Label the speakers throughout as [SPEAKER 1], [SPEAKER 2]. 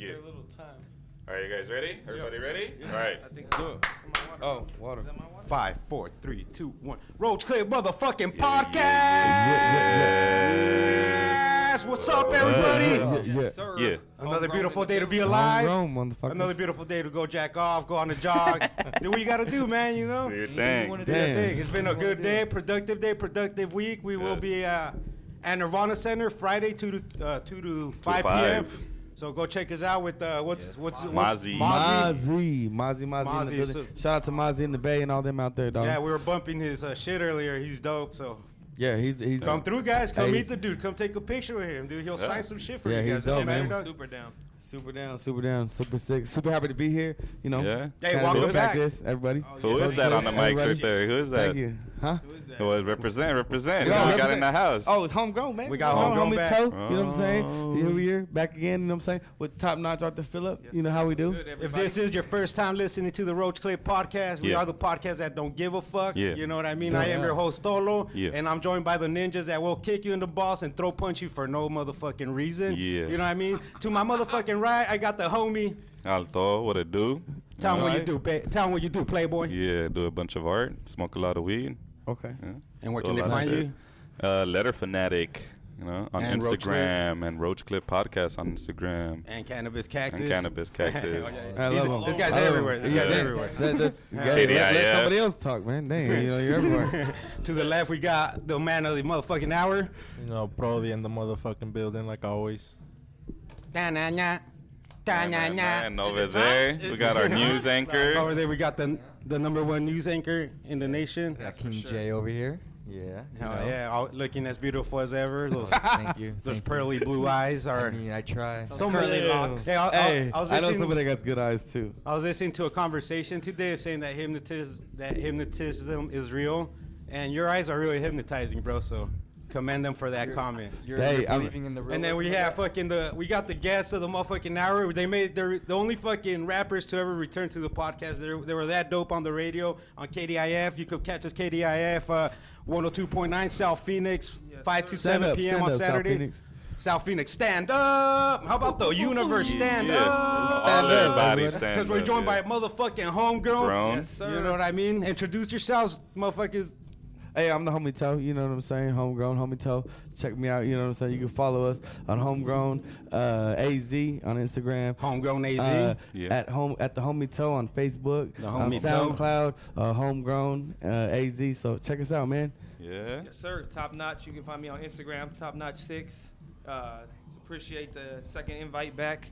[SPEAKER 1] little time.
[SPEAKER 2] All right, you guys ready? Everybody ready?
[SPEAKER 1] Yeah,
[SPEAKER 2] All right.
[SPEAKER 1] I think so.
[SPEAKER 3] Oh, water.
[SPEAKER 1] Is that my water?
[SPEAKER 4] Five, four, three, two, one. Roach Clear Motherfucking Podcast. What's up, everybody?
[SPEAKER 3] Yeah.
[SPEAKER 1] Sir.
[SPEAKER 2] Yeah.
[SPEAKER 4] Another
[SPEAKER 1] Homegrown
[SPEAKER 4] beautiful
[SPEAKER 1] in the
[SPEAKER 4] day to be
[SPEAKER 1] building.
[SPEAKER 4] alive.
[SPEAKER 3] Homegrown, motherfuckers.
[SPEAKER 4] Another beautiful day to go jack off, go on a jog. do what you gotta do, man. You know.
[SPEAKER 2] Do your
[SPEAKER 1] You
[SPEAKER 2] thing.
[SPEAKER 1] wanna
[SPEAKER 4] Do
[SPEAKER 1] do
[SPEAKER 4] your
[SPEAKER 3] Damn.
[SPEAKER 4] thing. It's been a good day, productive day, productive week. We will
[SPEAKER 2] Yes.
[SPEAKER 4] be uh, at Nirvana Center Friday, two to uh, two to five,
[SPEAKER 2] five.
[SPEAKER 4] p.m. So go check us out with uh, what's what's what's-
[SPEAKER 2] Mozzie.
[SPEAKER 3] Mozzie. Mozzie, Mozzie in the
[SPEAKER 4] Mozzie,
[SPEAKER 3] building.
[SPEAKER 4] so-
[SPEAKER 3] Shout out to Mozzie in the Bay and all them out there, dog.
[SPEAKER 4] Yeah,
[SPEAKER 3] Yeah,
[SPEAKER 4] we were bumping his uh, shit earlier. He's dope. So
[SPEAKER 3] he's he's
[SPEAKER 4] Come through, guys. Come
[SPEAKER 3] Hey,
[SPEAKER 4] meet
[SPEAKER 3] he's-
[SPEAKER 4] the dude. Come take a picture with him, dude. He'll
[SPEAKER 2] Yeah.
[SPEAKER 4] sign some shit for
[SPEAKER 3] Yeah,
[SPEAKER 4] you
[SPEAKER 3] he's
[SPEAKER 4] guys.
[SPEAKER 3] dope,
[SPEAKER 4] Don't matter,
[SPEAKER 3] man.
[SPEAKER 4] dog.
[SPEAKER 1] Super down.
[SPEAKER 3] super down, super down, super sick, super happy to be here. You know.
[SPEAKER 2] Yeah.
[SPEAKER 4] Hey,
[SPEAKER 3] Kinda
[SPEAKER 4] welcome
[SPEAKER 3] looks
[SPEAKER 4] back.
[SPEAKER 3] Like this, everybody.
[SPEAKER 1] Oh,
[SPEAKER 2] Who
[SPEAKER 1] yeah.
[SPEAKER 2] is that on the mics right there? Who is that?
[SPEAKER 3] Thank you. Huh?
[SPEAKER 1] Who is that?
[SPEAKER 2] Who is represent? Represent.
[SPEAKER 3] Yeah,
[SPEAKER 2] we got
[SPEAKER 3] represent.
[SPEAKER 2] in the house.
[SPEAKER 3] Oh, it's homegrown, man.
[SPEAKER 4] We got
[SPEAKER 3] Come on,
[SPEAKER 4] homegrown
[SPEAKER 3] homie
[SPEAKER 4] back.
[SPEAKER 3] Toe, You know what I'm saying?
[SPEAKER 2] Oh.
[SPEAKER 3] Here we are, back again. You know what I'm saying? With top notch Arthur Phillip.
[SPEAKER 1] Yes,
[SPEAKER 3] you know
[SPEAKER 1] sir.
[SPEAKER 3] how we do.
[SPEAKER 1] Good,
[SPEAKER 4] If
[SPEAKER 1] everybody.
[SPEAKER 4] this is your first time listening to the Roach Clip podcast, we
[SPEAKER 2] Yeah.
[SPEAKER 4] are the podcast that don't give a fuck.
[SPEAKER 2] Yeah.
[SPEAKER 4] You know what I mean? I am
[SPEAKER 3] Yeah.
[SPEAKER 4] your host, Tolo,
[SPEAKER 2] Yeah.
[SPEAKER 4] and I'm joined by the ninjas that will kick you in the balls and throw punch you for no motherfucking reason.
[SPEAKER 2] Yeah.
[SPEAKER 4] You know what I mean? to my motherfucking right, I got the homie.
[SPEAKER 2] Alto, what it do?
[SPEAKER 4] Tell him what you
[SPEAKER 2] Alright.
[SPEAKER 4] do, ba- tell him what you do, playboy.
[SPEAKER 2] Yeah, do a bunch of art, smoke a lot of weed.
[SPEAKER 3] Okay.
[SPEAKER 2] Yeah.
[SPEAKER 4] And where
[SPEAKER 2] Do
[SPEAKER 4] can
[SPEAKER 2] a
[SPEAKER 4] they
[SPEAKER 2] lot of
[SPEAKER 4] find
[SPEAKER 2] shit.
[SPEAKER 4] you?
[SPEAKER 2] Uh, Letter Fanatic, you know, on
[SPEAKER 4] And Roach Clip.
[SPEAKER 2] Instagram and Roach Clip Podcast on Instagram
[SPEAKER 4] And cannabis cactus. Oh,
[SPEAKER 2] and Cannabis Cactus.
[SPEAKER 3] I
[SPEAKER 4] He's-
[SPEAKER 3] love him.
[SPEAKER 4] this guy's
[SPEAKER 3] I love
[SPEAKER 4] everywhere.
[SPEAKER 3] him.
[SPEAKER 4] This
[SPEAKER 2] guy's
[SPEAKER 3] that-
[SPEAKER 4] everywhere.
[SPEAKER 3] That, that's yeah, let,
[SPEAKER 2] KDI,
[SPEAKER 3] let
[SPEAKER 2] yeah.
[SPEAKER 3] somebody else talk, man. Dang, you know you're everywhere.
[SPEAKER 4] to the left, we got the man of the motherfucking hour.
[SPEAKER 5] You know, Brody in the motherfucking building like always.
[SPEAKER 4] Da na na, da na
[SPEAKER 2] And,
[SPEAKER 4] na.
[SPEAKER 2] and over there, we got our news
[SPEAKER 4] Over
[SPEAKER 2] anchor.
[SPEAKER 4] there, we got the the number one news anchor in the nation.
[SPEAKER 6] Got King J over here. Yeah.
[SPEAKER 4] Hell
[SPEAKER 6] so-
[SPEAKER 4] yeah, all, looking as beautiful as ever. Those,
[SPEAKER 6] Thank you.
[SPEAKER 4] those
[SPEAKER 6] thank
[SPEAKER 4] pearly blue eyes
[SPEAKER 6] You. I
[SPEAKER 4] are
[SPEAKER 6] mean, I try.
[SPEAKER 4] so
[SPEAKER 1] Curly
[SPEAKER 4] many
[SPEAKER 1] locks.
[SPEAKER 4] Hey, I, I-
[SPEAKER 3] hey,
[SPEAKER 4] I was
[SPEAKER 3] I know
[SPEAKER 4] listening,
[SPEAKER 3] somebody that's got good eyes too.
[SPEAKER 4] I was listening to a conversation today saying that hypnotism that hypnotism is real, and your eyes are really hypnotizing, bro. So commend them for that comment.
[SPEAKER 6] You're,
[SPEAKER 3] Hey,
[SPEAKER 6] you're
[SPEAKER 3] I'm-
[SPEAKER 6] believing in the real.
[SPEAKER 4] And then we have fucking the we got the guests of the motherfucking hour. They made they're the only fucking rappers to ever return to the podcast. They were, they were that dope on the radio on KDIF. You could catch us KDIF uh, 102.9 South Phoenix five to
[SPEAKER 3] Stand
[SPEAKER 4] seven
[SPEAKER 3] up,
[SPEAKER 4] p.m.
[SPEAKER 3] stand
[SPEAKER 4] on
[SPEAKER 3] up, South
[SPEAKER 4] Saturday. South Phoenix.
[SPEAKER 3] Phoenix.
[SPEAKER 4] stand up. How about the universe stand
[SPEAKER 2] Yeah.
[SPEAKER 4] up?
[SPEAKER 2] All
[SPEAKER 3] Stand up,
[SPEAKER 2] everybody
[SPEAKER 3] everybody.
[SPEAKER 2] stand
[SPEAKER 4] Because we're
[SPEAKER 2] up,
[SPEAKER 4] joined
[SPEAKER 2] yeah.
[SPEAKER 4] by a motherfucking homegrown.
[SPEAKER 2] Grown.
[SPEAKER 1] Yes, sir.
[SPEAKER 4] You know what I mean? Introduce yourselves, motherfuckers.
[SPEAKER 3] Hey, I'm the homie Toe. You know what I'm saying? Homegrown homie Toe. Check me out. You know what I'm saying? You can follow us on Homegrown uh, AZ on Instagram.
[SPEAKER 4] Homegrown AZ.
[SPEAKER 3] Uh,
[SPEAKER 2] Yeah.
[SPEAKER 3] At home, at the homie toe on Facebook,
[SPEAKER 4] The
[SPEAKER 3] on
[SPEAKER 4] Homie Toe.
[SPEAKER 3] SoundCloud, uh, homegrown uh, AZ. So check us out, man.
[SPEAKER 2] Yeah.
[SPEAKER 1] Yes, sir. Top notch. You can find me on Instagram, top notch six. Uh, appreciate the second invite back.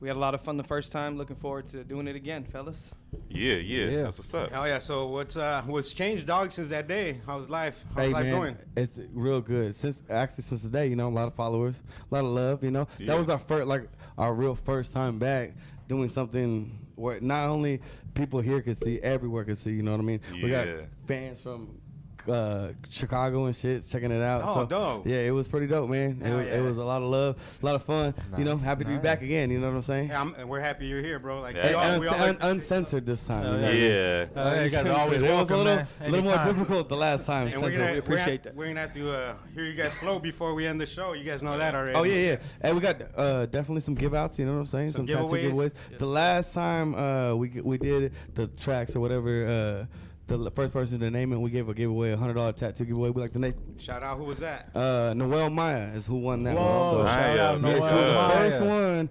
[SPEAKER 1] We had a lot of fun the first time. Looking forward to doing it again, fellas.
[SPEAKER 2] Yeah, yeah,
[SPEAKER 3] Yeah.
[SPEAKER 2] That's what's up.
[SPEAKER 4] Oh yeah, so what's uh what's changed, dog, since that day? How's life? How's
[SPEAKER 3] hey
[SPEAKER 4] life
[SPEAKER 3] man,
[SPEAKER 4] going?
[SPEAKER 3] it's real good. Since actually since the day, you know, a lot of followers, a lot of love. You know,
[SPEAKER 2] Yeah.
[SPEAKER 3] that was our first, like our real first time back doing something where not only people here could see, everywhere could see. You know what I mean? We got
[SPEAKER 2] Yeah.
[SPEAKER 3] fans from. Uh, Chicago and shit, checking it out.
[SPEAKER 4] Oh,
[SPEAKER 3] so,
[SPEAKER 4] dope.
[SPEAKER 3] Yeah, it was pretty dope, man. It,
[SPEAKER 4] Hell
[SPEAKER 3] was, it
[SPEAKER 4] yeah.
[SPEAKER 3] was a lot of love, a lot of fun. you know,
[SPEAKER 6] Nice,
[SPEAKER 3] happy to be
[SPEAKER 6] nice.
[SPEAKER 3] back again. You know what I'm saying?
[SPEAKER 4] Hey, I'm, and we're happy you're here, bro. Like
[SPEAKER 2] Yeah.
[SPEAKER 4] we all,
[SPEAKER 3] And
[SPEAKER 4] we
[SPEAKER 3] uns-
[SPEAKER 4] all are-
[SPEAKER 3] un- uncensored this time. you
[SPEAKER 5] Uh,
[SPEAKER 3] know?
[SPEAKER 2] Yeah.
[SPEAKER 5] you guys are
[SPEAKER 3] Uncensored.
[SPEAKER 5] always
[SPEAKER 3] it was a
[SPEAKER 5] welcome,
[SPEAKER 3] little,
[SPEAKER 5] man.
[SPEAKER 3] little more
[SPEAKER 5] Anytime.
[SPEAKER 3] difficult the last time.
[SPEAKER 4] and we're
[SPEAKER 3] censored.
[SPEAKER 4] gonna,
[SPEAKER 1] we appreciate
[SPEAKER 4] we're
[SPEAKER 1] that.
[SPEAKER 4] gonna, We're gonna have to uh, hear you guys flow before we end the show. You guys know that already.
[SPEAKER 3] Oh yeah, yeah. Hey, we got uh, definitely some giveouts. You know what I'm saying?
[SPEAKER 4] Some
[SPEAKER 3] Some, tattoo
[SPEAKER 4] giveaways?
[SPEAKER 3] giveaways. The last time uh, we g- we did the tracks or whatever, uh, the l- first person to name it, we gave a giveaway, a hundred dollar tattoo giveaway. We like to name
[SPEAKER 4] Shout out. Who was that?
[SPEAKER 3] uh, Noel Maya is who won that
[SPEAKER 5] Whoa,
[SPEAKER 3] one. So
[SPEAKER 2] shout
[SPEAKER 3] yeah,
[SPEAKER 2] out
[SPEAKER 3] she was
[SPEAKER 2] Noel
[SPEAKER 3] the
[SPEAKER 2] Maya.
[SPEAKER 3] first one to uh,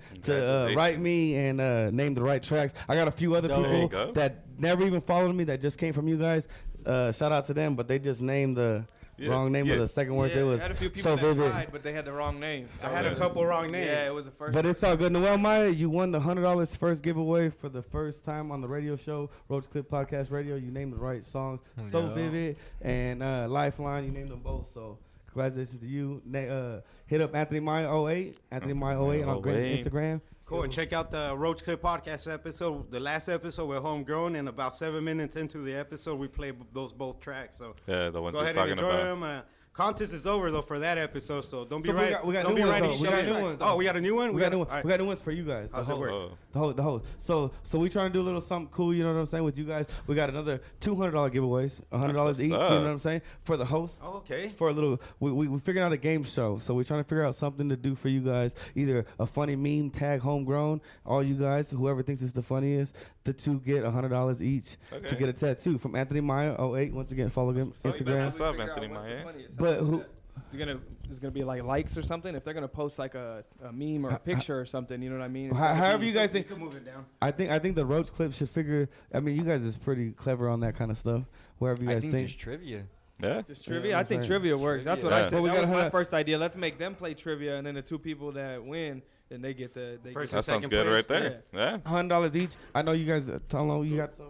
[SPEAKER 2] Congratulations.
[SPEAKER 3] write me and uh, name the right tracks. I got a few other
[SPEAKER 5] Dope. There
[SPEAKER 2] you
[SPEAKER 3] people
[SPEAKER 2] go.
[SPEAKER 3] that never even followed me that just came from you guys. Uh, shout out to them, but they just named the.
[SPEAKER 2] Yeah,
[SPEAKER 3] Wrong name
[SPEAKER 2] yeah.
[SPEAKER 3] of the second words.
[SPEAKER 1] Yeah,
[SPEAKER 3] it was
[SPEAKER 1] I had a few people
[SPEAKER 3] so
[SPEAKER 1] that
[SPEAKER 3] vivid.
[SPEAKER 1] tried, but they had the wrong name.
[SPEAKER 4] I had a couple wrong names.
[SPEAKER 1] Yeah, it was the first.
[SPEAKER 3] But it's all good. Noel Meyer, you won the hundred dollars first giveaway for the first time on the radio show, Roach Clip Podcast Radio. You named the right songs, so
[SPEAKER 5] Yeah.
[SPEAKER 3] vivid and uh, Lifeline. You named them both. So congratulations to you. Na- uh, hit up Anthony Meyer 08, Anthony Meyer 08 on great
[SPEAKER 2] 08.
[SPEAKER 3] Instagram.
[SPEAKER 4] Cool. And check out the Roach Clip podcast episode. The last episode we're homegrown, and about seven minutes into the episode, we play b- those both tracks. So
[SPEAKER 2] Yeah, the ones
[SPEAKER 4] go
[SPEAKER 2] you're
[SPEAKER 4] ahead and
[SPEAKER 2] talking
[SPEAKER 4] enjoy
[SPEAKER 2] about.
[SPEAKER 4] them. Uh, Contest is over though for that episode, so don't be
[SPEAKER 3] So we
[SPEAKER 4] right.
[SPEAKER 3] got- we got
[SPEAKER 4] don't
[SPEAKER 3] new
[SPEAKER 4] be
[SPEAKER 3] ones,
[SPEAKER 4] writing
[SPEAKER 3] though. We
[SPEAKER 4] shows.
[SPEAKER 3] got new ones.
[SPEAKER 4] Oh, we got a new one.
[SPEAKER 3] We got new one.
[SPEAKER 4] all right.
[SPEAKER 3] We got new ones for you guys. The
[SPEAKER 4] How's it
[SPEAKER 3] whole,
[SPEAKER 4] work?
[SPEAKER 2] Oh.
[SPEAKER 3] the whole, the whole. So, so we trying to do a little something cool. You know what I'm saying? With you guys, we got another two hundred dollar giveaways, hundred dollars
[SPEAKER 2] what's
[SPEAKER 3] each.
[SPEAKER 2] up.
[SPEAKER 3] You know what I'm saying? For the host.
[SPEAKER 4] Oh, okay.
[SPEAKER 3] For a little, we we we figuring out a game show, so we're trying to figure out something to do for you guys. Either a funny meme tag homegrown, all you guys, whoever thinks it's the funniest, the two get hundred dollars each to
[SPEAKER 2] Okay.
[SPEAKER 3] get a tattoo from Anthony Meyer 08. Once again, follow him Instagram.
[SPEAKER 2] What's up,
[SPEAKER 1] Figure out
[SPEAKER 2] Anthony
[SPEAKER 1] what's the
[SPEAKER 2] Maez?
[SPEAKER 1] funniest.
[SPEAKER 3] But who-
[SPEAKER 1] It's gonna it's gonna be like likes or something. If they're gonna post like a, a meme or a picture or something, you know what I mean. It's
[SPEAKER 3] How-
[SPEAKER 1] gotta be-
[SPEAKER 3] however you guys
[SPEAKER 4] You
[SPEAKER 3] think
[SPEAKER 4] can move it down.
[SPEAKER 3] I think I think the Roach clip should figure. I mean, you guys is pretty clever on that kind of stuff. Wherever you
[SPEAKER 6] I
[SPEAKER 3] guys
[SPEAKER 6] think,
[SPEAKER 3] think,
[SPEAKER 6] just trivia.
[SPEAKER 2] Yeah.
[SPEAKER 1] Just trivia.
[SPEAKER 3] I'm
[SPEAKER 1] I think
[SPEAKER 3] saying.
[SPEAKER 1] trivia works. That's what I
[SPEAKER 2] Yeah.
[SPEAKER 1] said.
[SPEAKER 3] But we
[SPEAKER 1] that
[SPEAKER 3] gotta
[SPEAKER 1] was my
[SPEAKER 3] have-
[SPEAKER 1] first idea. Let's make them play trivia, and then the two people that win, then they get the they
[SPEAKER 4] First
[SPEAKER 1] Get
[SPEAKER 2] That sounds
[SPEAKER 4] second
[SPEAKER 2] good
[SPEAKER 4] place,
[SPEAKER 2] right there. Yeah.
[SPEAKER 3] hundred dollars each. I know you guys. uh, How long you got some?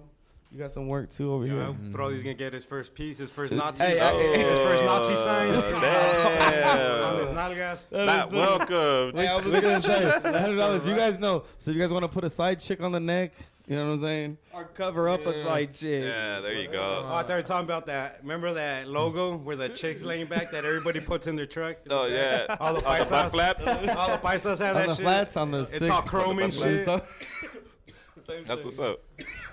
[SPEAKER 3] You got some work too over
[SPEAKER 4] You
[SPEAKER 3] here.
[SPEAKER 4] know,
[SPEAKER 2] Mm.
[SPEAKER 4] Brody's gonna get his first piece, his first Nazi,
[SPEAKER 3] Mm-hmm. Hey,
[SPEAKER 4] oh,
[SPEAKER 3] hey, Oh,
[SPEAKER 4] his first Nazi sign.
[SPEAKER 2] damn.
[SPEAKER 4] On his nalgas.
[SPEAKER 2] Not welcome.
[SPEAKER 3] Hey, I was gonna say hundred dollars. You guys know. So you guys want to put a side chick on the neck? You know what I'm saying?
[SPEAKER 1] or cover up a side chick.
[SPEAKER 2] Yeah, there you
[SPEAKER 4] Oh,
[SPEAKER 2] go.
[SPEAKER 4] I thought you were talking about that. Remember that logo where the chicks laying back that everybody puts in their truck?
[SPEAKER 2] Oh yeah.
[SPEAKER 4] All the
[SPEAKER 2] On the
[SPEAKER 4] paisas.
[SPEAKER 2] butt flap.
[SPEAKER 4] All the paisas have
[SPEAKER 3] On
[SPEAKER 4] that
[SPEAKER 3] the
[SPEAKER 4] shit.
[SPEAKER 3] flats, on the
[SPEAKER 4] It's all chrome and shit.
[SPEAKER 2] That's what's up.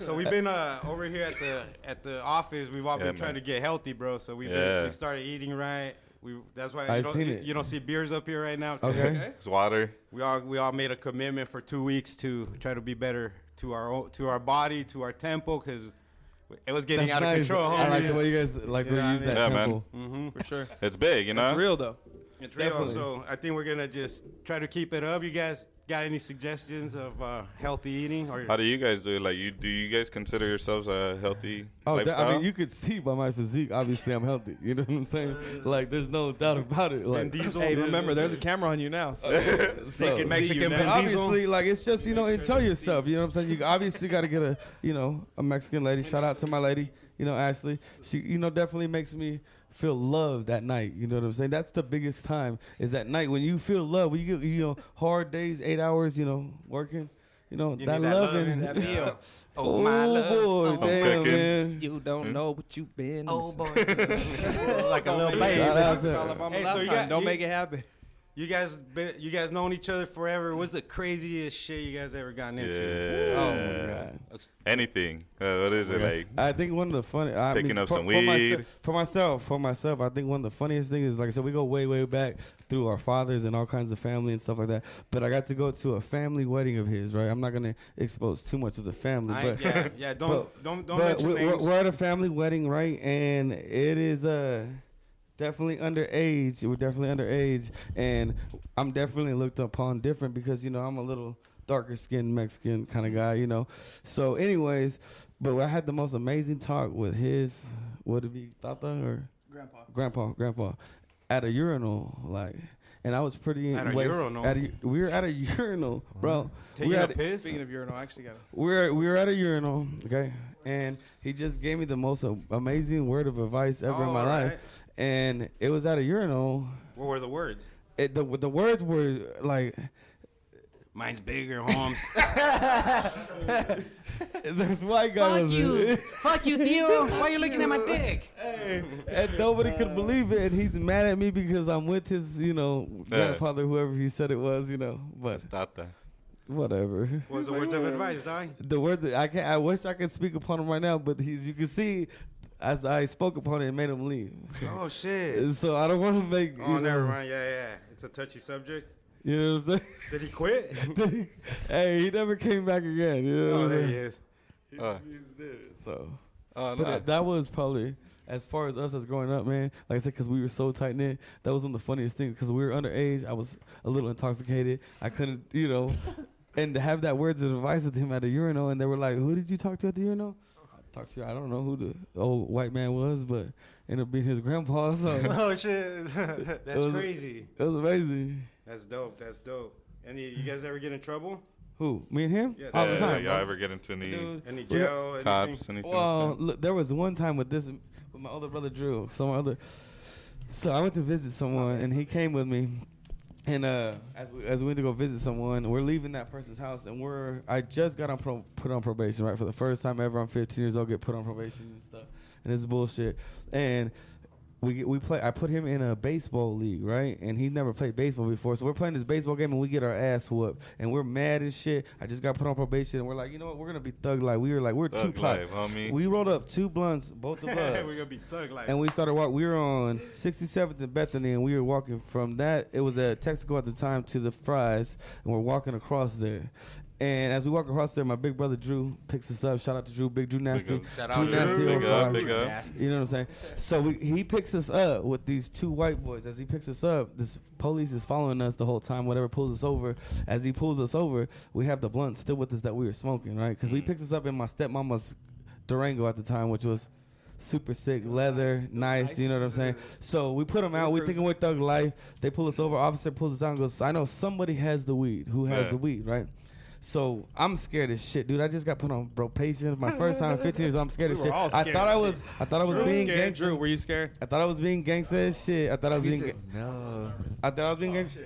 [SPEAKER 4] So we've been uh, over here at the at the office. We've all
[SPEAKER 2] Yeah,
[SPEAKER 4] been trying to
[SPEAKER 2] man.
[SPEAKER 4] get healthy, bro. So we
[SPEAKER 2] Yeah.
[SPEAKER 4] been we started eating right. We that's why
[SPEAKER 3] I
[SPEAKER 4] you don't,
[SPEAKER 3] seen
[SPEAKER 4] you,
[SPEAKER 3] it.
[SPEAKER 4] you don't see beers up here right now.
[SPEAKER 3] Okay.
[SPEAKER 2] It's water.
[SPEAKER 4] We all we all made a commitment for two weeks to try to be better to our own, to our body to our tempo because it was getting out of
[SPEAKER 3] Nice.
[SPEAKER 4] control.
[SPEAKER 3] I
[SPEAKER 4] homie.
[SPEAKER 3] like the way you guys like
[SPEAKER 4] You know what I
[SPEAKER 3] reuse that
[SPEAKER 2] mean? Yeah, man.
[SPEAKER 3] temple.
[SPEAKER 4] Mm-hmm.
[SPEAKER 1] for sure.
[SPEAKER 2] It's big, you know.
[SPEAKER 1] It's real though.
[SPEAKER 4] It's real.
[SPEAKER 3] Definitely.
[SPEAKER 4] So I think we're gonna just try to keep it up. You guys got any suggestions of uh, healthy eating or
[SPEAKER 2] How do you guys do it? Like, you do you guys consider yourselves a healthy
[SPEAKER 3] Oh, that,
[SPEAKER 2] lifestyle?
[SPEAKER 3] I mean, you could see by my physique. Obviously, I'm healthy. You know what I'm saying? Like, there's no doubt about it. Like,
[SPEAKER 4] Diesel?
[SPEAKER 1] Hey, remember, there's a camera on you now. So
[SPEAKER 3] so-
[SPEAKER 4] Naked Mexican
[SPEAKER 3] But
[SPEAKER 4] Vin Diesel.
[SPEAKER 3] obviously, like it's just you know enjoy yourself. You know what I'm saying. You obviously got to get a you know a Mexican lady. Shout out to my lady, you know Ashley. She you know definitely makes me feel loved at night. You know what I'm saying. That's the biggest time is at night when you feel love. When you get you know hard days, eight hours, you know working, you know
[SPEAKER 4] You
[SPEAKER 3] that
[SPEAKER 4] need that love
[SPEAKER 3] loving.
[SPEAKER 4] and that meal.
[SPEAKER 3] Oh,
[SPEAKER 4] my love.
[SPEAKER 3] boy,
[SPEAKER 2] I'm
[SPEAKER 3] damn
[SPEAKER 2] cooking.
[SPEAKER 3] man.
[SPEAKER 1] you don't
[SPEAKER 4] Hmm?
[SPEAKER 1] know what you've been.
[SPEAKER 4] Oh,
[SPEAKER 6] boy.
[SPEAKER 4] like a little
[SPEAKER 3] Shout
[SPEAKER 4] baby?
[SPEAKER 3] out to-
[SPEAKER 4] Hey,
[SPEAKER 1] hey,
[SPEAKER 4] so
[SPEAKER 1] so
[SPEAKER 4] you got-
[SPEAKER 1] don't
[SPEAKER 4] you-
[SPEAKER 1] make it happen.
[SPEAKER 4] You guys, been, you guys known each other forever. What's the craziest shit you guys ever gotten
[SPEAKER 2] yeah.
[SPEAKER 4] into?
[SPEAKER 3] Oh my god.
[SPEAKER 2] Anything. Uh, what is it like?
[SPEAKER 3] I think one of the funny I
[SPEAKER 2] Picking
[SPEAKER 3] mean,
[SPEAKER 2] up
[SPEAKER 3] for,
[SPEAKER 2] some
[SPEAKER 3] for myse-
[SPEAKER 2] weed.
[SPEAKER 3] for myself, for myself, I think one of the funniest things is like I said, we go way, way back through our fathers and all kinds of family and stuff like that. But I got to go to a family wedding of his, right? I'm not gonna expose too much of the family,
[SPEAKER 4] I ain't-
[SPEAKER 3] but
[SPEAKER 4] yeah, yeah. Don't
[SPEAKER 3] but-
[SPEAKER 4] don't don't
[SPEAKER 3] but
[SPEAKER 4] mention
[SPEAKER 3] we, are
[SPEAKER 4] names.
[SPEAKER 3] we're at a family wedding, right? And it is uh definitely underage. We're definitely underage, and I'm definitely looked upon different because you know I'm a little darker skinned Mexican kind of guy, you know. So, anyways, but I had the most amazing talk with his would it be Tata or
[SPEAKER 1] Grandpa.
[SPEAKER 3] grandpa, grandpa, at a urinal, like. And I was pretty
[SPEAKER 4] At a
[SPEAKER 3] waist-
[SPEAKER 4] urinal?
[SPEAKER 3] at a- we were at a urinal, bro. We
[SPEAKER 4] Taking
[SPEAKER 3] were
[SPEAKER 4] a
[SPEAKER 3] at a-
[SPEAKER 4] piss.
[SPEAKER 1] Speaking of urinal, I actually got
[SPEAKER 3] we we're we we're at a urinal, okay, and he just gave me the most a- amazing word of advice ever in my
[SPEAKER 4] All right.
[SPEAKER 3] life, and it was at a urinal.
[SPEAKER 4] What were the words?
[SPEAKER 3] It, the the words were like
[SPEAKER 4] Mine's bigger, Holmes.
[SPEAKER 3] this white guy was
[SPEAKER 6] Fuck you, Theo. Why are you looking at my dick?
[SPEAKER 3] and nobody could believe it, and he's mad at me because I'm with his you know
[SPEAKER 2] Yeah.
[SPEAKER 3] grandfather, whoever he said it was, you know, but
[SPEAKER 2] Tata.
[SPEAKER 3] whatever.
[SPEAKER 4] what was the words of advice, dog?
[SPEAKER 3] the words that I can I wish I could speak upon him right now, but he's you can see as I spoke upon it, it made him leave.
[SPEAKER 4] Oh shit.
[SPEAKER 3] And so I don't want to make.
[SPEAKER 4] Oh,
[SPEAKER 3] you know,
[SPEAKER 4] never mind. Yeah, yeah. It's a touchy subject.
[SPEAKER 3] You know what I'm
[SPEAKER 4] Did he quit?
[SPEAKER 3] saying? hey, he never came back again. You know what
[SPEAKER 4] oh,
[SPEAKER 3] I'm
[SPEAKER 4] there
[SPEAKER 3] saying?
[SPEAKER 4] he is. Uh,
[SPEAKER 3] Uh.
[SPEAKER 2] Oh,
[SPEAKER 3] So,
[SPEAKER 2] oh,
[SPEAKER 3] but
[SPEAKER 2] no.
[SPEAKER 3] that, that was probably as far as us as growing up, man. Like I said, because we were so tight knit, that was one of the funniest things. Because we were underage, I was a little intoxicated. I couldn't, you know. And to have that words of advice with him at the urinal, and they were like, "Who did you talk to at the urinal?" I talked to I don't know who the old white man was, but ended up being his grandpa. So it
[SPEAKER 4] Oh shit. That's
[SPEAKER 3] was-
[SPEAKER 4] crazy.
[SPEAKER 3] was amazing.
[SPEAKER 4] That's dope. That's dope. Any you guys ever get in trouble?
[SPEAKER 3] Who? Me and him?
[SPEAKER 4] Yeah,
[SPEAKER 3] All the
[SPEAKER 2] Yeah,
[SPEAKER 3] time.
[SPEAKER 2] Y'all
[SPEAKER 3] bro.
[SPEAKER 2] ever get into any
[SPEAKER 3] Dude.
[SPEAKER 4] Any
[SPEAKER 3] We got-
[SPEAKER 4] jail?
[SPEAKER 2] cops? Anything? like
[SPEAKER 3] Well,
[SPEAKER 2] that?
[SPEAKER 3] look, there was one time with this, with my older brother Drew. So my other, so I went to visit someone, and he came with me. And uh, as we, as we went to go visit someone, we're leaving that person's house, and we're I just got on pro, put on probation, right? For the first time ever, I'm 15 years old, get put on probation and stuff, and it's bullshit. And we get- we play. I put him in a baseball league, right? And he never played baseball before, so we're playing this baseball game and we get our ass whooped, and we're mad and shit. I just got put on probation, and we're like, you know what? We're gonna be thug like. We were like, we're
[SPEAKER 2] Thug
[SPEAKER 3] Tupac.
[SPEAKER 2] life, homie.
[SPEAKER 3] We rolled up two blunts, both of us.
[SPEAKER 4] we're gonna be thug like.
[SPEAKER 3] And we started walk. We were on 67th and Bethany, and we were walking from that. It was at Texaco at the time to the Fries, and we're walking across there. And as we walk across there, my big brother Drew picks us up. Shout out to Drew, Big Drew Nasty,
[SPEAKER 2] up.
[SPEAKER 6] Shout out
[SPEAKER 3] Drew
[SPEAKER 6] to
[SPEAKER 3] Nasty
[SPEAKER 2] Drew.
[SPEAKER 3] on
[SPEAKER 2] Big up,
[SPEAKER 3] fire.
[SPEAKER 2] big up.
[SPEAKER 3] You know what I'm saying? So we, he picks us up with these two white boys. As he picks us up, this police is following us the whole time. Whatever pulls us over, as he pulls us over, we have the blunt still with us that we were smoking, right? Because we picks us up in my stepmama's Durango at the time, which was super sick leather, nice. You know what I'm saying? So we put them out. We thinking we're thug life. They pull us over. Officer pulls us down. and Goes, I know somebody has the weed. Who has
[SPEAKER 2] Yeah.
[SPEAKER 3] the weed, right? So I'm scared as shit, dude. I just got put on probation. My first time, in 15 years. I'm scared
[SPEAKER 1] We
[SPEAKER 3] as
[SPEAKER 1] were
[SPEAKER 3] shit.
[SPEAKER 1] all
[SPEAKER 3] I
[SPEAKER 1] scared
[SPEAKER 3] thought I
[SPEAKER 1] as
[SPEAKER 3] was, I thought I was
[SPEAKER 1] Drew,
[SPEAKER 3] being
[SPEAKER 1] scared.
[SPEAKER 3] gangster.
[SPEAKER 1] Drew, were you scared?
[SPEAKER 3] I thought I was being gangster as shit. I thought I was being. ga-
[SPEAKER 7] no.
[SPEAKER 3] I thought I was being gangster.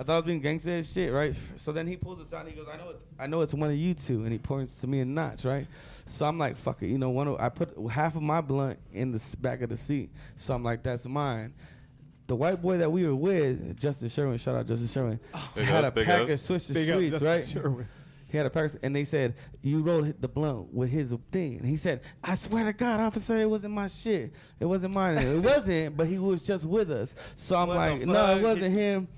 [SPEAKER 3] I thought I was being gangster as shit, right? So then he pulls us out and he goes, "I know it's, I know it's one of you two, and he points to me and Notch, right? So I'm like, "Fuck it," you know. One, of, I put half of my blunt in the s- back of the seat, so I'm like, "That's mine." The white boy that we were with, Justin Sherwin, shout out Justin Sherwin,
[SPEAKER 2] Big
[SPEAKER 3] had
[SPEAKER 2] ups,
[SPEAKER 3] a
[SPEAKER 2] big
[SPEAKER 3] pack
[SPEAKER 2] ups.
[SPEAKER 3] of Swiss sweets, right? He had a pack, of- and they said you rolled the blunt with his thing. And he said, "I swear to God, officer, it wasn't my shit. It wasn't mine. It wasn't, but he was just with us. So I'm
[SPEAKER 4] What the
[SPEAKER 3] like, no, it
[SPEAKER 4] fuck?
[SPEAKER 3] wasn't him."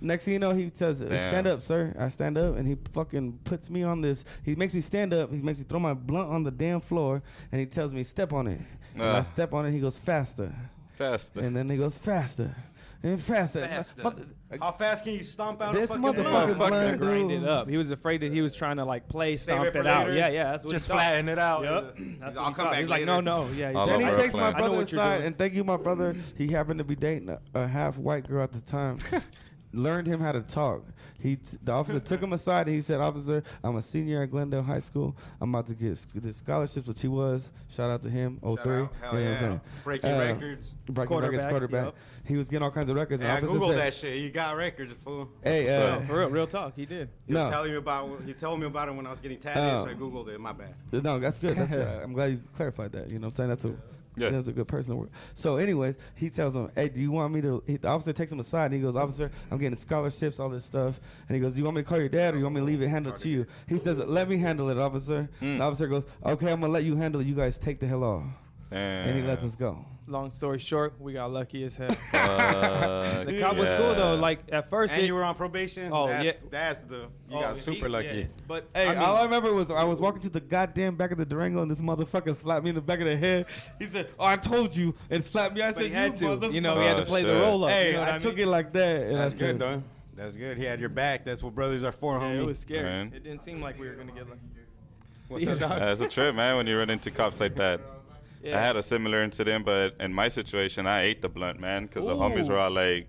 [SPEAKER 3] Next thing you know, he says,
[SPEAKER 2] Damn.
[SPEAKER 3] "Stand up, sir." I stand up, and he fucking puts me on this. He makes me stand up. He makes me throw my blunt on the damn floor, and he tells me, "Step on it." And I
[SPEAKER 2] Ugh.
[SPEAKER 3] step on it. He goes faster,
[SPEAKER 2] Fast.
[SPEAKER 3] and then he goes faster and faster.
[SPEAKER 4] Faster.
[SPEAKER 3] Mother-
[SPEAKER 4] How fast can you stomp out
[SPEAKER 3] This
[SPEAKER 4] a fucking
[SPEAKER 3] motherfucker-
[SPEAKER 4] motherfucker?
[SPEAKER 3] Fuck
[SPEAKER 1] Motherfucker
[SPEAKER 3] that
[SPEAKER 1] grind
[SPEAKER 3] dude.
[SPEAKER 1] it up. He was afraid that he was trying to like play
[SPEAKER 4] Save it
[SPEAKER 1] stomp
[SPEAKER 4] for
[SPEAKER 1] it out.
[SPEAKER 4] later.
[SPEAKER 1] Yeah, yeah, that's what
[SPEAKER 5] Just
[SPEAKER 1] he thought.
[SPEAKER 5] flatten it out.
[SPEAKER 1] Yep. That's what
[SPEAKER 4] I'll come
[SPEAKER 1] he thought.
[SPEAKER 4] back
[SPEAKER 1] He's
[SPEAKER 4] later.
[SPEAKER 1] like, no, no, yeah.
[SPEAKER 2] I'll
[SPEAKER 1] He's
[SPEAKER 3] Then he
[SPEAKER 2] Alright,
[SPEAKER 3] takes
[SPEAKER 2] plan.
[SPEAKER 3] my
[SPEAKER 2] I know
[SPEAKER 3] brother
[SPEAKER 4] what you're
[SPEAKER 3] aside,
[SPEAKER 4] doing.
[SPEAKER 3] and thank you, my brother. He happened to be dating a, a half white girl at the time. Learned him how to talk. He, t- the officer took him aside and he said, "Officer, I'm a senior at Glendale High School. I'm about to get sc- the scholarships, which he was. Shout out to him. Oh
[SPEAKER 4] Shout
[SPEAKER 3] three,
[SPEAKER 4] out. Hell yeah. Breaking records.
[SPEAKER 3] Uh, breaking records,
[SPEAKER 1] Quarterback,
[SPEAKER 3] quarterback.
[SPEAKER 1] yep.
[SPEAKER 3] He was getting all kinds of records.
[SPEAKER 4] Yeah, I
[SPEAKER 3] and the officer
[SPEAKER 4] googled
[SPEAKER 3] said,
[SPEAKER 4] that shit. You got records, fool.
[SPEAKER 3] Hey,
[SPEAKER 1] No,
[SPEAKER 3] uh,
[SPEAKER 1] for real, real talk. He did.
[SPEAKER 4] He was
[SPEAKER 3] no.
[SPEAKER 4] telling me about. He told me about it when I was getting tatted, so I
[SPEAKER 3] Oh.
[SPEAKER 4] googled it. My bad.
[SPEAKER 3] No, that's good. That's good. I'm glad you clarified that. You know what I'm saying? That's a
[SPEAKER 2] Yeah.
[SPEAKER 3] that's a good person to work. So, anyways, he tells him, "Hey, do you want me to?" He, the officer takes him aside and he goes, "Officer, I'm getting scholarships, all this stuff." And he goes, "Do you want me to call your dad or you want me to leave it handled to you?" He says, "Let me handle it, officer." The officer goes, "Okay, I'm gonna let you handle it. You guys take the hell off." And he lets us go.
[SPEAKER 1] Long story short, we got lucky as hell.
[SPEAKER 2] Fuck
[SPEAKER 1] the cop was cool though.
[SPEAKER 2] yeah.
[SPEAKER 1] Like at first,
[SPEAKER 4] And
[SPEAKER 1] it-
[SPEAKER 4] you were on probation.
[SPEAKER 1] Oh,
[SPEAKER 4] that's,
[SPEAKER 1] yeah.
[SPEAKER 4] That's the. You
[SPEAKER 1] Oh,
[SPEAKER 4] got
[SPEAKER 1] he-
[SPEAKER 4] super lucky.
[SPEAKER 1] yeah. But
[SPEAKER 3] Hey,
[SPEAKER 1] I mean,
[SPEAKER 3] all I remember was I was walking to the goddamn back of the Durango, and this motherfucker slapped me in the back of the head. He said, "Oh, I told you," and slapped me. I
[SPEAKER 1] but
[SPEAKER 3] said,
[SPEAKER 1] he had
[SPEAKER 3] "You
[SPEAKER 1] to.
[SPEAKER 3] motherfucker."
[SPEAKER 1] You know, he had to
[SPEAKER 2] Oh,
[SPEAKER 1] play the
[SPEAKER 2] shit.
[SPEAKER 1] role up.
[SPEAKER 3] Hey,
[SPEAKER 1] you know what
[SPEAKER 3] I,
[SPEAKER 1] mean?
[SPEAKER 3] took it like that. And
[SPEAKER 4] That's
[SPEAKER 3] I
[SPEAKER 4] good,
[SPEAKER 3] said,
[SPEAKER 4] though. That's good. He had your back. That's what brothers are for,
[SPEAKER 1] Yeah,
[SPEAKER 4] homie.
[SPEAKER 1] it was scary.
[SPEAKER 2] Man.
[SPEAKER 1] It didn't seem like we were gonna get lucky.
[SPEAKER 4] What's up, dog?
[SPEAKER 2] That's a trip, man, when you run into cops like that.
[SPEAKER 1] Yeah.
[SPEAKER 2] I had a similar incident, but in my situation, I ate the blunt, man, because the homies
[SPEAKER 1] Ooh.
[SPEAKER 2] were all like,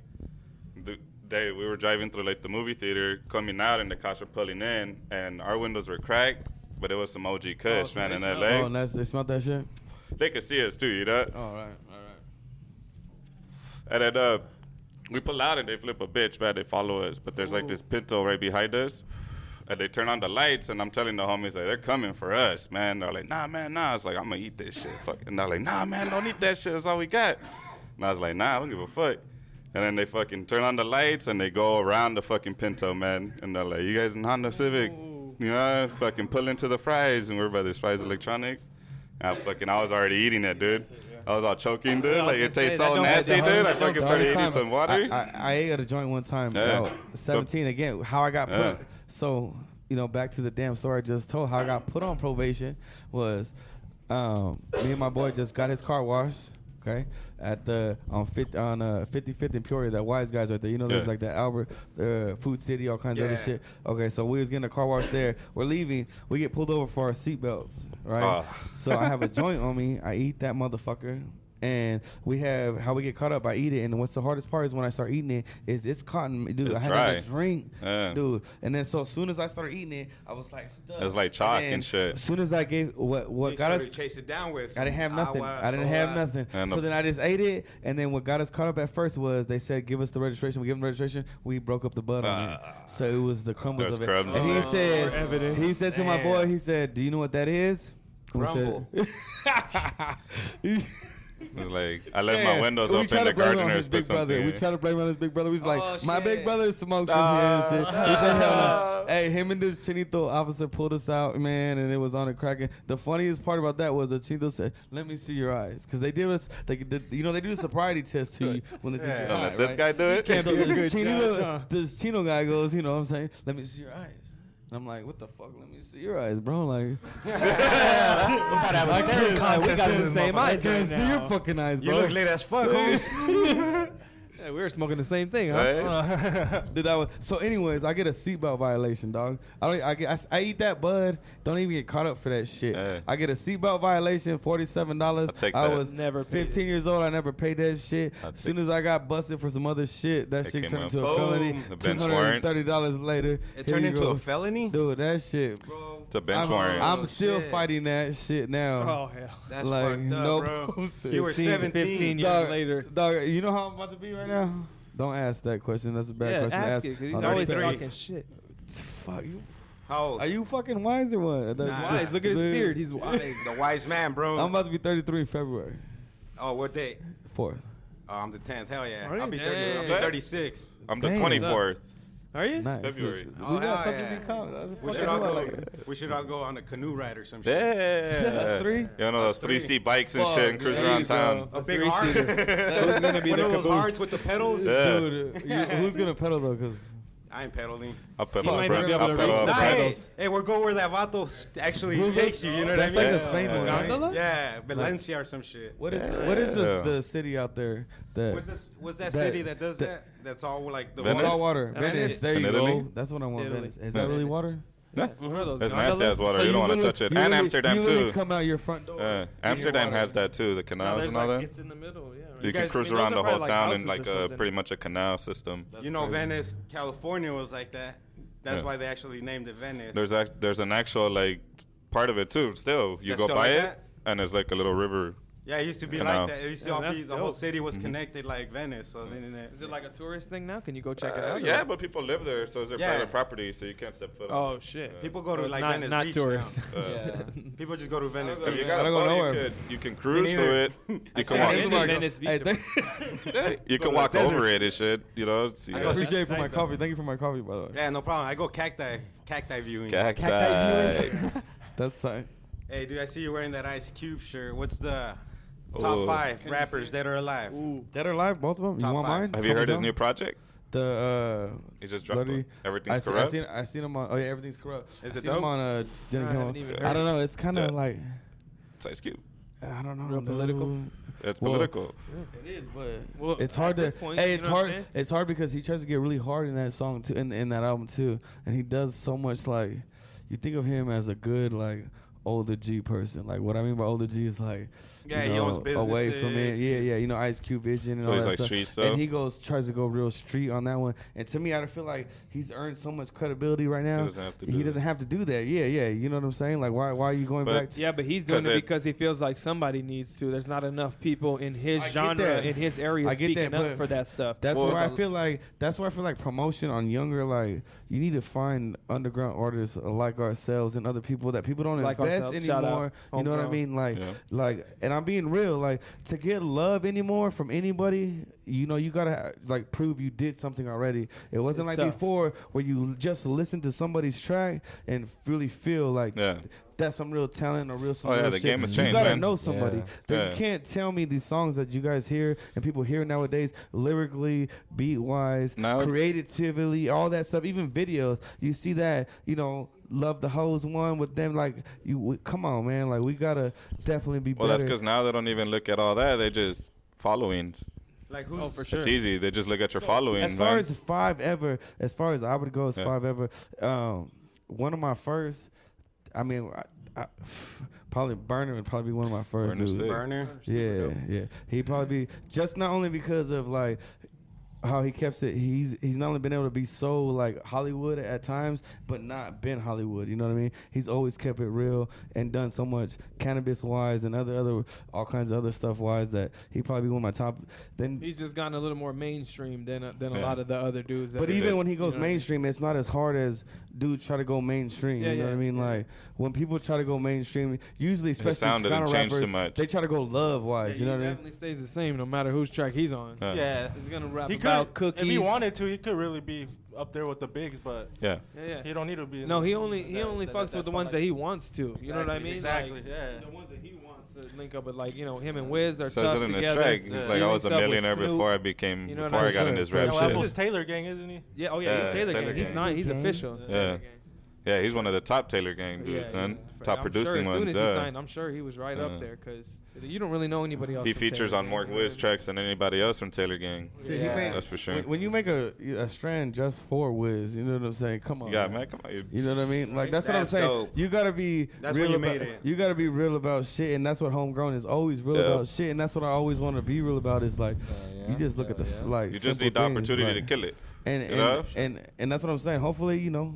[SPEAKER 2] th- they we were driving through like the movie theater, coming out, and the cops were pulling in, and our windows were cracked, but it was some OG Kush,
[SPEAKER 1] so
[SPEAKER 2] man,
[SPEAKER 1] they
[SPEAKER 2] in
[SPEAKER 1] smelled.
[SPEAKER 2] LA.
[SPEAKER 3] Oh, and that's, they smelled that shit.
[SPEAKER 2] They could see us too, you know.
[SPEAKER 3] All right, all right.
[SPEAKER 2] And then uh, we pull out and they flip a bitch, man. They follow us, but there's like this pinto right behind us. And they turn on the lights, and I'm telling the homies like they're coming for us, man. They're like, nah, man, nah. I was like, I'm gonna eat this shit, fuck. And they're like, nah, man, don't eat that shit. That's all we got. And I was like, nah, I don't give a fuck. And then they fucking turn on the lights and they go around the fucking pinto, man. And they're like, you guys in Honda Civic, you know, fucking pull into the fries, and we're by this fries electronics. And I fucking, I was already eating it, dude. I was all choking, dude. Like it
[SPEAKER 1] gonna
[SPEAKER 2] tastes
[SPEAKER 1] say, that
[SPEAKER 2] so
[SPEAKER 1] don't-
[SPEAKER 2] nasty,
[SPEAKER 1] that
[SPEAKER 2] dude.
[SPEAKER 1] don't-
[SPEAKER 2] I
[SPEAKER 1] that don't-
[SPEAKER 2] fucking started eating some water.
[SPEAKER 3] I, I, I ate at a joint one time.
[SPEAKER 2] Yeah.
[SPEAKER 3] bro. 17 again. How I got put.
[SPEAKER 2] Yeah.
[SPEAKER 3] on- so you know, back to the damn story I just told. How I got put on probation was um, me and my boy just got his car washed. Okay, at the on fifth on uh, 55th and Peoria, that wise guys right there. You know, there's
[SPEAKER 2] Yeah.
[SPEAKER 3] like that Albert uh, Food City, all kinds of other
[SPEAKER 4] Yeah.
[SPEAKER 3] shit. Okay, so we was getting a car wash there. We're leaving. We get pulled over for our seatbelts, right?
[SPEAKER 2] Oh.
[SPEAKER 3] So I have a joint on me. I eat that motherfucker. And we have how we get caught up. I eat it, and what's the hardest part is when I start eating it is it's cotton, dude.
[SPEAKER 2] It's
[SPEAKER 3] I had
[SPEAKER 2] dry.
[SPEAKER 3] a drink,
[SPEAKER 2] Yeah.
[SPEAKER 3] dude, and then so as soon as I started eating it, I was like stuck.
[SPEAKER 2] It's like chalk
[SPEAKER 3] then
[SPEAKER 2] and shit.
[SPEAKER 3] As soon as I gave what what
[SPEAKER 4] They
[SPEAKER 3] got us,
[SPEAKER 4] started chasing down with.
[SPEAKER 3] I didn't have nothing.
[SPEAKER 4] Ah,
[SPEAKER 3] I didn't have
[SPEAKER 4] wow.
[SPEAKER 3] nothing.
[SPEAKER 2] And
[SPEAKER 3] so
[SPEAKER 2] the-
[SPEAKER 3] then I just ate it, and then what got us caught up at first was they said give us the registration. We give them the registration. We broke up the bud on it, so it was the crumbles
[SPEAKER 2] Ah. There's
[SPEAKER 3] of it.
[SPEAKER 2] crumbs
[SPEAKER 3] and
[SPEAKER 2] on
[SPEAKER 3] he
[SPEAKER 2] it.
[SPEAKER 3] said, he said to my
[SPEAKER 4] Damn.
[SPEAKER 3] boy, he said, "Do you know what that is?" We said-
[SPEAKER 4] Crumble.
[SPEAKER 3] he
[SPEAKER 2] It's like I left
[SPEAKER 3] Yeah.
[SPEAKER 2] my windows
[SPEAKER 3] we
[SPEAKER 2] open.
[SPEAKER 3] try to
[SPEAKER 2] The
[SPEAKER 3] blame it on
[SPEAKER 2] gardeners
[SPEAKER 3] his
[SPEAKER 2] put
[SPEAKER 3] big brother.
[SPEAKER 2] something.
[SPEAKER 3] We try to blame it on his big brother. He's like,
[SPEAKER 1] Oh,
[SPEAKER 3] my big
[SPEAKER 1] shit.
[SPEAKER 3] brother smokes in here and shit. He's like, "Hell no." Hey, him and this Chinito officer pulled us out, man, and it was on a cracking. The funniest part about that was the Chinito said, "Let me see your eyes," because they did us, they, did you know, they do a sobriety test to you when they do your
[SPEAKER 2] Don't
[SPEAKER 3] eye,
[SPEAKER 2] let this
[SPEAKER 3] right?
[SPEAKER 2] guy do it.
[SPEAKER 3] So this,
[SPEAKER 4] good
[SPEAKER 3] Chino,
[SPEAKER 4] judge, huh?
[SPEAKER 3] this Chino guy goes, you know what I'm saying? Let me see your eyes. And I'm like, what the fuck? Let me see your eyes, bro. Like,
[SPEAKER 6] I thought I was staring contest. We got the same
[SPEAKER 3] I
[SPEAKER 6] eyes
[SPEAKER 3] can't
[SPEAKER 6] right
[SPEAKER 3] see your
[SPEAKER 6] now.
[SPEAKER 3] fucking eyes,
[SPEAKER 4] You
[SPEAKER 3] bro.
[SPEAKER 4] look late as fuck, homies.
[SPEAKER 1] Hey, we were smoking the same thing, huh?
[SPEAKER 2] Right?
[SPEAKER 4] Uh,
[SPEAKER 3] Dude, that was, so, anyways, I get a seatbelt violation, dog. I don't, I, get, I, I eat that bud. Don't even get caught up for that shit.
[SPEAKER 2] Yeah.
[SPEAKER 3] I get a seatbelt violation, forty seven dollars.
[SPEAKER 2] I'll take
[SPEAKER 3] I
[SPEAKER 2] that.
[SPEAKER 3] was
[SPEAKER 1] Never paid it.
[SPEAKER 3] fifteen years old. I never paid that shit.
[SPEAKER 2] I'll
[SPEAKER 3] As soon
[SPEAKER 2] take-
[SPEAKER 3] as I got busted for some other shit, that
[SPEAKER 2] It
[SPEAKER 3] shit
[SPEAKER 2] came
[SPEAKER 3] turned
[SPEAKER 2] up.
[SPEAKER 3] into a
[SPEAKER 2] Boom.
[SPEAKER 3] felony. Two
[SPEAKER 2] The bench
[SPEAKER 3] hundred and
[SPEAKER 2] warrant.
[SPEAKER 3] thirty dollars later,
[SPEAKER 4] It
[SPEAKER 3] here
[SPEAKER 4] turned
[SPEAKER 3] you
[SPEAKER 4] into
[SPEAKER 3] go.
[SPEAKER 4] a felony.
[SPEAKER 3] Dude, that shit,
[SPEAKER 2] It's a bench
[SPEAKER 3] I'm,
[SPEAKER 2] warrant.
[SPEAKER 3] I'm
[SPEAKER 4] Oh,
[SPEAKER 3] still
[SPEAKER 4] shit.
[SPEAKER 3] fighting that shit now.
[SPEAKER 1] Oh hell.
[SPEAKER 4] That's
[SPEAKER 3] like
[SPEAKER 4] fucked up,
[SPEAKER 3] no
[SPEAKER 4] bro.
[SPEAKER 3] bullshit.
[SPEAKER 4] You were 17.
[SPEAKER 1] 15 years
[SPEAKER 3] Dog,
[SPEAKER 1] later.
[SPEAKER 3] Dog, you know how I'm about to be right now? Don't ask that question. That's a bad
[SPEAKER 1] yeah,
[SPEAKER 3] question. to
[SPEAKER 1] ask it. 'cause he's
[SPEAKER 3] on
[SPEAKER 1] always
[SPEAKER 3] this
[SPEAKER 4] Thirty-three.
[SPEAKER 1] talking shit.
[SPEAKER 3] podcast. Fuck you.
[SPEAKER 4] How old?
[SPEAKER 3] Are you fucking wise or what? That's
[SPEAKER 4] Nah.
[SPEAKER 1] Wise. Look at his
[SPEAKER 3] Dude.
[SPEAKER 1] beard. He's wise.
[SPEAKER 4] the wise man, bro.
[SPEAKER 3] I'm about to be 33 in February
[SPEAKER 4] oh, what date?
[SPEAKER 3] 4th.
[SPEAKER 4] Oh, I'm the 10th. Hell yeah.
[SPEAKER 1] Are
[SPEAKER 4] I'll
[SPEAKER 1] you?
[SPEAKER 4] be, 30, I'll be
[SPEAKER 2] Dang.
[SPEAKER 4] 36.
[SPEAKER 2] I'm the
[SPEAKER 3] Damn.
[SPEAKER 2] 24th.
[SPEAKER 1] Are you?
[SPEAKER 3] Nice.
[SPEAKER 2] February.
[SPEAKER 3] We
[SPEAKER 4] Oh, hell
[SPEAKER 3] got something
[SPEAKER 4] yeah.
[SPEAKER 3] in common. That's
[SPEAKER 4] We
[SPEAKER 3] fucking
[SPEAKER 4] should, all
[SPEAKER 3] cool. I
[SPEAKER 4] go,
[SPEAKER 3] like it.
[SPEAKER 4] we should all go on a canoe ride or some shit.
[SPEAKER 2] Yeah.
[SPEAKER 3] That's three?
[SPEAKER 2] You know those
[SPEAKER 4] That's
[SPEAKER 2] three
[SPEAKER 4] three.
[SPEAKER 2] seat bikes and
[SPEAKER 3] Fuck,
[SPEAKER 2] shit and cruise
[SPEAKER 3] there
[SPEAKER 2] around
[SPEAKER 3] you go.
[SPEAKER 2] town.
[SPEAKER 4] A big heart.
[SPEAKER 1] That was gonna be
[SPEAKER 4] One
[SPEAKER 1] the
[SPEAKER 4] of those hearts
[SPEAKER 1] caboose.
[SPEAKER 4] with the pedals.
[SPEAKER 2] Yeah.
[SPEAKER 3] Dude, you, who's going to pedal though? Because
[SPEAKER 4] I ain't pedaling.
[SPEAKER 2] I'll put
[SPEAKER 1] might not
[SPEAKER 2] my brother.
[SPEAKER 1] be able
[SPEAKER 2] I'll
[SPEAKER 1] to
[SPEAKER 2] put
[SPEAKER 1] reach
[SPEAKER 4] Nah,
[SPEAKER 2] all
[SPEAKER 1] that.
[SPEAKER 2] the
[SPEAKER 4] hey,
[SPEAKER 1] pedals.
[SPEAKER 4] hey, we'll go where that vato s- actually
[SPEAKER 3] Google-
[SPEAKER 4] takes you. You know what I
[SPEAKER 3] that's
[SPEAKER 4] mean?
[SPEAKER 3] like a Spain
[SPEAKER 1] Yeah.
[SPEAKER 3] one, right?
[SPEAKER 1] Gondola?
[SPEAKER 4] Yeah, Valencia or some shit.
[SPEAKER 3] What is, what is this,
[SPEAKER 2] Yeah.
[SPEAKER 3] the city out there that.
[SPEAKER 4] What's this? What's that,
[SPEAKER 3] That-
[SPEAKER 4] city that does
[SPEAKER 3] that-
[SPEAKER 4] that? That's all like the
[SPEAKER 2] Venice?
[SPEAKER 3] It's all water.
[SPEAKER 1] Venice.
[SPEAKER 3] Venice. There
[SPEAKER 2] In
[SPEAKER 3] you
[SPEAKER 2] Italy?
[SPEAKER 3] go. That's what I want.
[SPEAKER 1] Italy.
[SPEAKER 3] Venice. Is that really
[SPEAKER 1] Venice.
[SPEAKER 3] water?
[SPEAKER 1] One of those
[SPEAKER 2] It's nasty
[SPEAKER 1] gondolas?
[SPEAKER 2] as water. you don't want to touch it.
[SPEAKER 3] you
[SPEAKER 2] And
[SPEAKER 3] literally-
[SPEAKER 2] Amsterdam
[SPEAKER 3] you literally
[SPEAKER 2] too.
[SPEAKER 3] come out your front door.
[SPEAKER 2] Uh,
[SPEAKER 3] and your
[SPEAKER 2] Amsterdam
[SPEAKER 3] water.
[SPEAKER 2] has that too. The canals
[SPEAKER 1] there's
[SPEAKER 2] and all
[SPEAKER 1] like-
[SPEAKER 2] that.
[SPEAKER 1] It's in the middle. Yeah. right.
[SPEAKER 2] You can
[SPEAKER 4] guys-
[SPEAKER 2] cruise
[SPEAKER 1] I mean, those
[SPEAKER 2] around
[SPEAKER 1] are
[SPEAKER 2] the
[SPEAKER 1] probably
[SPEAKER 2] whole
[SPEAKER 1] like
[SPEAKER 2] town
[SPEAKER 1] houses
[SPEAKER 2] in
[SPEAKER 1] or
[SPEAKER 2] like a
[SPEAKER 1] something.
[SPEAKER 2] pretty much a canal system.
[SPEAKER 4] you know, Venice, California was like that. That's
[SPEAKER 2] Yeah.
[SPEAKER 4] why they actually named it Venice.
[SPEAKER 2] There's ac there's an actual like part of it too. Still, you
[SPEAKER 4] That's
[SPEAKER 2] go
[SPEAKER 4] still
[SPEAKER 2] by
[SPEAKER 4] like
[SPEAKER 2] it,
[SPEAKER 4] that?
[SPEAKER 2] and it's like a little river.
[SPEAKER 4] yeah, it used to be
[SPEAKER 2] Canal.
[SPEAKER 4] like that. It used to
[SPEAKER 1] Yeah,
[SPEAKER 4] all
[SPEAKER 1] that's
[SPEAKER 4] be the whole
[SPEAKER 1] dope. Mm-hmm.
[SPEAKER 4] city was connected like Venice. So then it,
[SPEAKER 1] Is it like a tourist thing now? Can you go check it
[SPEAKER 2] Uh,
[SPEAKER 1] out? or-
[SPEAKER 2] yeah, but people live there, so it's their
[SPEAKER 4] Yeah.
[SPEAKER 2] private property, so you can't step foot. on
[SPEAKER 1] Oh
[SPEAKER 2] it.
[SPEAKER 1] shit.
[SPEAKER 4] people go
[SPEAKER 1] So
[SPEAKER 4] to
[SPEAKER 1] it's
[SPEAKER 4] like
[SPEAKER 1] not,
[SPEAKER 4] Venish
[SPEAKER 1] not
[SPEAKER 4] Beach
[SPEAKER 1] tourists.
[SPEAKER 4] now.
[SPEAKER 2] Uh,
[SPEAKER 4] People just go to Venice.
[SPEAKER 2] If you
[SPEAKER 4] Beach.
[SPEAKER 2] got
[SPEAKER 3] I
[SPEAKER 2] a
[SPEAKER 3] don't go
[SPEAKER 2] boat,
[SPEAKER 3] nowhere.
[SPEAKER 2] you, could, you can cruise
[SPEAKER 4] neither.
[SPEAKER 2] through it. You can
[SPEAKER 4] said
[SPEAKER 2] walk,
[SPEAKER 4] it
[SPEAKER 1] It's
[SPEAKER 4] Venice.
[SPEAKER 1] like Venice Beach.
[SPEAKER 3] Hey, thank,
[SPEAKER 2] Yeah, you can
[SPEAKER 4] to
[SPEAKER 2] walk
[SPEAKER 4] the desert.
[SPEAKER 2] over it and shit. You know, see
[SPEAKER 4] I
[SPEAKER 3] I
[SPEAKER 4] go
[SPEAKER 2] it.
[SPEAKER 4] see-
[SPEAKER 3] appreciate it for my
[SPEAKER 1] Thank you.
[SPEAKER 3] coffee. Thank you for my coffee, by the way.
[SPEAKER 4] Yeah, no problem. I go cacti, cacti viewing.
[SPEAKER 2] Cacti.
[SPEAKER 3] That's tight.
[SPEAKER 4] Hey, dude, I see you wearing that Ice Cube shirt. What's the
[SPEAKER 2] Ooh.
[SPEAKER 4] top five rappers dead or alive?
[SPEAKER 3] Dead or alive, both of them.
[SPEAKER 4] Top
[SPEAKER 3] you want
[SPEAKER 4] five.
[SPEAKER 3] mine?
[SPEAKER 2] Have you
[SPEAKER 3] Top
[SPEAKER 2] heard his
[SPEAKER 3] down?
[SPEAKER 2] new project?
[SPEAKER 3] The uh,
[SPEAKER 2] He just dropped
[SPEAKER 3] bloody-
[SPEAKER 2] one. Everything's
[SPEAKER 3] I see-
[SPEAKER 2] corrupt.
[SPEAKER 3] I seen, I seen him on. Oh yeah, everything's corrupt.
[SPEAKER 4] Is
[SPEAKER 3] I
[SPEAKER 4] it
[SPEAKER 3] seen him
[SPEAKER 4] dope?
[SPEAKER 3] on uh, Jenny
[SPEAKER 1] I
[SPEAKER 3] Kimmel.
[SPEAKER 1] haven't even
[SPEAKER 3] I
[SPEAKER 1] heard
[SPEAKER 3] don't know. It's kind
[SPEAKER 2] Yeah.
[SPEAKER 3] of like
[SPEAKER 2] It's Ice Cube.
[SPEAKER 3] I don't know.
[SPEAKER 1] Real political?
[SPEAKER 3] dude.
[SPEAKER 2] It's
[SPEAKER 3] Well,
[SPEAKER 2] political.
[SPEAKER 3] It is, but
[SPEAKER 1] Well,
[SPEAKER 3] it's hard
[SPEAKER 1] at
[SPEAKER 3] to.
[SPEAKER 1] this point,
[SPEAKER 3] hey,
[SPEAKER 1] you
[SPEAKER 3] it's
[SPEAKER 1] know what I'm
[SPEAKER 3] hard.
[SPEAKER 1] saying?
[SPEAKER 3] It's hard because he tries to get really hard in that song too, in, in that album too, and he does so much. Like, you think of him as a good like older G person. Like, what I mean by older G is like,
[SPEAKER 4] Yeah,
[SPEAKER 3] you
[SPEAKER 4] he
[SPEAKER 3] know,
[SPEAKER 4] owns
[SPEAKER 3] away from it.
[SPEAKER 4] businesses.
[SPEAKER 3] Yeah, yeah. You know, Ice Cube vision and
[SPEAKER 2] So
[SPEAKER 3] all
[SPEAKER 2] he's
[SPEAKER 3] that
[SPEAKER 2] like
[SPEAKER 3] stuff.
[SPEAKER 2] street stuff?
[SPEAKER 3] and he goes tries to go real street on that one. And to me, I feel like he's earned so much credibility right now.
[SPEAKER 2] doesn't have to
[SPEAKER 3] he
[SPEAKER 2] do
[SPEAKER 3] doesn't
[SPEAKER 2] that.
[SPEAKER 3] have to do that. Yeah, yeah. You know what I'm saying? Like, why why are you going
[SPEAKER 2] But-
[SPEAKER 3] back? to
[SPEAKER 1] Yeah, but he's doing
[SPEAKER 2] 'Cause
[SPEAKER 1] it
[SPEAKER 2] it-
[SPEAKER 1] because he feels like somebody needs to. There's not enough people in his
[SPEAKER 3] I get
[SPEAKER 1] genre,
[SPEAKER 3] that.
[SPEAKER 1] in his area,
[SPEAKER 3] I get
[SPEAKER 1] speaking
[SPEAKER 3] that, but
[SPEAKER 1] up for that stuff.
[SPEAKER 3] That's
[SPEAKER 2] Well,
[SPEAKER 3] where I
[SPEAKER 2] it's a-
[SPEAKER 3] feel like that's where I feel like promotion on younger like you need to find underground artists like ourselves and other people that people don't
[SPEAKER 1] Like
[SPEAKER 3] invest
[SPEAKER 1] ourselves, shout out,
[SPEAKER 3] anymore. You know what I
[SPEAKER 1] homegrown.
[SPEAKER 3] mean? Like
[SPEAKER 2] Yeah.
[SPEAKER 3] like and I'm being real like to get love anymore from anybody, you know you got to like prove you did something already. It wasn't
[SPEAKER 1] It's
[SPEAKER 3] like
[SPEAKER 1] tough.
[SPEAKER 3] before where you just listen to somebody's track and really feel like
[SPEAKER 2] Yeah.
[SPEAKER 3] That's some real talent or real some
[SPEAKER 2] Oh, yeah,
[SPEAKER 3] real
[SPEAKER 2] the
[SPEAKER 3] shit.
[SPEAKER 2] game has
[SPEAKER 3] You
[SPEAKER 2] changed,
[SPEAKER 3] gotta
[SPEAKER 2] man.
[SPEAKER 3] know somebody.
[SPEAKER 5] Yeah.
[SPEAKER 3] Then
[SPEAKER 2] Yeah.
[SPEAKER 3] You can't tell me these songs that you guys hear and people hear nowadays, lyrically, beat wise,
[SPEAKER 2] Now-
[SPEAKER 3] creatively, all that stuff, even videos. You see that, you know, Love the Hoes one with them. Like, you we, come on, man. Like, we gotta definitely be
[SPEAKER 2] Well, that's
[SPEAKER 3] better.
[SPEAKER 2] because now they don't even look at all that. They just followings.
[SPEAKER 4] Like who's?
[SPEAKER 1] oh, for sure.
[SPEAKER 2] It's easy. They just look at your following.
[SPEAKER 3] as far
[SPEAKER 2] man.
[SPEAKER 3] as five ever, as far as I would go as
[SPEAKER 2] Yeah.
[SPEAKER 3] five ever, um, one of my first, I mean, I, I, probably Burner would probably be one of my first
[SPEAKER 2] Burner's
[SPEAKER 3] dudes.
[SPEAKER 2] sick.
[SPEAKER 4] Burner.
[SPEAKER 3] Yeah, yeah. He probably be just not only because of like how he kept it. He's he's not only been able to be so like Hollywood at times, but not been Hollywood. You know what I mean? He's always kept it real and done so much cannabis wise and other other all kinds of other stuff wise that he probably be one of my top. Then
[SPEAKER 7] He's just gotten a little more mainstream
[SPEAKER 1] uh,
[SPEAKER 7] than than a
[SPEAKER 2] Yeah.
[SPEAKER 7] lot of the other dudes. That
[SPEAKER 3] But
[SPEAKER 7] are-
[SPEAKER 3] even when he goes
[SPEAKER 7] you know what I mean?
[SPEAKER 3] mainstream, it's not as hard as dudes try to go mainstream.
[SPEAKER 7] Yeah,
[SPEAKER 3] you know
[SPEAKER 7] yeah,
[SPEAKER 3] what I mean?
[SPEAKER 7] yeah.
[SPEAKER 3] Like when people try to go mainstream, usually especially
[SPEAKER 2] sound doesn't
[SPEAKER 3] Chicano
[SPEAKER 2] change too
[SPEAKER 3] rappers,
[SPEAKER 2] much.
[SPEAKER 3] they try to go love wise. you know
[SPEAKER 7] he
[SPEAKER 3] what I mean?
[SPEAKER 7] definitely stays the same no matter whose track he's on.
[SPEAKER 2] Yeah.
[SPEAKER 5] Yeah.
[SPEAKER 7] He's gonna rap
[SPEAKER 5] He
[SPEAKER 7] about
[SPEAKER 5] could,
[SPEAKER 7] cookies.
[SPEAKER 5] if he wanted to, he could really be up there with the bigs, but
[SPEAKER 2] Yeah.
[SPEAKER 7] Yeah,
[SPEAKER 5] he
[SPEAKER 7] yeah.
[SPEAKER 5] don't need to be. in
[SPEAKER 7] No,
[SPEAKER 5] the-
[SPEAKER 7] he only he
[SPEAKER 5] that-
[SPEAKER 7] only
[SPEAKER 5] that-
[SPEAKER 7] fucks
[SPEAKER 5] that
[SPEAKER 7] with the ones
[SPEAKER 5] spotlight.
[SPEAKER 7] that he wants to. You know what I
[SPEAKER 5] Exactly,
[SPEAKER 7] mean?
[SPEAKER 5] Exactly.
[SPEAKER 7] Like,
[SPEAKER 5] yeah.
[SPEAKER 7] The ones that he wants to link up with, like you know, him and Wiz are
[SPEAKER 2] Says
[SPEAKER 7] tough
[SPEAKER 2] it in his
[SPEAKER 7] together.
[SPEAKER 2] track. He's
[SPEAKER 5] Yeah.
[SPEAKER 2] like, I
[SPEAKER 7] He
[SPEAKER 2] was a
[SPEAKER 7] links up with
[SPEAKER 2] millionaire
[SPEAKER 7] Snoop.
[SPEAKER 2] before I became,
[SPEAKER 7] You know what
[SPEAKER 2] before
[SPEAKER 7] I'm
[SPEAKER 2] I got in
[SPEAKER 7] saying?
[SPEAKER 2] this rap
[SPEAKER 5] Yo,
[SPEAKER 2] shit.
[SPEAKER 5] Apple's Taylor gang, isn't he?
[SPEAKER 7] Yeah, oh yeah,
[SPEAKER 2] Yeah,
[SPEAKER 7] he's Taylor
[SPEAKER 2] Taylor
[SPEAKER 7] Gang.
[SPEAKER 2] Gang.
[SPEAKER 7] He's not. He's
[SPEAKER 3] Okay.
[SPEAKER 7] official.
[SPEAKER 5] Yeah.
[SPEAKER 7] Taylor Gang.
[SPEAKER 2] Yeah, he's one of the top Taylor gang
[SPEAKER 7] Yeah,
[SPEAKER 2] dudes,
[SPEAKER 7] yeah.
[SPEAKER 2] son.
[SPEAKER 7] For-
[SPEAKER 2] Top
[SPEAKER 7] I'm
[SPEAKER 2] producing
[SPEAKER 7] sure, as
[SPEAKER 2] ones.
[SPEAKER 7] soon as
[SPEAKER 2] yeah.
[SPEAKER 7] he signed, I'm sure he was right
[SPEAKER 2] Yeah.
[SPEAKER 7] up there because you don't really know anybody else.
[SPEAKER 2] he
[SPEAKER 7] from
[SPEAKER 2] features
[SPEAKER 7] Taylor
[SPEAKER 2] on
[SPEAKER 7] Gang,
[SPEAKER 2] more
[SPEAKER 7] you know what I
[SPEAKER 2] Wiz
[SPEAKER 7] mean?
[SPEAKER 2] tracks than anybody else from Taylor gang.
[SPEAKER 3] Dude, he made-
[SPEAKER 2] That's for sure.
[SPEAKER 3] When, when you make a a strand just for Wiz, you know what I'm saying? Come on,
[SPEAKER 2] You got
[SPEAKER 3] man.
[SPEAKER 2] man, come on. You,
[SPEAKER 3] You know what I mean? Like that's, what I'm
[SPEAKER 4] That's
[SPEAKER 3] saying.
[SPEAKER 4] dope.
[SPEAKER 3] You gotta be
[SPEAKER 4] That's
[SPEAKER 3] real
[SPEAKER 4] when you
[SPEAKER 3] about,
[SPEAKER 4] made it.
[SPEAKER 3] You gotta be real about shit, and that's what homegrown is always real
[SPEAKER 2] Yeah.
[SPEAKER 3] about shit, and that's what I always want to be real about. Is like
[SPEAKER 5] yeah.
[SPEAKER 3] you just look at the f
[SPEAKER 5] Yeah, yeah.
[SPEAKER 3] like
[SPEAKER 2] you just
[SPEAKER 3] simple
[SPEAKER 2] need the
[SPEAKER 3] things,
[SPEAKER 2] opportunity
[SPEAKER 3] like-
[SPEAKER 2] to kill it.
[SPEAKER 3] and
[SPEAKER 2] You
[SPEAKER 3] and,
[SPEAKER 2] know?
[SPEAKER 3] and and that's what I'm saying. Hopefully, you know,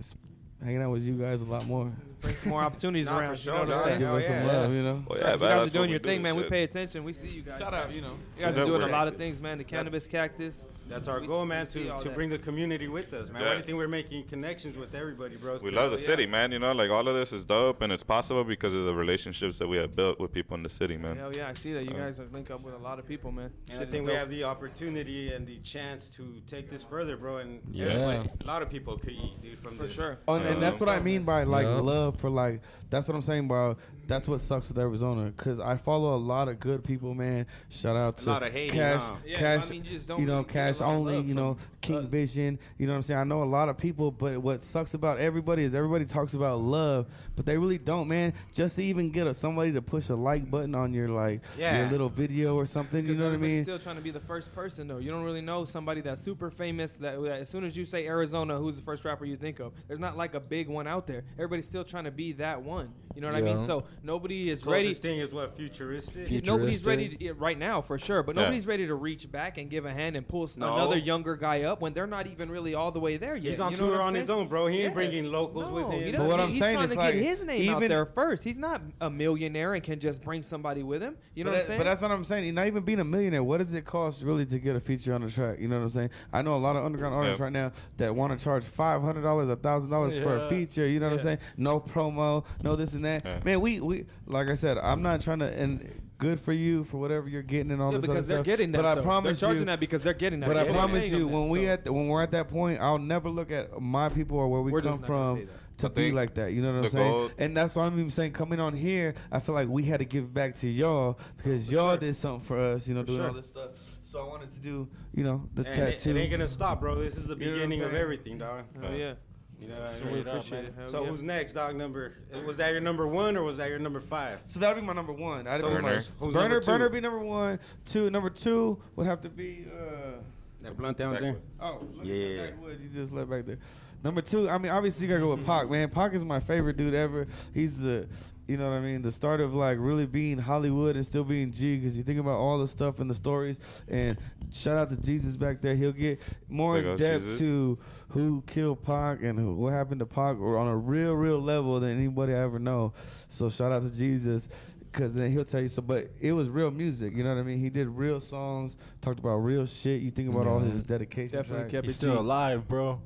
[SPEAKER 3] s- hanging out with you guys a lot more.
[SPEAKER 7] Brings more opportunities
[SPEAKER 4] Nah,
[SPEAKER 7] around.
[SPEAKER 4] for sure,
[SPEAKER 7] you know what I'm
[SPEAKER 4] dog.
[SPEAKER 7] saying?
[SPEAKER 3] Give
[SPEAKER 4] hell
[SPEAKER 3] us
[SPEAKER 4] yeah.
[SPEAKER 3] some love, you know.
[SPEAKER 2] Well,
[SPEAKER 7] Yeah,
[SPEAKER 2] Oh, yeah,
[SPEAKER 7] you
[SPEAKER 2] man,
[SPEAKER 7] guys
[SPEAKER 2] that's
[SPEAKER 7] are doing
[SPEAKER 2] what
[SPEAKER 7] your
[SPEAKER 2] do
[SPEAKER 7] thing,
[SPEAKER 2] and
[SPEAKER 7] man. We
[SPEAKER 2] shit.
[SPEAKER 7] pay attention. We see you guys. Shout out, you know. You guys
[SPEAKER 2] Yeah,
[SPEAKER 7] are doing a
[SPEAKER 2] we're-
[SPEAKER 7] lot of things, man. The cannabis cactus.
[SPEAKER 4] That's our
[SPEAKER 7] We
[SPEAKER 4] goal,
[SPEAKER 7] see-
[SPEAKER 4] man,
[SPEAKER 7] we see
[SPEAKER 4] to,
[SPEAKER 7] all
[SPEAKER 4] to
[SPEAKER 7] that.
[SPEAKER 4] bring the community with us, man. I
[SPEAKER 2] Yes.
[SPEAKER 4] think we're making connections with everybody, bro.
[SPEAKER 2] We love the
[SPEAKER 4] Yeah.
[SPEAKER 2] city, man. You know, like all of this is dope, and it's possible because of the relationships that we have built with people in the city, man.
[SPEAKER 7] Hell yeah, I see that. You
[SPEAKER 2] Uh,
[SPEAKER 7] guys are link up with a lot of people, man.
[SPEAKER 4] And I
[SPEAKER 7] Shit is
[SPEAKER 4] think we
[SPEAKER 7] dope.
[SPEAKER 4] have the opportunity and the chance to take this further, bro. And
[SPEAKER 5] Yeah.
[SPEAKER 4] everybody- a lot of people could eat, dude, from
[SPEAKER 7] for
[SPEAKER 4] this.
[SPEAKER 7] sure.
[SPEAKER 3] Oh, and, and that's what I mean by like
[SPEAKER 5] Yup.
[SPEAKER 3] love for like. That's what I'm saying, bro. That's what sucks with Arizona, cause I follow a lot of good people, man. Shout out to
[SPEAKER 4] lot of hating,
[SPEAKER 3] Cash,
[SPEAKER 4] huh?
[SPEAKER 7] Yeah,
[SPEAKER 3] Cash,
[SPEAKER 7] I mean, you
[SPEAKER 3] you,
[SPEAKER 7] just don't
[SPEAKER 3] know,
[SPEAKER 7] really get a
[SPEAKER 3] Cash
[SPEAKER 7] lot of
[SPEAKER 3] only,
[SPEAKER 7] love
[SPEAKER 3] you know,
[SPEAKER 7] from
[SPEAKER 3] King
[SPEAKER 7] us.
[SPEAKER 3] Vision. You know what I'm saying? I know a lot of people, but what sucks about everybody is everybody talks about love, but they really don't, man. Just to even get a, somebody to push a like button on your like your
[SPEAKER 4] Yeah.
[SPEAKER 3] little video or something, you
[SPEAKER 7] Because
[SPEAKER 3] know what I
[SPEAKER 7] everybody's
[SPEAKER 3] mean?
[SPEAKER 7] Still trying to be the first person though. You don't really know somebody that's super famous. That, that as soon as you say Arizona, who's the first rapper you think of? There's not like a big one out there. Everybody's still trying to be that one. You know what I mean?
[SPEAKER 5] Yeah.
[SPEAKER 7] So nobody is ready.
[SPEAKER 4] Closest thing is what futuristic.
[SPEAKER 5] Future-
[SPEAKER 7] Nobody's
[SPEAKER 5] Futuristic.
[SPEAKER 7] ready to, yeah, right now for sure, but
[SPEAKER 2] Yeah.
[SPEAKER 7] nobody's ready to reach back and give a hand and pull s-
[SPEAKER 4] No.
[SPEAKER 7] another younger guy up when they're not even really all the way there yet.
[SPEAKER 4] He's on
[SPEAKER 7] You know what
[SPEAKER 4] tour
[SPEAKER 7] I'm
[SPEAKER 4] on his
[SPEAKER 7] saying?
[SPEAKER 4] own, bro. He ain't
[SPEAKER 7] Yeah.
[SPEAKER 4] bringing locals with
[SPEAKER 7] No, he
[SPEAKER 4] him.
[SPEAKER 7] doesn't.
[SPEAKER 3] But what
[SPEAKER 7] He-
[SPEAKER 3] I'm
[SPEAKER 7] he's
[SPEAKER 3] saying
[SPEAKER 7] trying
[SPEAKER 3] is,
[SPEAKER 7] to
[SPEAKER 3] like,
[SPEAKER 7] get his name out
[SPEAKER 3] even-
[SPEAKER 7] there first. He's not a millionaire and can just bring somebody with him. You know
[SPEAKER 3] but
[SPEAKER 7] what I'm
[SPEAKER 3] that-
[SPEAKER 7] saying?
[SPEAKER 3] But that's not what I'm saying. Not even being a millionaire, what does it cost really to get a feature on the track? You know what I'm saying? I know a lot of underground artists
[SPEAKER 2] Yeah.
[SPEAKER 3] right now that want to charge five hundred dollars, thousand dollars for a
[SPEAKER 5] Yeah.
[SPEAKER 3] feature. You know what I'm
[SPEAKER 5] Yeah.
[SPEAKER 3] saying? No promo, no this and that.
[SPEAKER 2] Yeah.
[SPEAKER 3] Man, we we like I said, I'm not trying to. And good for you for whatever you're getting and all
[SPEAKER 7] yeah,
[SPEAKER 3] this
[SPEAKER 7] because
[SPEAKER 3] other
[SPEAKER 7] they're
[SPEAKER 3] stuff.
[SPEAKER 7] getting that.
[SPEAKER 3] but
[SPEAKER 7] though.
[SPEAKER 3] I promise
[SPEAKER 7] they're charging
[SPEAKER 3] you,
[SPEAKER 7] that because they're getting that.
[SPEAKER 3] but I
[SPEAKER 7] They're
[SPEAKER 3] promise
[SPEAKER 7] paying them
[SPEAKER 3] you,
[SPEAKER 7] that,
[SPEAKER 3] when we
[SPEAKER 7] so-
[SPEAKER 3] at the, when we're at that point, I'll never look at my people or where we
[SPEAKER 7] We're just
[SPEAKER 3] come
[SPEAKER 7] not gonna
[SPEAKER 3] from
[SPEAKER 7] say that.
[SPEAKER 3] to
[SPEAKER 2] I
[SPEAKER 3] be
[SPEAKER 2] think
[SPEAKER 3] like that. You know what I'm
[SPEAKER 2] the
[SPEAKER 3] saying?
[SPEAKER 2] goal-
[SPEAKER 3] and that's why I'm even saying coming on here, I feel like we had to give back to y'all because y'all did something for us. You know, doing all
[SPEAKER 5] sure.
[SPEAKER 3] this stuff. So I wanted to do, you know, the
[SPEAKER 4] And it,
[SPEAKER 3] tattoo.
[SPEAKER 4] it ain't gonna stop, bro. This is the
[SPEAKER 3] You know what I'm
[SPEAKER 4] beginning of
[SPEAKER 3] saying?
[SPEAKER 4] everything, dog.
[SPEAKER 7] Oh, yeah.
[SPEAKER 4] You know what I mean?
[SPEAKER 7] So
[SPEAKER 5] Straight
[SPEAKER 7] we
[SPEAKER 5] up,
[SPEAKER 7] appreciate
[SPEAKER 5] man.
[SPEAKER 7] it. Hell
[SPEAKER 4] So
[SPEAKER 7] yeah.
[SPEAKER 4] who's next, dog? Number was that your number one or was that your number five?
[SPEAKER 3] so that'd be my number one. I
[SPEAKER 4] So
[SPEAKER 3] didn't
[SPEAKER 2] Burner.
[SPEAKER 4] who's- who's
[SPEAKER 3] burner,
[SPEAKER 4] number two?
[SPEAKER 3] burner be number one. Two, number two would have to be. Uh,
[SPEAKER 4] That blunt down there.
[SPEAKER 3] Oh, look at
[SPEAKER 4] Yeah.
[SPEAKER 3] that wood you just left back there. Number two, I mean, obviously you gotta go with
[SPEAKER 4] Mm-hmm.
[SPEAKER 3] Pac, man. Pac is my favorite dude ever. He's the, you know what I mean, the start of like really being Hollywood and still being G. Because you think about all the stuff and the stories. And shout out to Jesus back there. He'll get more
[SPEAKER 2] There
[SPEAKER 3] in
[SPEAKER 2] goes
[SPEAKER 3] depth
[SPEAKER 2] Jesus.
[SPEAKER 3] to who killed Pac and who, what happened to Pac or on a real, real level than anybody I ever know. So shout out to Jesus. Cause then he'll tell you so, but it was real music. You know what I mean? He did real songs, talked about real shit. You think about all his dedication.
[SPEAKER 7] Definitely
[SPEAKER 3] tracks.
[SPEAKER 7] kept
[SPEAKER 5] He's
[SPEAKER 7] it G.
[SPEAKER 5] still alive, bro.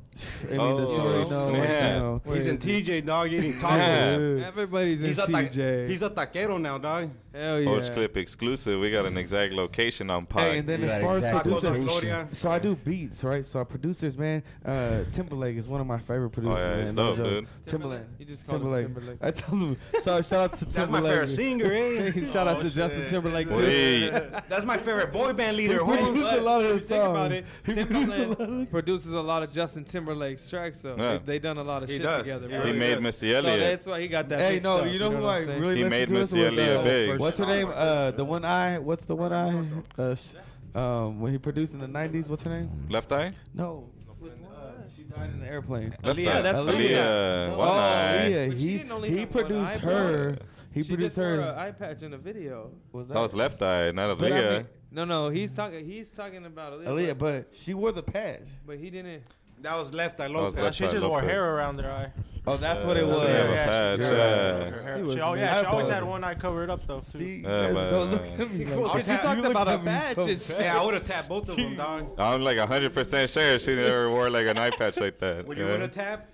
[SPEAKER 3] I mean, the
[SPEAKER 2] Oh,
[SPEAKER 3] story, no,
[SPEAKER 2] snap.
[SPEAKER 3] you know.
[SPEAKER 4] He's in TJ, dog, eating
[SPEAKER 2] Yeah.
[SPEAKER 4] tacos.
[SPEAKER 7] Everybody's in
[SPEAKER 4] He's a, ta-
[SPEAKER 7] TJ.
[SPEAKER 4] he's a taquero now, Oh, dog.
[SPEAKER 7] Hell yeah.
[SPEAKER 2] Coach Clip exclusive. We got an exact location on Pod.
[SPEAKER 3] Hey, and then
[SPEAKER 6] You
[SPEAKER 3] as
[SPEAKER 6] got
[SPEAKER 3] far as
[SPEAKER 6] exact
[SPEAKER 4] Tacos
[SPEAKER 3] producers,
[SPEAKER 4] de
[SPEAKER 6] location.
[SPEAKER 4] Gloria.
[SPEAKER 3] so I do beats, right? So our producers, man, uh, Timberlake is one of my favorite producers,
[SPEAKER 2] yeah,
[SPEAKER 3] man.
[SPEAKER 2] he's
[SPEAKER 3] no
[SPEAKER 2] dope,
[SPEAKER 3] joke.
[SPEAKER 2] dude.
[SPEAKER 3] Timberlake.
[SPEAKER 7] You just called him
[SPEAKER 3] Timberlake.
[SPEAKER 7] Timberlake.
[SPEAKER 3] I tell him. So shout out to
[SPEAKER 4] That's my
[SPEAKER 3] Timberlake.
[SPEAKER 4] favorite singer, eh?
[SPEAKER 7] Shout out to Justin Timberlake too.
[SPEAKER 2] Wait.
[SPEAKER 4] That's my favorite boy band leader.
[SPEAKER 3] He produced a lot of the
[SPEAKER 7] Think about
[SPEAKER 3] songs.
[SPEAKER 7] it. Timberland produces a lot of Justin Timberlake's tracks, so
[SPEAKER 2] Yeah.
[SPEAKER 7] they, they done a lot of
[SPEAKER 4] He
[SPEAKER 7] shit
[SPEAKER 4] does.
[SPEAKER 7] together.
[SPEAKER 4] Yeah.
[SPEAKER 7] bro.
[SPEAKER 2] he
[SPEAKER 4] Really
[SPEAKER 2] made
[SPEAKER 4] good.
[SPEAKER 2] Missy
[SPEAKER 7] So
[SPEAKER 2] Elliot.
[SPEAKER 7] that's why he got that.
[SPEAKER 3] Hey,
[SPEAKER 7] mixed
[SPEAKER 3] no,
[SPEAKER 7] up,
[SPEAKER 3] you know who
[SPEAKER 7] what
[SPEAKER 3] I
[SPEAKER 7] I'm saying?
[SPEAKER 3] really
[SPEAKER 2] He
[SPEAKER 3] listened
[SPEAKER 2] made
[SPEAKER 3] to?
[SPEAKER 2] Missy
[SPEAKER 3] was,
[SPEAKER 2] Elliott
[SPEAKER 3] uh,
[SPEAKER 2] big.
[SPEAKER 3] What's her name? Uh, the one eye. What's the one eye? Uh, sh- um, when he produced in the '90s. What's her name?
[SPEAKER 2] Left eye.
[SPEAKER 3] No, uh, she died in the airplane.
[SPEAKER 2] Left
[SPEAKER 4] Aaliyah,
[SPEAKER 2] eye.
[SPEAKER 4] that's
[SPEAKER 2] Aaliyah.
[SPEAKER 3] Aaliyah.
[SPEAKER 2] One
[SPEAKER 3] oh,
[SPEAKER 2] eye.
[SPEAKER 3] Aaliyah.
[SPEAKER 7] But she
[SPEAKER 3] He,
[SPEAKER 7] didn't only
[SPEAKER 3] he
[SPEAKER 7] have one
[SPEAKER 3] produced
[SPEAKER 7] eye, bro.
[SPEAKER 3] her. He
[SPEAKER 7] She
[SPEAKER 3] produced
[SPEAKER 7] just wore
[SPEAKER 3] her.
[SPEAKER 7] an eye patch in a video.
[SPEAKER 3] was
[SPEAKER 2] That was left eye, not
[SPEAKER 3] But I
[SPEAKER 2] Aaliyah.
[SPEAKER 3] mean-
[SPEAKER 7] No, no, he's talking. He's talking about Aaliyah,
[SPEAKER 3] Aaliyah?
[SPEAKER 7] but,
[SPEAKER 3] But she wore the patch.
[SPEAKER 7] but he didn't.
[SPEAKER 4] That was left eye
[SPEAKER 2] was
[SPEAKER 4] Lopez.
[SPEAKER 2] Left
[SPEAKER 5] she
[SPEAKER 2] Eye
[SPEAKER 5] just wore
[SPEAKER 2] Lopez.
[SPEAKER 5] hair around their eye.
[SPEAKER 3] Oh, that's what it
[SPEAKER 2] Yeah,
[SPEAKER 3] was.
[SPEAKER 2] she didn't have a
[SPEAKER 5] yeah,
[SPEAKER 2] patch,
[SPEAKER 5] she-
[SPEAKER 2] yeah.
[SPEAKER 5] Her
[SPEAKER 3] He
[SPEAKER 5] hair.
[SPEAKER 3] was
[SPEAKER 5] She, al- yeah,
[SPEAKER 3] messed
[SPEAKER 5] she always
[SPEAKER 3] up.
[SPEAKER 5] had one eye covered up though.
[SPEAKER 3] See,
[SPEAKER 2] Yeah,
[SPEAKER 3] guys,
[SPEAKER 2] but-
[SPEAKER 3] don't look at me.
[SPEAKER 7] Cool, 'cause
[SPEAKER 3] Like,
[SPEAKER 7] you
[SPEAKER 3] that.
[SPEAKER 7] talked
[SPEAKER 3] look
[SPEAKER 7] about
[SPEAKER 3] at
[SPEAKER 7] a
[SPEAKER 3] me
[SPEAKER 7] patch
[SPEAKER 3] so
[SPEAKER 7] and
[SPEAKER 3] bad.
[SPEAKER 4] yeah, I would have tapped both of them, dog.
[SPEAKER 2] I'm like 100% sure she never wore like an eye patch like that.
[SPEAKER 4] Would you
[SPEAKER 2] yeah.
[SPEAKER 4] would have tapped?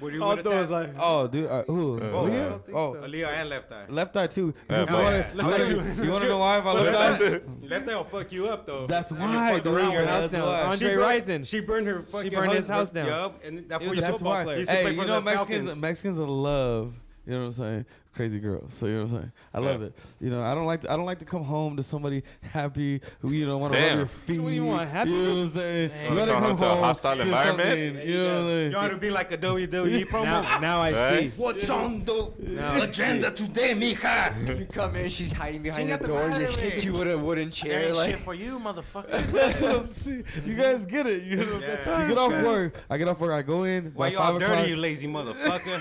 [SPEAKER 4] Would you would have tapped? Like,
[SPEAKER 3] Oh, dude. Uh, who? Aaliyah? Oh,
[SPEAKER 4] Aaliyah and left eye.
[SPEAKER 3] left eye too.
[SPEAKER 2] Yeah,
[SPEAKER 3] Because you wanna- you wanna- you want to know why? If I left eye,
[SPEAKER 4] Left eye will fuck you up though.
[SPEAKER 3] that's
[SPEAKER 4] And you
[SPEAKER 3] why.
[SPEAKER 4] fuck
[SPEAKER 3] dude,
[SPEAKER 4] around with
[SPEAKER 7] house
[SPEAKER 3] That's
[SPEAKER 7] down.
[SPEAKER 3] why.
[SPEAKER 7] Andre
[SPEAKER 4] She burned-
[SPEAKER 7] Rison.
[SPEAKER 4] She burned her fucking.
[SPEAKER 7] burned his house down.
[SPEAKER 4] Yup, and that's
[SPEAKER 7] He
[SPEAKER 4] for
[SPEAKER 7] was
[SPEAKER 4] your
[SPEAKER 3] That's
[SPEAKER 7] a
[SPEAKER 4] football
[SPEAKER 3] why.
[SPEAKER 4] player. He used to play
[SPEAKER 3] Hey,
[SPEAKER 4] for
[SPEAKER 3] you know
[SPEAKER 4] the
[SPEAKER 3] Mexicans.
[SPEAKER 4] Falcons.
[SPEAKER 3] Mexicans love. You know what I'm saying? Crazy girls. So you know what I'm saying? I love
[SPEAKER 2] Yeah.
[SPEAKER 3] it. You know, I don't like. To, I don't like to come home to somebody happy who you don't want to rub
[SPEAKER 2] Damn.
[SPEAKER 3] your feet.
[SPEAKER 7] What do
[SPEAKER 3] You
[SPEAKER 7] you want,
[SPEAKER 3] know what I'm
[SPEAKER 7] happiness?
[SPEAKER 3] saying?
[SPEAKER 2] Wanna
[SPEAKER 3] gotta
[SPEAKER 2] come home to a hostile
[SPEAKER 3] to
[SPEAKER 2] environment?
[SPEAKER 3] something, You know what I'm saying?
[SPEAKER 4] You ought to be like a WWE promo.
[SPEAKER 7] Now, now I
[SPEAKER 2] Right?
[SPEAKER 7] see.
[SPEAKER 6] What's on the
[SPEAKER 7] Now
[SPEAKER 6] agenda today, mija? You come in, she's hiding behind the door, just hit you with a wooden chair.
[SPEAKER 5] Ain't
[SPEAKER 6] Like,
[SPEAKER 5] shit for you, motherfucker.
[SPEAKER 3] That's what I'm saying. You guys get it. You know what I'm saying?
[SPEAKER 4] Yeah.
[SPEAKER 3] You get off
[SPEAKER 4] Yeah.
[SPEAKER 3] work. I get off work. I go in.
[SPEAKER 4] Why
[SPEAKER 3] by
[SPEAKER 4] you all
[SPEAKER 3] five
[SPEAKER 4] dirty,
[SPEAKER 3] o'clock-
[SPEAKER 4] you lazy motherfucker?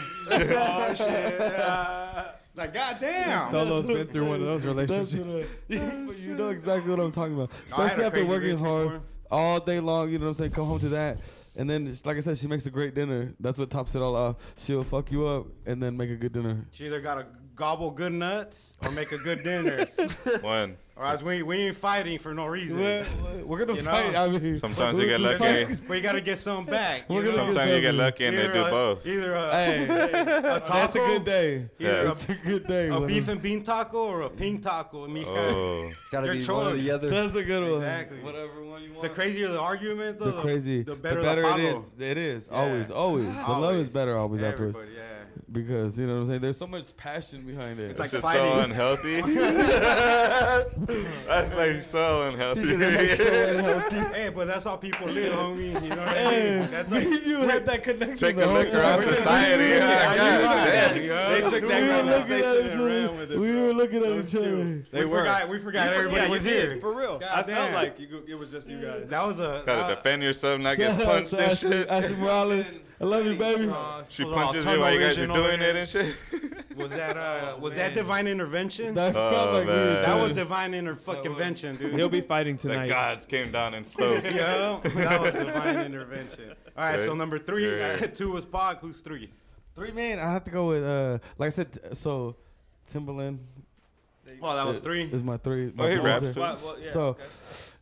[SPEAKER 4] oh shit! like goddamn.
[SPEAKER 7] Dolo's been through one of those
[SPEAKER 3] That's
[SPEAKER 7] relationships.
[SPEAKER 3] what I- you know exactly what I'm talking about.
[SPEAKER 4] I had
[SPEAKER 3] Especially
[SPEAKER 4] a
[SPEAKER 3] after
[SPEAKER 4] crazy
[SPEAKER 3] working
[SPEAKER 4] week
[SPEAKER 3] hard
[SPEAKER 4] before.
[SPEAKER 3] all day long, you know what I'm saying? Come home to that. And then, it's- like I said, she makes a great dinner. That's what tops it all off. She'll fuck you up and then make a good dinner.
[SPEAKER 4] She either gotta gobble good nuts or make a good dinner.
[SPEAKER 2] One.
[SPEAKER 4] or else we we ain't fighting for no reason.
[SPEAKER 3] We're, we're gonna
[SPEAKER 4] You know?
[SPEAKER 3] fight. I mean,
[SPEAKER 2] Sometimes you
[SPEAKER 3] we-
[SPEAKER 2] get
[SPEAKER 3] we
[SPEAKER 2] lucky.
[SPEAKER 3] fight.
[SPEAKER 4] But you gotta get some back. You
[SPEAKER 3] We're gonna
[SPEAKER 4] know?
[SPEAKER 2] Sometimes you get lucky and they
[SPEAKER 4] Either
[SPEAKER 2] do
[SPEAKER 4] a-
[SPEAKER 2] both.
[SPEAKER 4] Either a,
[SPEAKER 3] Hey,
[SPEAKER 4] a taco,
[SPEAKER 3] that's a good day.
[SPEAKER 4] either
[SPEAKER 2] Yeah.
[SPEAKER 4] a-
[SPEAKER 3] It's a good day.
[SPEAKER 4] a,
[SPEAKER 3] Willie.
[SPEAKER 4] beef and bean taco or a pink taco, mija.
[SPEAKER 2] Oh.
[SPEAKER 6] it's gotta
[SPEAKER 4] Your
[SPEAKER 6] be one or
[SPEAKER 4] choice.
[SPEAKER 6] the other.
[SPEAKER 3] That's a good one.
[SPEAKER 4] Exactly.
[SPEAKER 3] Whatever one you want.
[SPEAKER 4] The crazier the argument, though,
[SPEAKER 3] the crazy,
[SPEAKER 4] the better, the
[SPEAKER 3] it is.
[SPEAKER 4] palo.
[SPEAKER 3] It is
[SPEAKER 4] Yeah.
[SPEAKER 3] always, always. The love
[SPEAKER 4] Always.
[SPEAKER 3] is better always afterwards
[SPEAKER 4] Everybody, yeah.
[SPEAKER 3] because you know what I'm saying. There's so much passion behind it.
[SPEAKER 4] It's like
[SPEAKER 2] It's so
[SPEAKER 4] fighting.
[SPEAKER 2] unhealthy. That's like so
[SPEAKER 6] These are the next
[SPEAKER 2] unhealthy.
[SPEAKER 6] so unhealthy.
[SPEAKER 4] Hey, but that's how people live, homie. You know what I mean? That's like.
[SPEAKER 3] you had that connection.
[SPEAKER 2] Take a
[SPEAKER 3] the whole
[SPEAKER 2] look around
[SPEAKER 3] time.
[SPEAKER 2] society.
[SPEAKER 4] Yeah,
[SPEAKER 2] huh?
[SPEAKER 4] I
[SPEAKER 2] God
[SPEAKER 4] tried.
[SPEAKER 2] damn.
[SPEAKER 4] They took
[SPEAKER 3] We
[SPEAKER 4] that
[SPEAKER 3] were looking
[SPEAKER 4] conversation
[SPEAKER 3] at each
[SPEAKER 4] and ran with
[SPEAKER 3] other.
[SPEAKER 4] it.
[SPEAKER 3] We were looking at each other.
[SPEAKER 4] Two. We forgot. We forgot everybody was here.
[SPEAKER 5] For real.
[SPEAKER 4] God
[SPEAKER 5] I
[SPEAKER 4] damn.
[SPEAKER 5] felt like you, it was just you guys.
[SPEAKER 4] That was a.
[SPEAKER 2] Gotta
[SPEAKER 4] That,
[SPEAKER 2] defend yourself, not
[SPEAKER 3] Shout
[SPEAKER 2] get
[SPEAKER 3] out
[SPEAKER 2] punched
[SPEAKER 3] to
[SPEAKER 2] and
[SPEAKER 3] Ashley-
[SPEAKER 2] shit.
[SPEAKER 3] Ashley Morales, I love you, baby.
[SPEAKER 2] She
[SPEAKER 5] Hold on,
[SPEAKER 2] punches you
[SPEAKER 5] tunnel
[SPEAKER 2] while you guys are
[SPEAKER 5] vision over
[SPEAKER 2] doing
[SPEAKER 5] here.
[SPEAKER 2] it and shit. Oh,
[SPEAKER 4] was that uh, was that divine intervention? That,
[SPEAKER 3] That felt like we were
[SPEAKER 2] man.
[SPEAKER 3] doing
[SPEAKER 4] was
[SPEAKER 3] it.
[SPEAKER 4] divine inter fucking invention, dude.
[SPEAKER 7] he'll be fighting
[SPEAKER 2] The
[SPEAKER 7] tonight.
[SPEAKER 2] gods came down and spoke.
[SPEAKER 4] Yo, that was divine intervention. All right, so
[SPEAKER 2] Right.
[SPEAKER 4] number three,
[SPEAKER 2] Yeah.
[SPEAKER 4] two was Pac. Who's three?
[SPEAKER 3] three man. I have to go with uh, like I said. t- So Timberland
[SPEAKER 4] Oh, that was three.
[SPEAKER 3] is my three.
[SPEAKER 2] Oh,
[SPEAKER 3] my
[SPEAKER 2] he raps
[SPEAKER 3] buzzer.
[SPEAKER 2] too.
[SPEAKER 3] so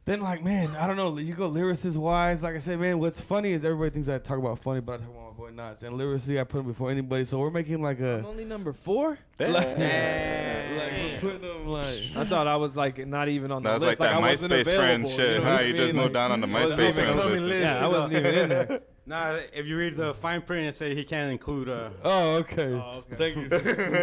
[SPEAKER 3] then, like, man, I don't know. You go lyricist wise, like I said, man, what's funny is everybody thinks I talk about funny, but I talk about my boy Knots. And lyrically, I put him before anybody. So we're making like
[SPEAKER 7] I'm
[SPEAKER 3] a.
[SPEAKER 7] only number four.
[SPEAKER 3] Like, like, we're putting him like.
[SPEAKER 7] I thought I was like not even on the
[SPEAKER 2] That's
[SPEAKER 7] list.
[SPEAKER 2] like that
[SPEAKER 7] I wasn't
[SPEAKER 2] MySpace friend
[SPEAKER 7] available,
[SPEAKER 2] shit.
[SPEAKER 7] You know
[SPEAKER 2] huh?
[SPEAKER 7] what I
[SPEAKER 2] You
[SPEAKER 7] mean?
[SPEAKER 2] just moved down on the
[SPEAKER 7] wasn't
[SPEAKER 2] MySpace
[SPEAKER 7] even
[SPEAKER 2] friend
[SPEAKER 7] coming
[SPEAKER 2] list.
[SPEAKER 7] Yeah, I wasn't even in there.
[SPEAKER 4] Nah, if you read the fine print, it said he can't include uh,
[SPEAKER 3] Oh, okay.
[SPEAKER 7] Thank you.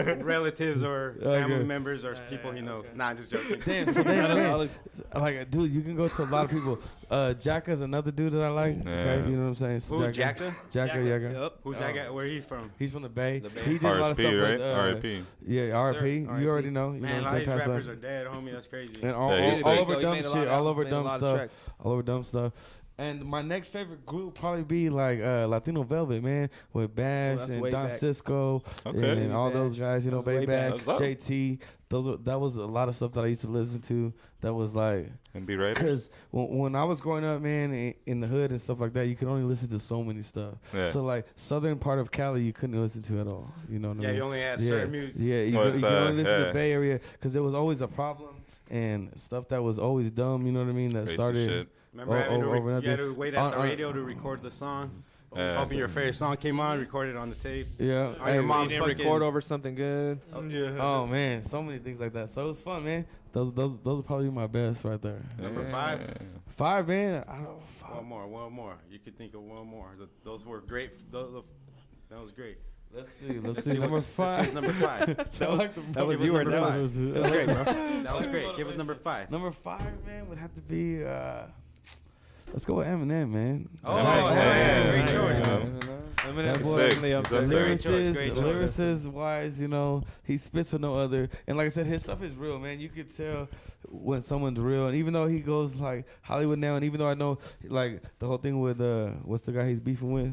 [SPEAKER 4] relatives or
[SPEAKER 3] Okay.
[SPEAKER 4] family members or people he knows. Nah, I'm just joking.
[SPEAKER 3] Damn, so
[SPEAKER 7] I
[SPEAKER 3] then,
[SPEAKER 7] don't know,
[SPEAKER 3] man,
[SPEAKER 7] Alex.
[SPEAKER 3] it's like, dude, you can go to a lot of people. Uh, Jacka's another dude that I like.
[SPEAKER 2] Yeah.
[SPEAKER 3] Okay, you know what I'm saying? So
[SPEAKER 4] Who, Jacka?
[SPEAKER 3] Jacka, Jacka.
[SPEAKER 7] Yup.
[SPEAKER 4] Who's that guy? Where he from?
[SPEAKER 3] He's from the Bay.
[SPEAKER 4] The Bay.
[SPEAKER 3] He did a lot of stuff
[SPEAKER 2] RSP, right?
[SPEAKER 3] with, uh,
[SPEAKER 2] RIP.
[SPEAKER 3] Yeah, RP.
[SPEAKER 7] RIP.
[SPEAKER 3] You already know. You know
[SPEAKER 4] Man, a
[SPEAKER 3] what
[SPEAKER 4] lot
[SPEAKER 3] I'm
[SPEAKER 4] of these
[SPEAKER 3] saying? Pass
[SPEAKER 4] rappers
[SPEAKER 3] by.
[SPEAKER 4] are dead, homie. That's crazy.
[SPEAKER 3] And all,
[SPEAKER 2] Yeah,
[SPEAKER 3] all-
[SPEAKER 2] he's
[SPEAKER 3] all
[SPEAKER 2] sick.
[SPEAKER 3] over
[SPEAKER 7] He
[SPEAKER 3] dumb
[SPEAKER 7] made a lot
[SPEAKER 3] shit,
[SPEAKER 7] of
[SPEAKER 3] all
[SPEAKER 7] albums,
[SPEAKER 3] over
[SPEAKER 7] made a
[SPEAKER 3] dumb
[SPEAKER 7] lot of
[SPEAKER 3] stuff,
[SPEAKER 7] tracks.
[SPEAKER 3] all over dumb stuff. And my next favorite group would probably be like uh, Latino Velvet, man, with Bash
[SPEAKER 7] that's
[SPEAKER 3] and
[SPEAKER 7] way
[SPEAKER 3] Don
[SPEAKER 7] back.
[SPEAKER 3] Cisco and,
[SPEAKER 2] Okay.
[SPEAKER 3] all those
[SPEAKER 7] Bash.
[SPEAKER 3] guys. You know,
[SPEAKER 7] That
[SPEAKER 3] Bay
[SPEAKER 7] was way back.
[SPEAKER 3] Back,
[SPEAKER 2] That was dope.
[SPEAKER 3] JT. Those were, that was a lot of stuff that I used to listen to. That was like
[SPEAKER 2] And be right.
[SPEAKER 3] because when, when I was growing up, man, in, in the hood and stuff like that, you could only listen to so many stuff.
[SPEAKER 2] Yeah.
[SPEAKER 3] So like southern part of Cali, you couldn't listen to at all. You know what I
[SPEAKER 4] yeah,
[SPEAKER 3] mean?
[SPEAKER 4] you only had
[SPEAKER 3] yeah,
[SPEAKER 4] certain music.
[SPEAKER 3] Yeah, you,
[SPEAKER 2] Well,
[SPEAKER 3] could-
[SPEAKER 2] it's,
[SPEAKER 3] you can
[SPEAKER 2] uh,
[SPEAKER 3] only listen to
[SPEAKER 2] yeah.
[SPEAKER 3] Bay Area because there was always a problem and stuff that was always dumb. You know what I mean? That
[SPEAKER 2] Racist
[SPEAKER 3] started.
[SPEAKER 2] shit.
[SPEAKER 4] Remember
[SPEAKER 3] Oh,
[SPEAKER 4] having to
[SPEAKER 3] oh,
[SPEAKER 4] re-
[SPEAKER 3] over that
[SPEAKER 4] you had
[SPEAKER 3] day.
[SPEAKER 4] to wait at
[SPEAKER 3] Uh,
[SPEAKER 4] the
[SPEAKER 3] uh,
[SPEAKER 4] radio to record the song.
[SPEAKER 2] Yeah.
[SPEAKER 4] Hoping your favorite song came on, recorded on the tape.
[SPEAKER 3] Yeah.
[SPEAKER 4] On your
[SPEAKER 3] hey,
[SPEAKER 4] mom's
[SPEAKER 7] Didn't
[SPEAKER 4] fucking.
[SPEAKER 7] record over something good.
[SPEAKER 4] Mm.
[SPEAKER 5] Yeah.
[SPEAKER 3] Oh man, so many things like that. So it's fun, man. Those those those are probably my best right there.
[SPEAKER 4] Number five.
[SPEAKER 3] Five, man. I don't. Five.
[SPEAKER 4] One more, one more. You could think of one more. Th- those were great. Those, those- that was great.
[SPEAKER 3] Let's see. Let's
[SPEAKER 4] Let's
[SPEAKER 3] see.
[SPEAKER 4] see
[SPEAKER 3] Number
[SPEAKER 4] what's- let's see what's
[SPEAKER 3] five.
[SPEAKER 4] number five.
[SPEAKER 3] That was,
[SPEAKER 7] that was you or
[SPEAKER 3] number
[SPEAKER 7] that
[SPEAKER 3] five.
[SPEAKER 7] was-
[SPEAKER 4] That was great, bro. That was great. Give us number five.
[SPEAKER 3] Number five, man, would have to be. Uh, let's go with Eminem, man.
[SPEAKER 4] Oh,
[SPEAKER 2] Nice.
[SPEAKER 4] yeah,
[SPEAKER 2] Yeah.
[SPEAKER 4] great choice.
[SPEAKER 2] Yeah.
[SPEAKER 7] Eminem
[SPEAKER 3] That
[SPEAKER 7] was
[SPEAKER 3] boy-
[SPEAKER 7] certainly up
[SPEAKER 2] He's up
[SPEAKER 7] there.
[SPEAKER 2] there.
[SPEAKER 4] Great choice,
[SPEAKER 3] lyricist,
[SPEAKER 4] great choice.
[SPEAKER 3] lyricist wise, you know, he spits for no other. And like I said, his stuff is real, man. You could tell when someone's real. And even though he goes like Hollywood now, and even though I know like the whole thing with uh, what's the guy he's beefing with?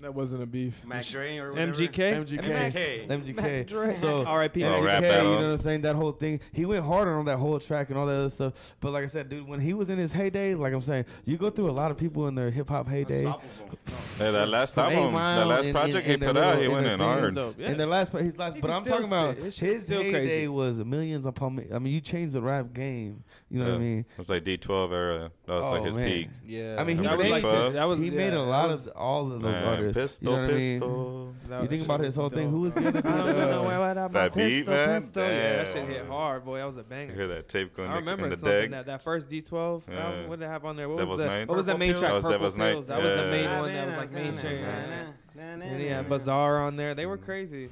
[SPEAKER 7] That wasn't a beef.
[SPEAKER 4] Mac Dre or whatever.
[SPEAKER 7] MGK.
[SPEAKER 3] MGK.
[SPEAKER 4] MGK.
[SPEAKER 3] MGK.
[SPEAKER 7] Dre.
[SPEAKER 3] So
[SPEAKER 7] R.I.P.
[SPEAKER 2] Oh,
[SPEAKER 3] MGK,
[SPEAKER 2] rap
[SPEAKER 3] you
[SPEAKER 2] battle.
[SPEAKER 3] know what I'm saying? That whole thing. He went harder on that whole track and all that other stuff. But like I said, dude, when he was in his heyday, like I'm saying, you go through a lot of people in their hip hop heyday.
[SPEAKER 2] Hey, that last
[SPEAKER 3] From Eight
[SPEAKER 2] album,
[SPEAKER 3] Mile
[SPEAKER 2] that last
[SPEAKER 3] and-
[SPEAKER 2] project
[SPEAKER 3] and-
[SPEAKER 2] he
[SPEAKER 3] and
[SPEAKER 2] put
[SPEAKER 3] their
[SPEAKER 2] out,
[SPEAKER 3] little-
[SPEAKER 2] he
[SPEAKER 3] and
[SPEAKER 2] went
[SPEAKER 3] their
[SPEAKER 2] in
[SPEAKER 3] things,
[SPEAKER 2] hard.
[SPEAKER 7] though. Yeah.
[SPEAKER 3] And the last, his last,
[SPEAKER 7] He
[SPEAKER 3] but
[SPEAKER 7] can
[SPEAKER 3] I'm
[SPEAKER 7] still
[SPEAKER 3] talking about
[SPEAKER 7] spit. This shit is
[SPEAKER 3] his
[SPEAKER 7] still
[SPEAKER 3] heyday
[SPEAKER 7] crazy.
[SPEAKER 3] was millions upon. mi- I mean, you changed the rap game. You know
[SPEAKER 2] Yeah.
[SPEAKER 3] what I mean?
[SPEAKER 2] It was like D12 era. That was like
[SPEAKER 3] Oh,
[SPEAKER 2] his
[SPEAKER 3] man.
[SPEAKER 2] peak.
[SPEAKER 6] Yeah.
[SPEAKER 3] I mean, he
[SPEAKER 2] That was
[SPEAKER 3] made,
[SPEAKER 2] like the-
[SPEAKER 7] that was-
[SPEAKER 3] he made a
[SPEAKER 7] yeah,
[SPEAKER 3] lot
[SPEAKER 7] that was-
[SPEAKER 3] of all of those
[SPEAKER 2] Man,
[SPEAKER 3] artists.
[SPEAKER 2] pistol,
[SPEAKER 3] you know what I mean?
[SPEAKER 2] pistol.
[SPEAKER 7] That
[SPEAKER 3] You
[SPEAKER 7] was-
[SPEAKER 3] think about his whole thing. Who was the other dude?
[SPEAKER 7] I don't
[SPEAKER 3] uh,
[SPEAKER 7] know why I got my
[SPEAKER 2] That beat,
[SPEAKER 7] pistol,
[SPEAKER 2] man?
[SPEAKER 7] pistol. Yeah, that shit
[SPEAKER 2] Damn.
[SPEAKER 7] hit hard, boy. That was a
[SPEAKER 2] You
[SPEAKER 7] banger.
[SPEAKER 2] hear that tape going
[SPEAKER 7] I
[SPEAKER 2] in the-
[SPEAKER 7] remember
[SPEAKER 2] in the
[SPEAKER 7] something
[SPEAKER 2] deck?
[SPEAKER 7] that that first D12
[SPEAKER 2] Yeah.
[SPEAKER 7] album. What did it have on there? What
[SPEAKER 2] Devil's
[SPEAKER 7] was the
[SPEAKER 2] Night?
[SPEAKER 7] what was that main
[SPEAKER 4] Purple
[SPEAKER 7] track?
[SPEAKER 2] That was
[SPEAKER 7] Purple
[SPEAKER 2] Devil's Night,
[SPEAKER 7] Pills. That was the
[SPEAKER 2] yeah.
[SPEAKER 7] main one that was like main shit. man. And yeah, Bazaar on there. They were crazy.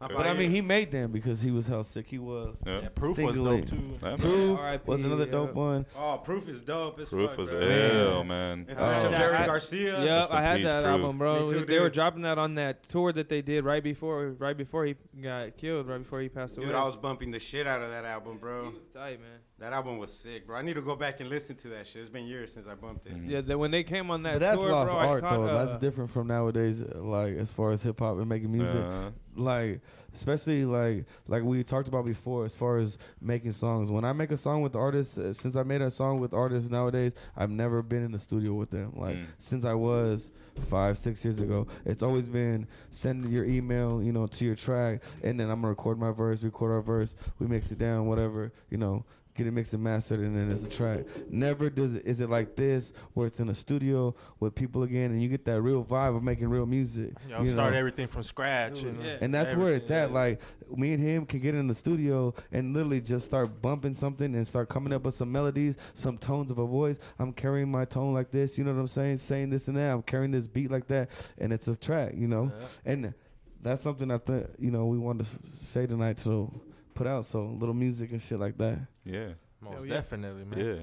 [SPEAKER 3] But I mean, he made them because he was how sick he was.
[SPEAKER 2] Yeah.
[SPEAKER 5] Proof was
[SPEAKER 3] Singly.
[SPEAKER 5] dope too.
[SPEAKER 2] Yeah, man.
[SPEAKER 3] Proof
[SPEAKER 7] R.I.P.,
[SPEAKER 3] was another
[SPEAKER 7] yeah.
[SPEAKER 3] dope one.
[SPEAKER 4] Oh, Proof is dope. As
[SPEAKER 2] Proof
[SPEAKER 4] fuck,
[SPEAKER 2] was
[SPEAKER 4] bro.
[SPEAKER 2] ill, man.
[SPEAKER 4] In search of
[SPEAKER 3] Oh.
[SPEAKER 4] Jerry
[SPEAKER 7] I-
[SPEAKER 4] Garcia.
[SPEAKER 2] Rest
[SPEAKER 7] Yep,
[SPEAKER 2] in
[SPEAKER 7] I had
[SPEAKER 2] peace,
[SPEAKER 7] that
[SPEAKER 2] Proof.
[SPEAKER 7] album, bro.
[SPEAKER 4] Me too,
[SPEAKER 7] they were
[SPEAKER 4] dude.
[SPEAKER 7] dropping that on that tour that they did right before, right before he got killed, right before he passed away.
[SPEAKER 4] Dude, I was bumping the shit out of that album, bro.
[SPEAKER 7] He was tight, man.
[SPEAKER 4] That album was sick, bro. I need to go back and listen to that shit. It's been years since I bumped it.
[SPEAKER 2] Mm-hmm.
[SPEAKER 7] Yeah, the, when they came on that
[SPEAKER 3] But that's
[SPEAKER 7] tour,
[SPEAKER 3] lost
[SPEAKER 7] bro,
[SPEAKER 3] art
[SPEAKER 7] I caught,
[SPEAKER 3] though.
[SPEAKER 7] Uh,
[SPEAKER 3] that's different from nowadays. uh, Like as far as hip hop and making music,
[SPEAKER 2] Uh,
[SPEAKER 3] like especially like like we talked about before as far as making songs when i make a song with artists uh, since i made a song with artists nowadays i've never been in the studio with them like
[SPEAKER 2] Mm.
[SPEAKER 3] since i was five six years ago it's always been sending your email you know to your track and then i'm gonna record my verse record our verse we mix it down whatever you know get it mixed and mastered and then it's a track never does it is it like this where it's in a studio with people again and you get that real vibe of making real music
[SPEAKER 5] Y'all
[SPEAKER 3] you
[SPEAKER 5] start
[SPEAKER 3] know?
[SPEAKER 5] everything from scratch.
[SPEAKER 7] Dude,
[SPEAKER 5] and,
[SPEAKER 7] yeah.
[SPEAKER 3] And that's where it's at.
[SPEAKER 5] everything.
[SPEAKER 3] Like me and him can get in the studio and literally just start bumping something and start coming up with some melodies, some tones of a voice. I'm carrying my tone like this, you know what I'm saying? Saying this and that. I'm carrying this beat like that, and it's a track, you know. And that's something I think you know we wanted to s- say tonight to put out. So little music and shit like that.
[SPEAKER 2] yeah,
[SPEAKER 5] Most
[SPEAKER 7] Hell Oh, yeah.
[SPEAKER 5] definitely, man.
[SPEAKER 2] yeah.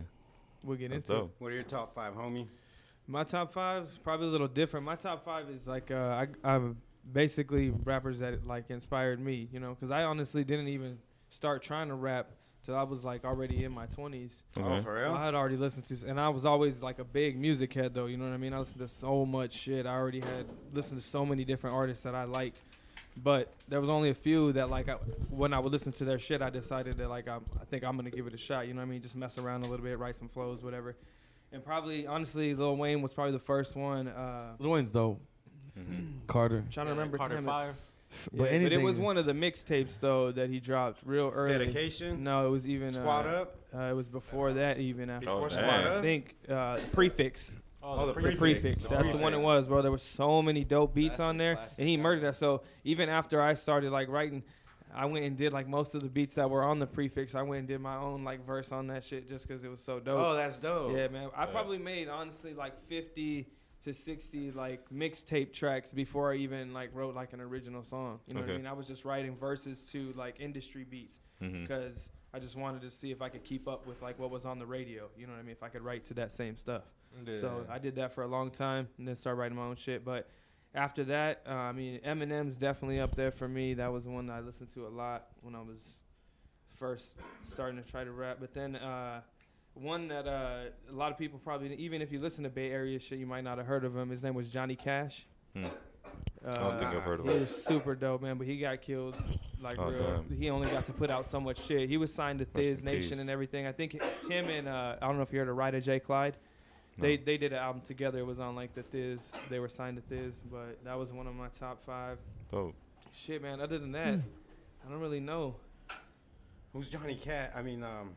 [SPEAKER 7] we'll get
[SPEAKER 2] That's
[SPEAKER 7] into. it.
[SPEAKER 2] dope.
[SPEAKER 4] What are your top five, homie?
[SPEAKER 7] My top five's probably a little different. My top five is like uh, I, I'm basically rappers that like inspired me, you know, because I honestly didn't even start trying to rap till I was like already in my twenties.
[SPEAKER 4] Oh,
[SPEAKER 2] Okay.
[SPEAKER 4] for
[SPEAKER 7] So
[SPEAKER 4] real?
[SPEAKER 7] I had already listened to, and I was always like a big music head, though. You know what I mean? I listened to so much shit. I already had listened to so many different artists that I liked, but there was only a few that like I, when I would listen to their shit, I decided that like I'm, I think I'm gonna give it a shot. You know what I mean? Just mess around a little bit, write some flows, whatever. And probably honestly, Lil Wayne was probably the first one. Uh,
[SPEAKER 3] Lil Wayne's dope. Carter,
[SPEAKER 7] I'm trying to remember.
[SPEAKER 5] Carter
[SPEAKER 7] damn it.
[SPEAKER 5] Five.
[SPEAKER 7] Yeah,
[SPEAKER 3] but anything.
[SPEAKER 7] it was one of the mixtapes though that he dropped real early.
[SPEAKER 4] Dedication?
[SPEAKER 7] No, it was even
[SPEAKER 4] Squad
[SPEAKER 7] uh,
[SPEAKER 4] up?
[SPEAKER 7] Uh, it was before that, even after.
[SPEAKER 4] Before
[SPEAKER 2] Oh,
[SPEAKER 4] Squad
[SPEAKER 2] dang.
[SPEAKER 7] I
[SPEAKER 4] up?
[SPEAKER 7] think uh, prefix.
[SPEAKER 4] Oh, the
[SPEAKER 7] The prefix. That's the one it was, bro. There was so many dope beats
[SPEAKER 4] Classic,
[SPEAKER 7] on there,
[SPEAKER 4] classic,
[SPEAKER 7] and he
[SPEAKER 4] yeah.
[SPEAKER 7] murdered that. So even after I started like writing, I went and did like most of the beats that were on the prefix. I went and did my own like verse on that shit just because it was so dope.
[SPEAKER 4] Oh, that's dope.
[SPEAKER 7] Yeah, man. I probably made honestly like fifty to sixty like mixtape tracks before I even like wrote like an original song. You know what I
[SPEAKER 2] Okay.
[SPEAKER 7] mean? I was just writing verses to like industry beats
[SPEAKER 2] Mhm.
[SPEAKER 7] because I just wanted to see if I could keep up with like what was on the radio. You know what I mean? If I could write to that same stuff. So I did that for a long time and then started writing my own shit. But after that, uh, I mean, Eminem's definitely up there for me. That was one that I listened to a lot when I was first starting to try to rap. But then uh, one that uh, a lot of people probably, even if you listen to Bay Area shit, you might not have heard of him. His name was Johnny Cash.
[SPEAKER 2] Hmm.
[SPEAKER 7] Uh,
[SPEAKER 2] I don't think I've heard of
[SPEAKER 7] he
[SPEAKER 2] it.
[SPEAKER 7] was super dope, man. But he got killed, like
[SPEAKER 2] Oh,
[SPEAKER 7] real.
[SPEAKER 2] damn.
[SPEAKER 7] He only got to put out so much shit. He was signed to
[SPEAKER 2] Rest
[SPEAKER 7] Thiz
[SPEAKER 2] in
[SPEAKER 7] Nation
[SPEAKER 2] peace.
[SPEAKER 7] and everything. I think him and uh, I don't know if you heard of Ryder J. Clyde. They they did an album together. It was on like the Thiz. They were signed to Thiz, but that was one of my top five.
[SPEAKER 4] Oh.
[SPEAKER 2] Dope.
[SPEAKER 7] Shit, man. Other than that, I don't really know.
[SPEAKER 4] Who's Johnny Cat? I mean, um,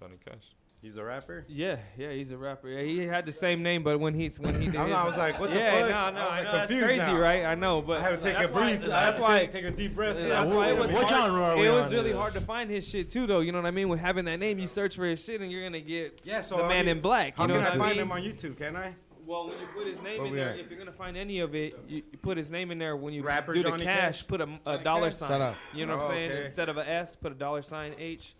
[SPEAKER 2] Johnny Cash.
[SPEAKER 4] he's a rapper.
[SPEAKER 7] Yeah, yeah, he's a rapper. Yeah, he had the same name, but when he's when he did
[SPEAKER 4] I,
[SPEAKER 7] his,
[SPEAKER 4] know, I was like, what the
[SPEAKER 7] yeah,
[SPEAKER 4] fuck?
[SPEAKER 7] no, no,
[SPEAKER 4] was,
[SPEAKER 7] I
[SPEAKER 4] like,
[SPEAKER 7] know that's
[SPEAKER 4] confused
[SPEAKER 7] crazy,
[SPEAKER 4] now.
[SPEAKER 7] right? I know, but
[SPEAKER 4] I had to take
[SPEAKER 7] that's
[SPEAKER 4] a
[SPEAKER 7] why-
[SPEAKER 4] breath. I had
[SPEAKER 7] That's
[SPEAKER 4] to
[SPEAKER 7] wait
[SPEAKER 4] take, take a deep breath.
[SPEAKER 7] Yeah,
[SPEAKER 4] too.
[SPEAKER 7] that's
[SPEAKER 4] Wait
[SPEAKER 7] why
[SPEAKER 4] a
[SPEAKER 7] it was
[SPEAKER 4] minute.
[SPEAKER 5] What
[SPEAKER 7] hard.
[SPEAKER 5] genre are we
[SPEAKER 7] it was
[SPEAKER 5] on
[SPEAKER 7] really
[SPEAKER 5] here?
[SPEAKER 7] hard to find his shit too, though. You know what I mean? With having that name, you search for his shit, and you're gonna get
[SPEAKER 4] Yeah, so
[SPEAKER 7] the
[SPEAKER 4] I
[SPEAKER 7] man
[SPEAKER 4] mean,
[SPEAKER 7] in black. You
[SPEAKER 4] How
[SPEAKER 7] know
[SPEAKER 4] can
[SPEAKER 7] what
[SPEAKER 4] I
[SPEAKER 7] I
[SPEAKER 4] find
[SPEAKER 7] mean?
[SPEAKER 4] him on YouTube? Can I?
[SPEAKER 7] Well, when you put his name
[SPEAKER 3] Where
[SPEAKER 7] in
[SPEAKER 3] we
[SPEAKER 7] there,
[SPEAKER 3] at?
[SPEAKER 7] if you're gonna find any of it, you, you put his name in there. When you
[SPEAKER 4] Rapper
[SPEAKER 7] do the
[SPEAKER 4] Johnny
[SPEAKER 7] cash,
[SPEAKER 4] Cash?
[SPEAKER 7] put a, a dollar
[SPEAKER 4] Cash?
[SPEAKER 7] sign.
[SPEAKER 3] Shout out.
[SPEAKER 7] You know what
[SPEAKER 4] Oh,
[SPEAKER 7] I'm saying?
[SPEAKER 4] okay.
[SPEAKER 7] Instead of a S, put a dollar sign H,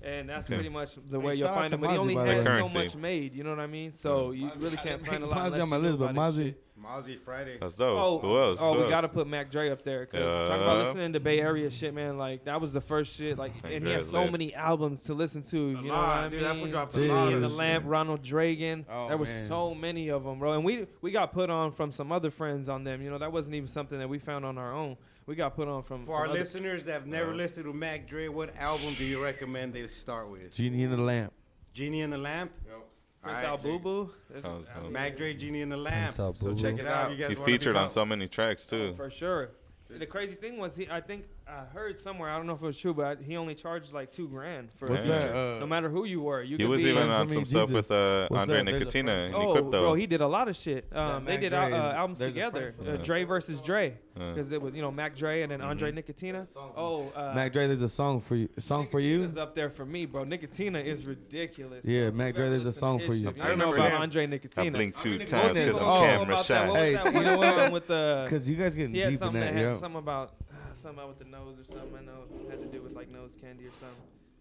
[SPEAKER 7] and that's
[SPEAKER 2] Okay.
[SPEAKER 7] pretty much the
[SPEAKER 3] Hey,
[SPEAKER 7] way you'll
[SPEAKER 3] shout out
[SPEAKER 7] find
[SPEAKER 3] to
[SPEAKER 7] him. But he
[SPEAKER 3] Mozzie,
[SPEAKER 7] only
[SPEAKER 3] by the
[SPEAKER 7] had
[SPEAKER 2] way.
[SPEAKER 7] so
[SPEAKER 2] Currency. Mm.
[SPEAKER 7] much made. You know what I mean? So you really can't find a lot.
[SPEAKER 3] Mozzie
[SPEAKER 7] unless
[SPEAKER 3] on my
[SPEAKER 7] you know
[SPEAKER 3] list, but
[SPEAKER 7] about his
[SPEAKER 3] Mozzie,
[SPEAKER 7] shit.
[SPEAKER 4] Mozzie Friday.
[SPEAKER 2] That's dope.
[SPEAKER 7] Oh,
[SPEAKER 2] Who else?
[SPEAKER 7] Oh,
[SPEAKER 2] Who
[SPEAKER 7] we
[SPEAKER 2] else?
[SPEAKER 7] gotta put Mac Dre up there. Cause talk about
[SPEAKER 2] Yeah.
[SPEAKER 7] listening to Bay Area shit, man. Like that was the first shit. Like,
[SPEAKER 2] Mac
[SPEAKER 7] and he has
[SPEAKER 2] Dre's
[SPEAKER 7] so
[SPEAKER 2] lit.
[SPEAKER 7] many albums to listen to. You know what I mean?
[SPEAKER 4] dude, that one dropped a
[SPEAKER 3] Dude.
[SPEAKER 4] lot.
[SPEAKER 7] in the
[SPEAKER 3] Shit.
[SPEAKER 7] lamp, Ronald Dragon.
[SPEAKER 3] Oh,
[SPEAKER 7] there was
[SPEAKER 3] man.
[SPEAKER 7] so many of them, bro. And we we got put on from some other friends on them. You know, that wasn't even something that we found on our own. We got put on from.
[SPEAKER 4] For our
[SPEAKER 7] from other-
[SPEAKER 4] listeners that have never listened to Mac Dre, what album do you recommend they start with?
[SPEAKER 3] Genie in the lamp.
[SPEAKER 4] Genie in the Lamp. All
[SPEAKER 7] Prince
[SPEAKER 4] right.
[SPEAKER 7] Al Boo Boo. There's-
[SPEAKER 2] That was dope.
[SPEAKER 4] Mac Dre, Genie in the Lamp.
[SPEAKER 6] Prince Al
[SPEAKER 4] So
[SPEAKER 6] Boo
[SPEAKER 4] check
[SPEAKER 6] Boo.
[SPEAKER 4] it out. You guys
[SPEAKER 2] He
[SPEAKER 4] wanna
[SPEAKER 2] featured
[SPEAKER 4] check
[SPEAKER 2] on
[SPEAKER 4] out?
[SPEAKER 2] so many tracks too.
[SPEAKER 7] For sure. The crazy thing was, he, I think I heard somewhere, I don't know if it was true, but he only charged like two grand for
[SPEAKER 3] What's
[SPEAKER 7] a
[SPEAKER 2] that,
[SPEAKER 7] feature.
[SPEAKER 3] uh,
[SPEAKER 7] no matter who you were, you
[SPEAKER 2] He
[SPEAKER 7] could
[SPEAKER 2] was
[SPEAKER 7] be
[SPEAKER 2] even
[SPEAKER 3] for
[SPEAKER 2] on
[SPEAKER 3] me,
[SPEAKER 2] some stuff
[SPEAKER 3] Jesus.
[SPEAKER 2] with uh,
[SPEAKER 3] What's
[SPEAKER 2] Andre
[SPEAKER 3] that? There's a
[SPEAKER 2] Nicotina and
[SPEAKER 7] Oh,
[SPEAKER 2] Equipto.
[SPEAKER 7] bro, he did a lot of shit.
[SPEAKER 3] That
[SPEAKER 7] Um, they
[SPEAKER 3] Mac
[SPEAKER 7] did al-
[SPEAKER 3] Dre
[SPEAKER 7] uh,
[SPEAKER 3] is-
[SPEAKER 7] albums
[SPEAKER 3] there's a
[SPEAKER 7] together.
[SPEAKER 3] friend
[SPEAKER 7] Uh, Dre versus Dre,
[SPEAKER 2] Yeah.
[SPEAKER 7] because it was you know Mac Dre and then
[SPEAKER 3] Mm-hmm.
[SPEAKER 7] Andre Nicotina. Oh, uh,
[SPEAKER 3] Mac Dre, there's a song for you. Song for you.
[SPEAKER 7] Nicotina's up there for me, bro. Nicotina is ridiculous.
[SPEAKER 3] Yeah,
[SPEAKER 7] If
[SPEAKER 3] Mac
[SPEAKER 7] you've
[SPEAKER 3] Dre,
[SPEAKER 7] ever
[SPEAKER 3] there's a
[SPEAKER 7] listened to
[SPEAKER 3] song
[SPEAKER 7] his
[SPEAKER 3] for you.
[SPEAKER 7] shit,
[SPEAKER 4] I
[SPEAKER 7] You know
[SPEAKER 4] remember
[SPEAKER 7] about
[SPEAKER 4] him.
[SPEAKER 7] Andre
[SPEAKER 2] I
[SPEAKER 7] Nicotina.
[SPEAKER 2] blinked two
[SPEAKER 4] gonna go
[SPEAKER 2] times
[SPEAKER 4] there.
[SPEAKER 2] because I'm
[SPEAKER 7] Oh,
[SPEAKER 2] camera
[SPEAKER 7] about that. What
[SPEAKER 2] shy.
[SPEAKER 7] was
[SPEAKER 3] Hey,
[SPEAKER 7] that
[SPEAKER 3] you
[SPEAKER 7] one
[SPEAKER 3] know what?
[SPEAKER 7] song with the?
[SPEAKER 3] Cause you guys getting
[SPEAKER 7] He had
[SPEAKER 3] deep in
[SPEAKER 7] something
[SPEAKER 3] that,
[SPEAKER 7] that had
[SPEAKER 3] yo.
[SPEAKER 7] something about uh, something about with the nose or something. I know it had to do with like nose candy or something.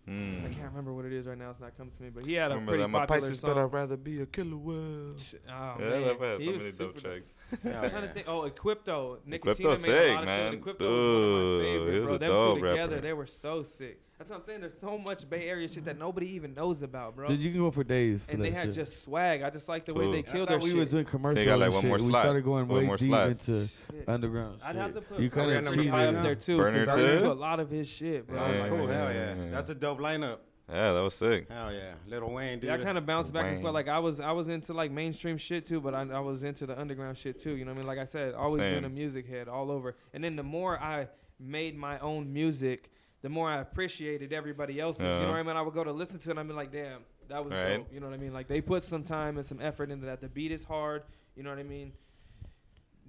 [SPEAKER 7] I
[SPEAKER 2] Mm.
[SPEAKER 7] can't remember what it is right now. It's not coming to me. But he had a
[SPEAKER 2] Remember
[SPEAKER 7] pretty
[SPEAKER 2] that my
[SPEAKER 7] popular
[SPEAKER 2] Pisces, but
[SPEAKER 7] song.
[SPEAKER 2] I'd rather be a killer whale.
[SPEAKER 7] Oh,
[SPEAKER 2] yeah,
[SPEAKER 7] man.
[SPEAKER 2] that had
[SPEAKER 7] He
[SPEAKER 2] so
[SPEAKER 7] was
[SPEAKER 2] many dope
[SPEAKER 7] super-
[SPEAKER 2] tracks.
[SPEAKER 7] I'm trying to think. Oh, Equipto. Nicotina
[SPEAKER 2] Equipto
[SPEAKER 7] made a
[SPEAKER 2] sick,
[SPEAKER 7] lot of
[SPEAKER 2] man.
[SPEAKER 7] shit. Equipto was one of
[SPEAKER 2] Dude,
[SPEAKER 7] my
[SPEAKER 2] he
[SPEAKER 7] favorite,
[SPEAKER 2] was
[SPEAKER 7] bro.
[SPEAKER 2] a
[SPEAKER 7] Them
[SPEAKER 2] dope
[SPEAKER 7] two together,
[SPEAKER 2] rapper.
[SPEAKER 7] they were so sick. That's what I'm saying. There's so much Bay Area shit that nobody even knows about, bro.
[SPEAKER 3] Dude, you can go for days for
[SPEAKER 7] and
[SPEAKER 3] that
[SPEAKER 7] they had
[SPEAKER 3] shit.
[SPEAKER 7] just swag. I just like the way
[SPEAKER 2] Ooh.
[SPEAKER 7] they
[SPEAKER 3] I
[SPEAKER 7] killed their
[SPEAKER 3] thought we
[SPEAKER 7] shit.
[SPEAKER 3] was doing commercials.
[SPEAKER 2] like,
[SPEAKER 3] and
[SPEAKER 2] one
[SPEAKER 3] shit.
[SPEAKER 2] more
[SPEAKER 3] we
[SPEAKER 2] slide.
[SPEAKER 3] started going
[SPEAKER 2] One
[SPEAKER 3] way
[SPEAKER 2] more
[SPEAKER 3] deep
[SPEAKER 2] slide.
[SPEAKER 3] into
[SPEAKER 7] Shit.
[SPEAKER 3] underground.
[SPEAKER 7] I'd
[SPEAKER 3] shit.
[SPEAKER 7] have to put
[SPEAKER 3] You
[SPEAKER 7] Burner
[SPEAKER 3] kinda
[SPEAKER 7] number
[SPEAKER 3] cheated.
[SPEAKER 7] five up there too.
[SPEAKER 2] Burner
[SPEAKER 7] 'cause I listened
[SPEAKER 2] two?
[SPEAKER 7] to a lot of his shit, bro.
[SPEAKER 4] No, it's
[SPEAKER 2] Yeah,
[SPEAKER 4] cool.
[SPEAKER 2] yeah,
[SPEAKER 4] Hell
[SPEAKER 2] yeah,
[SPEAKER 4] yeah.
[SPEAKER 2] yeah.
[SPEAKER 4] That's a dope lineup.
[SPEAKER 2] Yeah, that was sick.
[SPEAKER 4] Hell yeah. Little Wayne, dude.
[SPEAKER 7] Yeah, I kind of bounced back and
[SPEAKER 2] Wayne.
[SPEAKER 7] forth. Like I was, I was into like mainstream shit too, but I, I was into the underground shit too. You know what I mean? Like I said, always
[SPEAKER 2] Same.
[SPEAKER 7] been a music head all over. And then the more I made my own music, the more I appreciated everybody else's. You
[SPEAKER 2] Uh-huh.
[SPEAKER 7] know what I mean? I would go to listen to it, and I'd be like, damn, that was
[SPEAKER 2] Right.
[SPEAKER 7] dope. You know what I mean? Like they put some time and some effort into that. The beat is hard. You know what I mean?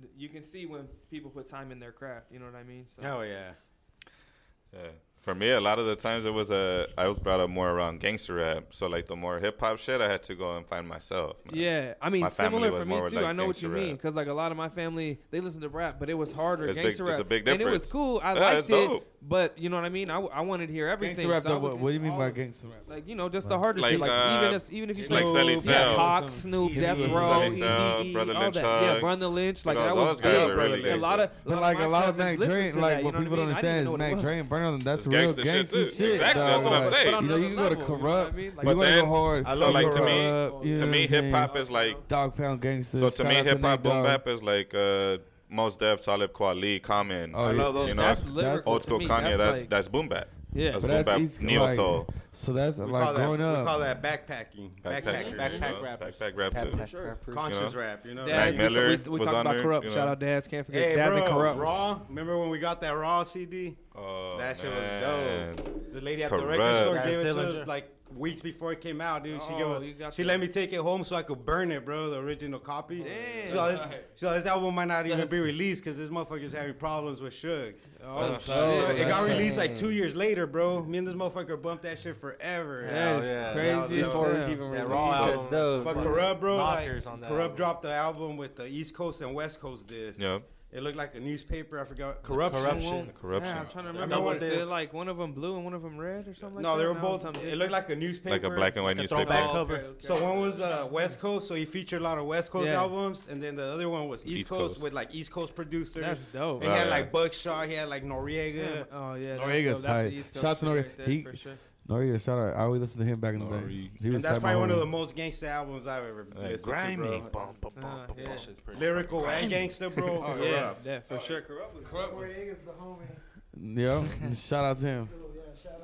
[SPEAKER 7] Th- You can see when people put time in their craft. You know what I mean? So
[SPEAKER 4] Hell yeah.
[SPEAKER 2] Yeah. For me, a lot of the times it was a I was brought up more around gangster rap, so like the more hip hop shit, I had to go and find myself. man.
[SPEAKER 7] Yeah, I mean,
[SPEAKER 2] My family
[SPEAKER 7] similar
[SPEAKER 2] was
[SPEAKER 7] for me
[SPEAKER 2] more
[SPEAKER 7] too.
[SPEAKER 2] like
[SPEAKER 7] I know what you
[SPEAKER 2] gangsta
[SPEAKER 7] mean,
[SPEAKER 2] rap.
[SPEAKER 7] because like a lot of my family, they listen to rap, but it was harder
[SPEAKER 2] It's big-
[SPEAKER 7] gangster rap.
[SPEAKER 2] it's a big
[SPEAKER 7] And it was
[SPEAKER 2] difference.
[SPEAKER 7] cool. I
[SPEAKER 2] Yeah,
[SPEAKER 7] liked
[SPEAKER 2] it's
[SPEAKER 7] it,
[SPEAKER 2] dope.
[SPEAKER 7] but you know what I mean. I, I wanted to hear everything.
[SPEAKER 3] Gangsta rap.
[SPEAKER 7] so I
[SPEAKER 3] though,
[SPEAKER 7] was
[SPEAKER 3] what, what do you
[SPEAKER 7] into
[SPEAKER 3] mean by
[SPEAKER 7] all of-
[SPEAKER 3] gangster rap?
[SPEAKER 7] Like you know, just the harder shit. Like
[SPEAKER 2] Like, uh,
[SPEAKER 7] even if even if you
[SPEAKER 2] just
[SPEAKER 7] say
[SPEAKER 2] like Sally
[SPEAKER 7] yeah,
[SPEAKER 2] Cell.
[SPEAKER 7] Pac, Snoop,
[SPEAKER 3] Easy
[SPEAKER 7] Death
[SPEAKER 3] E,
[SPEAKER 7] Row,
[SPEAKER 3] Sally
[SPEAKER 7] Easy,
[SPEAKER 2] Cell,
[SPEAKER 7] E,
[SPEAKER 2] Brother
[SPEAKER 7] all
[SPEAKER 2] Lynch
[SPEAKER 7] that. Yeah,
[SPEAKER 2] Hug.
[SPEAKER 7] Brother Lynch. Like
[SPEAKER 2] You know,
[SPEAKER 7] that
[SPEAKER 2] those
[SPEAKER 7] was
[SPEAKER 2] guys
[SPEAKER 7] big.
[SPEAKER 2] are really
[SPEAKER 7] a
[SPEAKER 2] gangsta.
[SPEAKER 7] lot of
[SPEAKER 3] But
[SPEAKER 7] lot
[SPEAKER 3] like
[SPEAKER 7] my
[SPEAKER 3] a lot of
[SPEAKER 7] cousins
[SPEAKER 3] Mac Dre,
[SPEAKER 7] listened to
[SPEAKER 3] like
[SPEAKER 7] that, you
[SPEAKER 3] what
[SPEAKER 7] know
[SPEAKER 3] people
[SPEAKER 7] I
[SPEAKER 3] don't
[SPEAKER 7] mean? I didn't
[SPEAKER 3] understand
[SPEAKER 7] know
[SPEAKER 3] is
[SPEAKER 7] what it
[SPEAKER 3] Mac
[SPEAKER 7] was.
[SPEAKER 3] Dre and Burner, and that's
[SPEAKER 2] It's
[SPEAKER 3] real
[SPEAKER 2] gangsta shit,
[SPEAKER 3] gangster
[SPEAKER 2] too.
[SPEAKER 3] shit.
[SPEAKER 2] Exactly, that's what I'm
[SPEAKER 3] dog.
[SPEAKER 2] saying.
[SPEAKER 3] You know,
[SPEAKER 7] But
[SPEAKER 3] you can go to
[SPEAKER 7] another level, you know what I
[SPEAKER 3] corrupt.
[SPEAKER 7] mean?
[SPEAKER 3] You
[SPEAKER 7] Like,
[SPEAKER 3] want to
[SPEAKER 2] then-
[SPEAKER 3] go hard.
[SPEAKER 2] So
[SPEAKER 3] you
[SPEAKER 2] like
[SPEAKER 3] go
[SPEAKER 2] to me,
[SPEAKER 3] corrupt, you
[SPEAKER 2] to
[SPEAKER 3] know
[SPEAKER 2] me,
[SPEAKER 3] what I'm
[SPEAKER 2] hip hop
[SPEAKER 3] saying?
[SPEAKER 2] is like
[SPEAKER 3] dog pound gangster.
[SPEAKER 2] so to
[SPEAKER 3] Shout
[SPEAKER 2] me,
[SPEAKER 3] out
[SPEAKER 2] hip hop
[SPEAKER 3] Nate
[SPEAKER 2] boom
[SPEAKER 3] Dogg.
[SPEAKER 2] bap is like uh, Mos Def, Talib Kweli, Common.
[SPEAKER 3] Oh, I love
[SPEAKER 2] You know,
[SPEAKER 7] That's
[SPEAKER 3] lyrical
[SPEAKER 2] old school Kanye. That's
[SPEAKER 7] like-
[SPEAKER 2] that's boom bap.
[SPEAKER 7] yeah.
[SPEAKER 2] That's
[SPEAKER 3] But
[SPEAKER 2] boom
[SPEAKER 3] that's
[SPEAKER 2] bap,
[SPEAKER 3] East-
[SPEAKER 2] neo
[SPEAKER 3] like,
[SPEAKER 2] soul,
[SPEAKER 3] So that's
[SPEAKER 4] We,
[SPEAKER 3] like
[SPEAKER 4] call that, we
[SPEAKER 3] growing
[SPEAKER 4] call
[SPEAKER 3] up.
[SPEAKER 4] that backpacking. Backpacking.
[SPEAKER 2] Backpackers, you know,
[SPEAKER 4] Backpack rappers.
[SPEAKER 2] backpack rap too.
[SPEAKER 6] Backpack rapper.
[SPEAKER 4] Conscious
[SPEAKER 2] You know?
[SPEAKER 4] rap, you know?
[SPEAKER 2] Mac
[SPEAKER 7] Daz, we-
[SPEAKER 2] Miller
[SPEAKER 7] we, we
[SPEAKER 2] was
[SPEAKER 7] talked
[SPEAKER 2] on
[SPEAKER 7] about
[SPEAKER 2] there,
[SPEAKER 7] corrupt.
[SPEAKER 2] you know?
[SPEAKER 7] Shout out Daz. Can't forget
[SPEAKER 4] Hey,
[SPEAKER 7] Daz
[SPEAKER 4] bro,
[SPEAKER 7] and corrupt.
[SPEAKER 4] Raw. Remember when we got that Raw CD?
[SPEAKER 2] Oh,
[SPEAKER 4] that shit
[SPEAKER 2] man.
[SPEAKER 4] was dope. The lady at the record
[SPEAKER 2] Corrupt.
[SPEAKER 4] store
[SPEAKER 6] That's
[SPEAKER 4] gave it to
[SPEAKER 6] Dillinger.
[SPEAKER 4] us like weeks before it came out, dude. She
[SPEAKER 7] Oh,
[SPEAKER 4] gave
[SPEAKER 7] you
[SPEAKER 4] it,
[SPEAKER 7] got
[SPEAKER 4] she
[SPEAKER 7] the-
[SPEAKER 4] let me take it home so I could burn it, bro. The original copy.
[SPEAKER 7] Damn.
[SPEAKER 4] So this, so this album might not even be released because this motherfucker's having problems with Suge.
[SPEAKER 7] Oh,
[SPEAKER 4] So
[SPEAKER 7] shit.
[SPEAKER 4] it got released like two years later, bro. Me and this motherfucker bumped that shit forever.
[SPEAKER 7] That is crazy.
[SPEAKER 4] That was
[SPEAKER 6] Before it was
[SPEAKER 7] Yeah.
[SPEAKER 6] even
[SPEAKER 5] That
[SPEAKER 6] released,
[SPEAKER 5] Raw
[SPEAKER 6] that's
[SPEAKER 5] album.
[SPEAKER 6] dope.
[SPEAKER 4] But Corrupt, bro, like,
[SPEAKER 5] Knockers on that
[SPEAKER 4] Corrupt
[SPEAKER 5] album.
[SPEAKER 4] dropped the album with the East Coast and West Coast disc.
[SPEAKER 2] Yeah,
[SPEAKER 4] It looked like a newspaper. I forgot. Corruption.
[SPEAKER 5] Corruption.
[SPEAKER 2] corruption.
[SPEAKER 7] Yeah, I'm trying to
[SPEAKER 4] I
[SPEAKER 7] remember.
[SPEAKER 4] know
[SPEAKER 7] what
[SPEAKER 4] what
[SPEAKER 7] it
[SPEAKER 4] it
[SPEAKER 7] said,
[SPEAKER 4] is.
[SPEAKER 7] like one of them blue and one of them red or something.
[SPEAKER 4] no,
[SPEAKER 7] like
[SPEAKER 4] they
[SPEAKER 7] that?
[SPEAKER 4] were
[SPEAKER 7] No,
[SPEAKER 4] both.
[SPEAKER 7] something
[SPEAKER 4] It
[SPEAKER 7] different.
[SPEAKER 4] looked like a newspaper.
[SPEAKER 2] like a black and white
[SPEAKER 5] The
[SPEAKER 2] newspaper.
[SPEAKER 5] throwback
[SPEAKER 7] Oh,
[SPEAKER 5] cover.
[SPEAKER 7] okay, okay.
[SPEAKER 4] So one was uh, West Coast, so he featured a lot of West Coast
[SPEAKER 7] Yeah.
[SPEAKER 4] albums, and then the other one was East,
[SPEAKER 2] East
[SPEAKER 4] Coast,
[SPEAKER 2] Coast.
[SPEAKER 4] with like East Coast producers.
[SPEAKER 7] that's dope.
[SPEAKER 4] And he had
[SPEAKER 2] Right.
[SPEAKER 4] like Buckshot, he had like
[SPEAKER 7] Yeah.
[SPEAKER 4] Noriega.
[SPEAKER 7] Oh yeah, that's
[SPEAKER 3] Noriega's
[SPEAKER 7] dope. That's
[SPEAKER 3] tight.
[SPEAKER 7] the East Coast
[SPEAKER 3] Shout out to
[SPEAKER 7] shit
[SPEAKER 3] Noriega.
[SPEAKER 7] right there,
[SPEAKER 3] He-
[SPEAKER 7] for sure.
[SPEAKER 3] Noriega, shout out. I always listened to him back in the day.
[SPEAKER 2] Noriega.
[SPEAKER 3] He
[SPEAKER 4] And
[SPEAKER 3] was
[SPEAKER 4] that's
[SPEAKER 3] type
[SPEAKER 4] probably one of
[SPEAKER 3] homie.
[SPEAKER 4] the most gangsta albums I've ever listened to, bro.
[SPEAKER 7] Uh, yeah.
[SPEAKER 4] Lyrical and gangsta, bro.
[SPEAKER 7] Oh, yeah, yeah, for sure. Corrupt was corrupt. Was,
[SPEAKER 3] Yeah, shout out to him.
[SPEAKER 5] Shout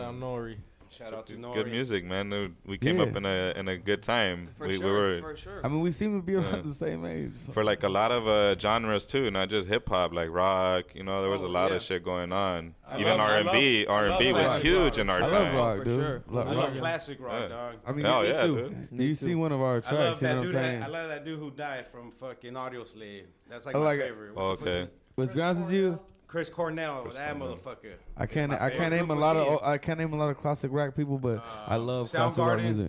[SPEAKER 5] out Nori.
[SPEAKER 4] Shout out to
[SPEAKER 7] Oh,
[SPEAKER 4] Nori.
[SPEAKER 2] Good music, man. Dude, We came
[SPEAKER 3] Yeah.
[SPEAKER 2] up in a in a good time.
[SPEAKER 7] for
[SPEAKER 2] we,
[SPEAKER 7] sure.
[SPEAKER 2] we were
[SPEAKER 7] for sure.
[SPEAKER 3] I mean, we seem to be around
[SPEAKER 2] Yeah.
[SPEAKER 3] the same age. so-
[SPEAKER 2] for like a lot of uh, genres too, not just hip hop, like rock. You know, there was
[SPEAKER 7] Oh,
[SPEAKER 2] a lot
[SPEAKER 7] yeah.
[SPEAKER 2] of shit going on.
[SPEAKER 4] I
[SPEAKER 2] Even
[SPEAKER 4] love-
[SPEAKER 2] R
[SPEAKER 4] I
[SPEAKER 2] and B,
[SPEAKER 4] love- I
[SPEAKER 2] R and B
[SPEAKER 4] love
[SPEAKER 2] was
[SPEAKER 4] classic
[SPEAKER 2] huge
[SPEAKER 4] rock.
[SPEAKER 2] in our
[SPEAKER 3] I love
[SPEAKER 2] time.
[SPEAKER 3] rock,
[SPEAKER 7] For
[SPEAKER 3] dude.
[SPEAKER 7] sure.
[SPEAKER 3] Love
[SPEAKER 4] I
[SPEAKER 3] rock.
[SPEAKER 4] love classic rock,
[SPEAKER 2] Yeah.
[SPEAKER 4] dog.
[SPEAKER 3] I mean,
[SPEAKER 2] Oh,
[SPEAKER 3] you-
[SPEAKER 2] yeah,
[SPEAKER 3] you
[SPEAKER 2] dude.
[SPEAKER 3] too. You see one of our
[SPEAKER 4] I love
[SPEAKER 3] tracks, you know
[SPEAKER 4] that
[SPEAKER 3] what I'm
[SPEAKER 4] dude.
[SPEAKER 3] saying?
[SPEAKER 4] That, I love that dude who died from fucking Audio Slave. That's like
[SPEAKER 3] I
[SPEAKER 4] my
[SPEAKER 3] like it.
[SPEAKER 4] favorite. What the fuck's
[SPEAKER 2] Oh, Okay.
[SPEAKER 4] his-
[SPEAKER 3] Let's be honest with you.
[SPEAKER 4] Chris Cornell, that
[SPEAKER 2] Cornell.
[SPEAKER 4] motherfucker.
[SPEAKER 3] I can't.
[SPEAKER 4] my
[SPEAKER 3] I can't
[SPEAKER 4] favorite
[SPEAKER 3] name a
[SPEAKER 4] group
[SPEAKER 3] lot
[SPEAKER 4] was
[SPEAKER 3] of.
[SPEAKER 4] East.
[SPEAKER 3] I can't name a lot of classic rock people, but I love classic rock
[SPEAKER 4] Soundgarden.
[SPEAKER 3] music.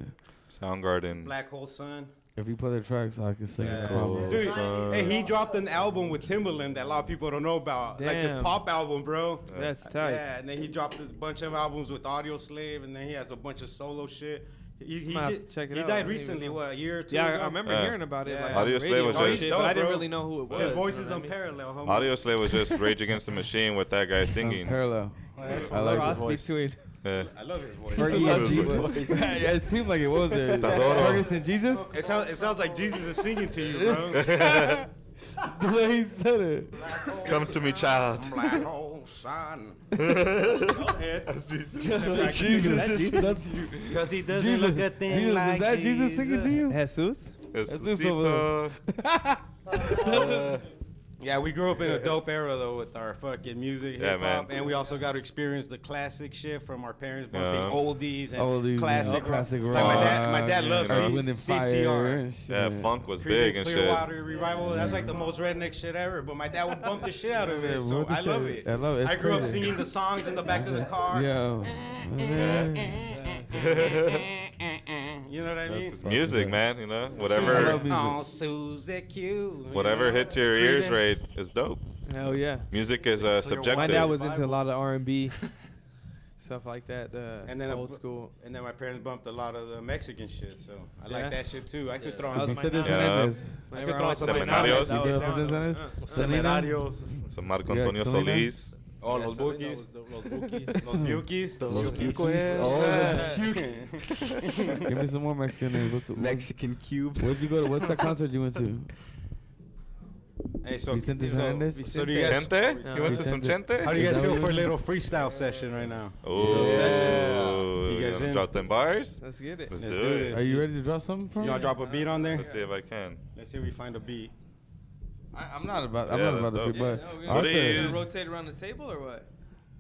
[SPEAKER 2] Soundgarden.
[SPEAKER 4] Black Hole Sun.
[SPEAKER 3] If you play the tracks, I can sing.
[SPEAKER 4] Yeah.
[SPEAKER 3] it.
[SPEAKER 2] Cool.
[SPEAKER 4] Dude,
[SPEAKER 2] Son.
[SPEAKER 4] hey, he dropped an album with Timbaland that a lot of people don't know about, like his
[SPEAKER 7] Damn.
[SPEAKER 4] pop album, bro.
[SPEAKER 7] That's tight.
[SPEAKER 4] Yeah, and then he dropped a bunch of albums with Audio Slave, and then he has a bunch of solo shit. He, he,
[SPEAKER 7] Might have
[SPEAKER 4] ju-
[SPEAKER 7] to check it
[SPEAKER 4] he
[SPEAKER 7] out. I
[SPEAKER 4] died
[SPEAKER 7] didn't
[SPEAKER 4] recently,
[SPEAKER 7] even know.
[SPEAKER 4] what, a year or two
[SPEAKER 7] Yeah, I,
[SPEAKER 4] ago?
[SPEAKER 7] I remember
[SPEAKER 2] Yeah.
[SPEAKER 7] hearing about it.
[SPEAKER 4] Yeah.
[SPEAKER 7] Like,
[SPEAKER 4] Audio
[SPEAKER 7] on the
[SPEAKER 2] Slave
[SPEAKER 7] radio
[SPEAKER 2] was
[SPEAKER 7] and
[SPEAKER 2] just-
[SPEAKER 4] Oh,
[SPEAKER 7] shit, but
[SPEAKER 4] he's
[SPEAKER 7] I didn't
[SPEAKER 4] dope,
[SPEAKER 7] really know who it was.
[SPEAKER 4] His voice
[SPEAKER 7] you know
[SPEAKER 4] is
[SPEAKER 7] what I mean?
[SPEAKER 4] unparalleled, homie.
[SPEAKER 2] Audio Slave was just Rage Against the Machine with that guy singing.
[SPEAKER 3] Parallel. I like
[SPEAKER 5] Ross
[SPEAKER 3] his voice.
[SPEAKER 7] Between
[SPEAKER 2] Yeah.
[SPEAKER 5] I love his voice.
[SPEAKER 3] Fergie
[SPEAKER 6] love
[SPEAKER 3] and Jesus.
[SPEAKER 6] Jesus.
[SPEAKER 3] yeah, it seemed like it was there.
[SPEAKER 2] Tesoro.
[SPEAKER 3] Fergus and Jesus.
[SPEAKER 4] It sounds, it sounds like Jesus is singing to you, bro.
[SPEAKER 3] The way he said it.
[SPEAKER 2] Come to me, child.
[SPEAKER 6] I'm like, oh, son.
[SPEAKER 3] Jesus, is that
[SPEAKER 4] Because he doesn't
[SPEAKER 3] Jesus,
[SPEAKER 4] look at things
[SPEAKER 3] Jesus,
[SPEAKER 4] like
[SPEAKER 3] is that Jesus, singing to you?
[SPEAKER 7] Jesus.
[SPEAKER 3] That's just over
[SPEAKER 4] Yeah, we grew up in a dope era though with our fucking music,
[SPEAKER 2] Yeah,
[SPEAKER 4] hip hop,
[SPEAKER 2] man.
[SPEAKER 4] and we also got to experience the classic shit from our parents bumping
[SPEAKER 2] Yeah.
[SPEAKER 4] oldies and
[SPEAKER 3] Oldies,
[SPEAKER 4] classic,
[SPEAKER 3] yeah, classic
[SPEAKER 4] rock. Like my dad, my
[SPEAKER 3] rock,
[SPEAKER 4] dad
[SPEAKER 2] you
[SPEAKER 4] loves
[SPEAKER 2] know.
[SPEAKER 4] C-
[SPEAKER 3] Earth, Wind and Fire
[SPEAKER 4] CCR.
[SPEAKER 3] and shit.
[SPEAKER 2] Yeah, funk was big
[SPEAKER 4] Creedence
[SPEAKER 2] and shit.
[SPEAKER 4] Clearwater revival. That's like the most redneck shit ever. But my dad would bump the shit out of it,
[SPEAKER 3] Yeah,
[SPEAKER 4] so
[SPEAKER 3] what the
[SPEAKER 4] I
[SPEAKER 3] shit-
[SPEAKER 4] love it.
[SPEAKER 3] I love it. It's
[SPEAKER 4] I grew up
[SPEAKER 3] crazy.
[SPEAKER 4] singing the songs in the back of the car.
[SPEAKER 3] Yeah.
[SPEAKER 4] You know what I mean?
[SPEAKER 2] Music, man, you know,
[SPEAKER 3] I love
[SPEAKER 2] whatever,
[SPEAKER 3] music.
[SPEAKER 4] Oh, Susie Q.
[SPEAKER 2] whatever hits your ears, right, is dope.
[SPEAKER 7] Hell yeah.
[SPEAKER 2] Music is
[SPEAKER 7] My
[SPEAKER 2] uh, subjective.
[SPEAKER 7] dad was into a lot of R and B stuff like that. The
[SPEAKER 4] And then a-
[SPEAKER 7] old school.
[SPEAKER 4] And then my parents bumped a lot of the Mexican shit, so I
[SPEAKER 7] Yeah.
[SPEAKER 4] like that shit too. I could throw
[SPEAKER 7] That
[SPEAKER 4] on
[SPEAKER 7] was
[SPEAKER 4] some
[SPEAKER 7] my
[SPEAKER 3] Mercedes
[SPEAKER 2] Yeah.
[SPEAKER 3] Menendez.
[SPEAKER 7] Whenever
[SPEAKER 4] could
[SPEAKER 7] I
[SPEAKER 4] throw
[SPEAKER 7] was
[SPEAKER 4] some
[SPEAKER 7] like-
[SPEAKER 2] Seminarios.
[SPEAKER 4] That was down. Uh-huh.
[SPEAKER 3] Mercedes Menendez. Selena.
[SPEAKER 2] Some Marco
[SPEAKER 3] Yeah,
[SPEAKER 2] Antonio
[SPEAKER 3] Selena.
[SPEAKER 2] Solis.
[SPEAKER 4] Oh, los bookies. Los bookies.
[SPEAKER 6] Los Bukis.
[SPEAKER 3] Oh, Give me some more Mexican names. What's the,
[SPEAKER 6] Mexican cube.
[SPEAKER 3] Where'd you go to? What's that concert you went to?
[SPEAKER 4] Hey, so,
[SPEAKER 3] Vicente
[SPEAKER 4] so-
[SPEAKER 3] Hernandez?
[SPEAKER 4] so do you guys,
[SPEAKER 2] Chente? You went to some
[SPEAKER 3] Vicente.
[SPEAKER 4] how
[SPEAKER 2] Chente?
[SPEAKER 4] do you guys feel for a
[SPEAKER 3] Vicente.
[SPEAKER 4] little freestyle session right now?
[SPEAKER 2] Oh,
[SPEAKER 4] You
[SPEAKER 2] you
[SPEAKER 4] guys
[SPEAKER 2] guys
[SPEAKER 4] in?
[SPEAKER 2] drop them bars?
[SPEAKER 7] Let's get it.
[SPEAKER 2] Let's
[SPEAKER 4] Let's
[SPEAKER 2] do
[SPEAKER 4] do
[SPEAKER 2] it.
[SPEAKER 4] this.
[SPEAKER 3] Are you ready to drop something? For
[SPEAKER 4] You
[SPEAKER 3] me?
[SPEAKER 4] want to drop a beat on there?
[SPEAKER 2] Let's see if I can.
[SPEAKER 4] Let's see if we find a beat.
[SPEAKER 3] I, I'm not about. I'm
[SPEAKER 2] Yeah,
[SPEAKER 3] not about
[SPEAKER 2] that's
[SPEAKER 3] to free, but
[SPEAKER 2] dope.
[SPEAKER 7] Yeah,
[SPEAKER 2] no, What
[SPEAKER 3] Arthur,
[SPEAKER 2] is-
[SPEAKER 7] Gonna rotate around the table or what?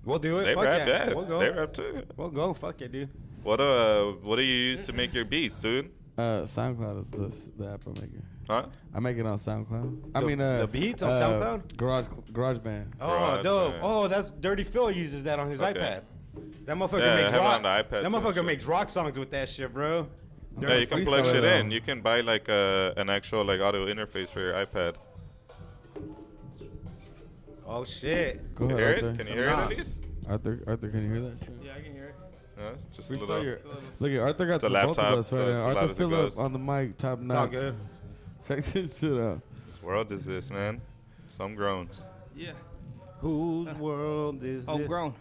[SPEAKER 4] We'll do it.
[SPEAKER 2] They
[SPEAKER 4] Fuck
[SPEAKER 2] rap,
[SPEAKER 4] yeah.
[SPEAKER 2] yeah.
[SPEAKER 4] We'll go.
[SPEAKER 2] They rap too.
[SPEAKER 4] We'll go. Fuck it, dude.
[SPEAKER 2] What uh, what do you use to make your beats, dude?
[SPEAKER 3] uh, SoundCloud is the s- the app I make it.
[SPEAKER 2] Huh?
[SPEAKER 3] I make it on SoundCloud. I
[SPEAKER 4] The-
[SPEAKER 3] mean, uh,
[SPEAKER 4] the beats on
[SPEAKER 3] uh,
[SPEAKER 4] SoundCloud?
[SPEAKER 3] Garage Garage Band.
[SPEAKER 4] Oh,
[SPEAKER 2] Garage
[SPEAKER 4] dope.
[SPEAKER 2] band.
[SPEAKER 4] Oh, that's Dirty Phil uses that on his
[SPEAKER 2] Okay.
[SPEAKER 4] iPad. That motherfucker
[SPEAKER 2] Yeah, I
[SPEAKER 4] makes
[SPEAKER 2] have it
[SPEAKER 4] rock.
[SPEAKER 2] on the iPad
[SPEAKER 4] that
[SPEAKER 2] too,
[SPEAKER 4] motherfucker
[SPEAKER 2] shit.
[SPEAKER 4] makes rock songs with that shit, bro.
[SPEAKER 2] Yeah, you can plug
[SPEAKER 3] freestyle
[SPEAKER 2] shit
[SPEAKER 3] though.
[SPEAKER 2] in. You can buy like uh, an actual like audio interface for your iPad.
[SPEAKER 4] Oh shit.
[SPEAKER 3] Go
[SPEAKER 2] Can you
[SPEAKER 3] ahead,
[SPEAKER 2] hear
[SPEAKER 3] Arthur.
[SPEAKER 2] it? Can you hear it at
[SPEAKER 4] Nas.
[SPEAKER 2] least?
[SPEAKER 3] Arthur, Arthur, can you hear that? Shit?
[SPEAKER 7] Yeah, I can hear it.
[SPEAKER 2] Yeah, just a
[SPEAKER 3] Freestyle
[SPEAKER 2] little.
[SPEAKER 3] your, look at Arthur got
[SPEAKER 2] It's a
[SPEAKER 3] the both
[SPEAKER 2] laptop,
[SPEAKER 3] of us
[SPEAKER 2] so
[SPEAKER 3] right
[SPEAKER 2] it's
[SPEAKER 3] now.
[SPEAKER 2] as loud
[SPEAKER 3] Arthur
[SPEAKER 2] as it goes.
[SPEAKER 3] Philip on the mic,
[SPEAKER 4] It's
[SPEAKER 3] top
[SPEAKER 4] all
[SPEAKER 3] notch.
[SPEAKER 4] good.
[SPEAKER 3] Check this shit out.
[SPEAKER 2] This world is this, man. Some grown.
[SPEAKER 7] Yeah.
[SPEAKER 4] Whose world is
[SPEAKER 7] Oh,
[SPEAKER 4] this?
[SPEAKER 7] grown.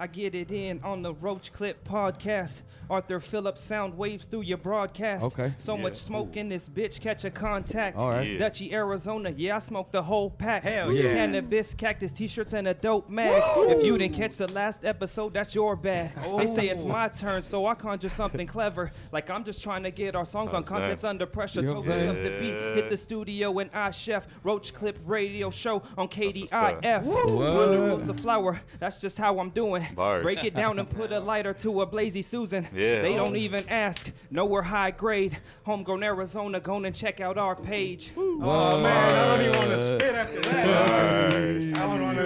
[SPEAKER 7] I get it in on the Roach Clip podcast. Arthur Phillips sound waves through your broadcast.
[SPEAKER 3] Okay.
[SPEAKER 7] So much smoke in this bitch, catch a contact.
[SPEAKER 3] All right.
[SPEAKER 2] Yeah.
[SPEAKER 7] Dutchy, Arizona, yeah, I smoked the whole pack.
[SPEAKER 4] Hell yeah.
[SPEAKER 7] Cannabis, cactus, t shirts, and a dope mag. If you didn't catch the last episode, that's your bad. They say
[SPEAKER 4] Oh.
[SPEAKER 7] it's my turn, so I conjure something clever. Like I'm just trying to get our songs on
[SPEAKER 2] Sounds nice.
[SPEAKER 7] contents under pressure.
[SPEAKER 3] You know what I'm
[SPEAKER 7] Token
[SPEAKER 3] saying?
[SPEAKER 7] up the beat, hit the studio, and I chef. Roach Clip radio show on
[SPEAKER 2] what's up.
[SPEAKER 7] KDIF.
[SPEAKER 3] What?
[SPEAKER 7] Funerals a flower. That's just how I'm doing.
[SPEAKER 2] Bars.
[SPEAKER 7] Break it down and put a lighter to a blazy Susan.
[SPEAKER 2] Yeah.
[SPEAKER 7] They don't even ask. No, we're high grade. Homegrown Arizona. Go and check out our page.
[SPEAKER 4] Oh man, I don't even want to spit after that. I don't want to.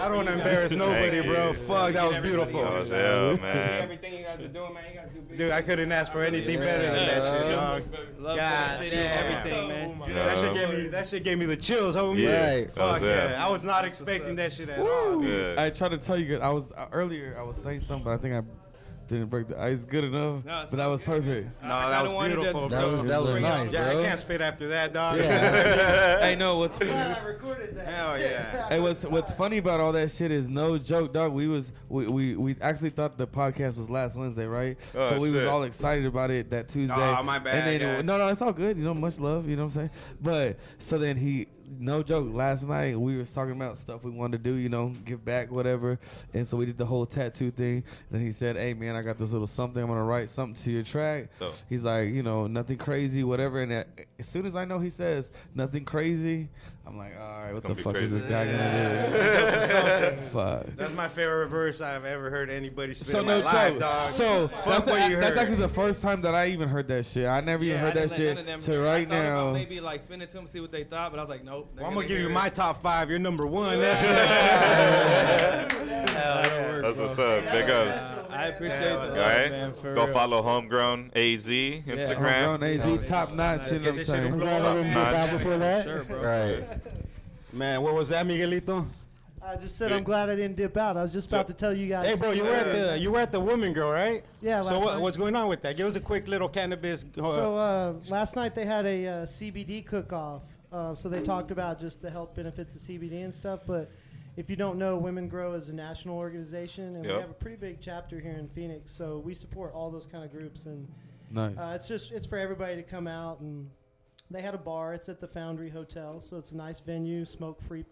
[SPEAKER 4] I don't want to embarrass nobody,
[SPEAKER 2] Thank
[SPEAKER 4] bro.
[SPEAKER 2] you.
[SPEAKER 4] Fuck, that was
[SPEAKER 2] Oh,
[SPEAKER 4] beautiful,
[SPEAKER 2] yeah, man.
[SPEAKER 7] Everything you guys are doing, man. You guys do big.
[SPEAKER 4] dude. I couldn't ask for anything better than that shit, dog.
[SPEAKER 7] Love
[SPEAKER 4] God
[SPEAKER 7] to see
[SPEAKER 4] damn.
[SPEAKER 7] everything, Oh man.
[SPEAKER 4] Dude, that shit
[SPEAKER 2] Yeah.
[SPEAKER 4] gave me that shit gave me the chills, homie.
[SPEAKER 2] Yeah,
[SPEAKER 6] Right.
[SPEAKER 2] that was
[SPEAKER 4] Fuck
[SPEAKER 2] it.
[SPEAKER 4] yeah, I was not expecting that shit at all.
[SPEAKER 2] Yeah.
[SPEAKER 3] I tried to tell you guys. I was uh, earlier. I was saying something, but I think I didn't break the ice good enough.
[SPEAKER 7] No, it's
[SPEAKER 3] but that was perfect.
[SPEAKER 4] No,
[SPEAKER 7] I
[SPEAKER 4] that
[SPEAKER 7] kinda
[SPEAKER 4] was
[SPEAKER 7] wanted to-
[SPEAKER 4] beautiful,
[SPEAKER 6] That
[SPEAKER 4] bro.
[SPEAKER 6] was that was
[SPEAKER 7] Bring it on.
[SPEAKER 6] nice,
[SPEAKER 4] yeah,
[SPEAKER 6] bro.
[SPEAKER 4] I can't spit after that, dog.
[SPEAKER 6] Yeah.
[SPEAKER 3] I know what's.
[SPEAKER 4] Hell yeah.
[SPEAKER 3] Hey, what's what's funny about all that shit is no joke, dog. We was we we, we actually thought the podcast was last Wednesday, right?
[SPEAKER 2] Oh,
[SPEAKER 3] so we was
[SPEAKER 2] shit.
[SPEAKER 3] all excited about it that Tuesday.
[SPEAKER 4] Aw, my bad,
[SPEAKER 3] And then
[SPEAKER 4] guys.
[SPEAKER 3] no, no, it's all good. You know, much love. You know what I'm saying? But so then he, no joke. Last night we was talking about stuff we wanted to do. You know, give back, whatever. And so we did the whole tattoo thing. Then he said, "Hey, man, I got this little something. I'm gonna write something to your track."
[SPEAKER 2] Dope.
[SPEAKER 3] He's like, you know, nothing crazy, whatever. And a- as soon as I know he says nothing crazy, I'm like, all right, what
[SPEAKER 2] Gonna
[SPEAKER 3] the
[SPEAKER 2] be
[SPEAKER 3] fuck is this
[SPEAKER 2] crazy.
[SPEAKER 3] guy gonna do? Fuck.
[SPEAKER 4] That's my favorite verse I've ever heard anybody spit
[SPEAKER 3] So
[SPEAKER 4] in
[SPEAKER 3] no
[SPEAKER 4] my life,
[SPEAKER 3] joke.
[SPEAKER 4] dog.
[SPEAKER 3] So that's,
[SPEAKER 4] what
[SPEAKER 3] a-
[SPEAKER 4] you
[SPEAKER 3] that's
[SPEAKER 4] heard.
[SPEAKER 3] actually the first time that I even heard that shit. I never even
[SPEAKER 7] Yeah,
[SPEAKER 3] heard
[SPEAKER 7] I
[SPEAKER 3] that
[SPEAKER 7] didn't let none of them-
[SPEAKER 3] shit. So right
[SPEAKER 7] I thought about
[SPEAKER 3] now,
[SPEAKER 7] maybe like spin it to them, see what they thought, but I was like, nope.
[SPEAKER 4] Well, I'm gonna give you my top five. You're number one. That's
[SPEAKER 2] That's what's up. Big ups.
[SPEAKER 7] I appreciate
[SPEAKER 4] Yeah,
[SPEAKER 7] the
[SPEAKER 2] All
[SPEAKER 7] love, man.
[SPEAKER 2] right.
[SPEAKER 7] For
[SPEAKER 2] Go
[SPEAKER 7] real.
[SPEAKER 2] follow Homegrown AZ Instagram.
[SPEAKER 3] homegrown AZ top notch. You know
[SPEAKER 4] get
[SPEAKER 3] what I'm
[SPEAKER 4] this shit
[SPEAKER 3] saying?
[SPEAKER 4] blown up, man.
[SPEAKER 2] Notch.
[SPEAKER 6] before that?
[SPEAKER 7] Sure, bro.
[SPEAKER 6] Right.
[SPEAKER 4] man, what was that, Miguelito?
[SPEAKER 8] I just said I'm glad I didn't dip out. I was just about to tell you guys.
[SPEAKER 4] Hey, bro, you were at the you were at the Woman Girl, right?
[SPEAKER 8] Yeah,
[SPEAKER 4] So
[SPEAKER 8] last
[SPEAKER 4] what,
[SPEAKER 8] night.
[SPEAKER 4] what's going on with that? Give us a quick little cannabis. uh,
[SPEAKER 8] So uh, last night they had a uh, CBD cook-off. Uh, so they talked about just the health benefits of CBD and stuff. But if you don't know, Women Grow is a national organization, and we
[SPEAKER 2] Yep.
[SPEAKER 8] have a pretty big chapter here in Phoenix. So we support all those kind of groups, and
[SPEAKER 3] Nice.
[SPEAKER 8] uh, it's just it's for everybody to come out and they had a bar. It's at the Foundry Hotel, so it's a nice venue, smoke free.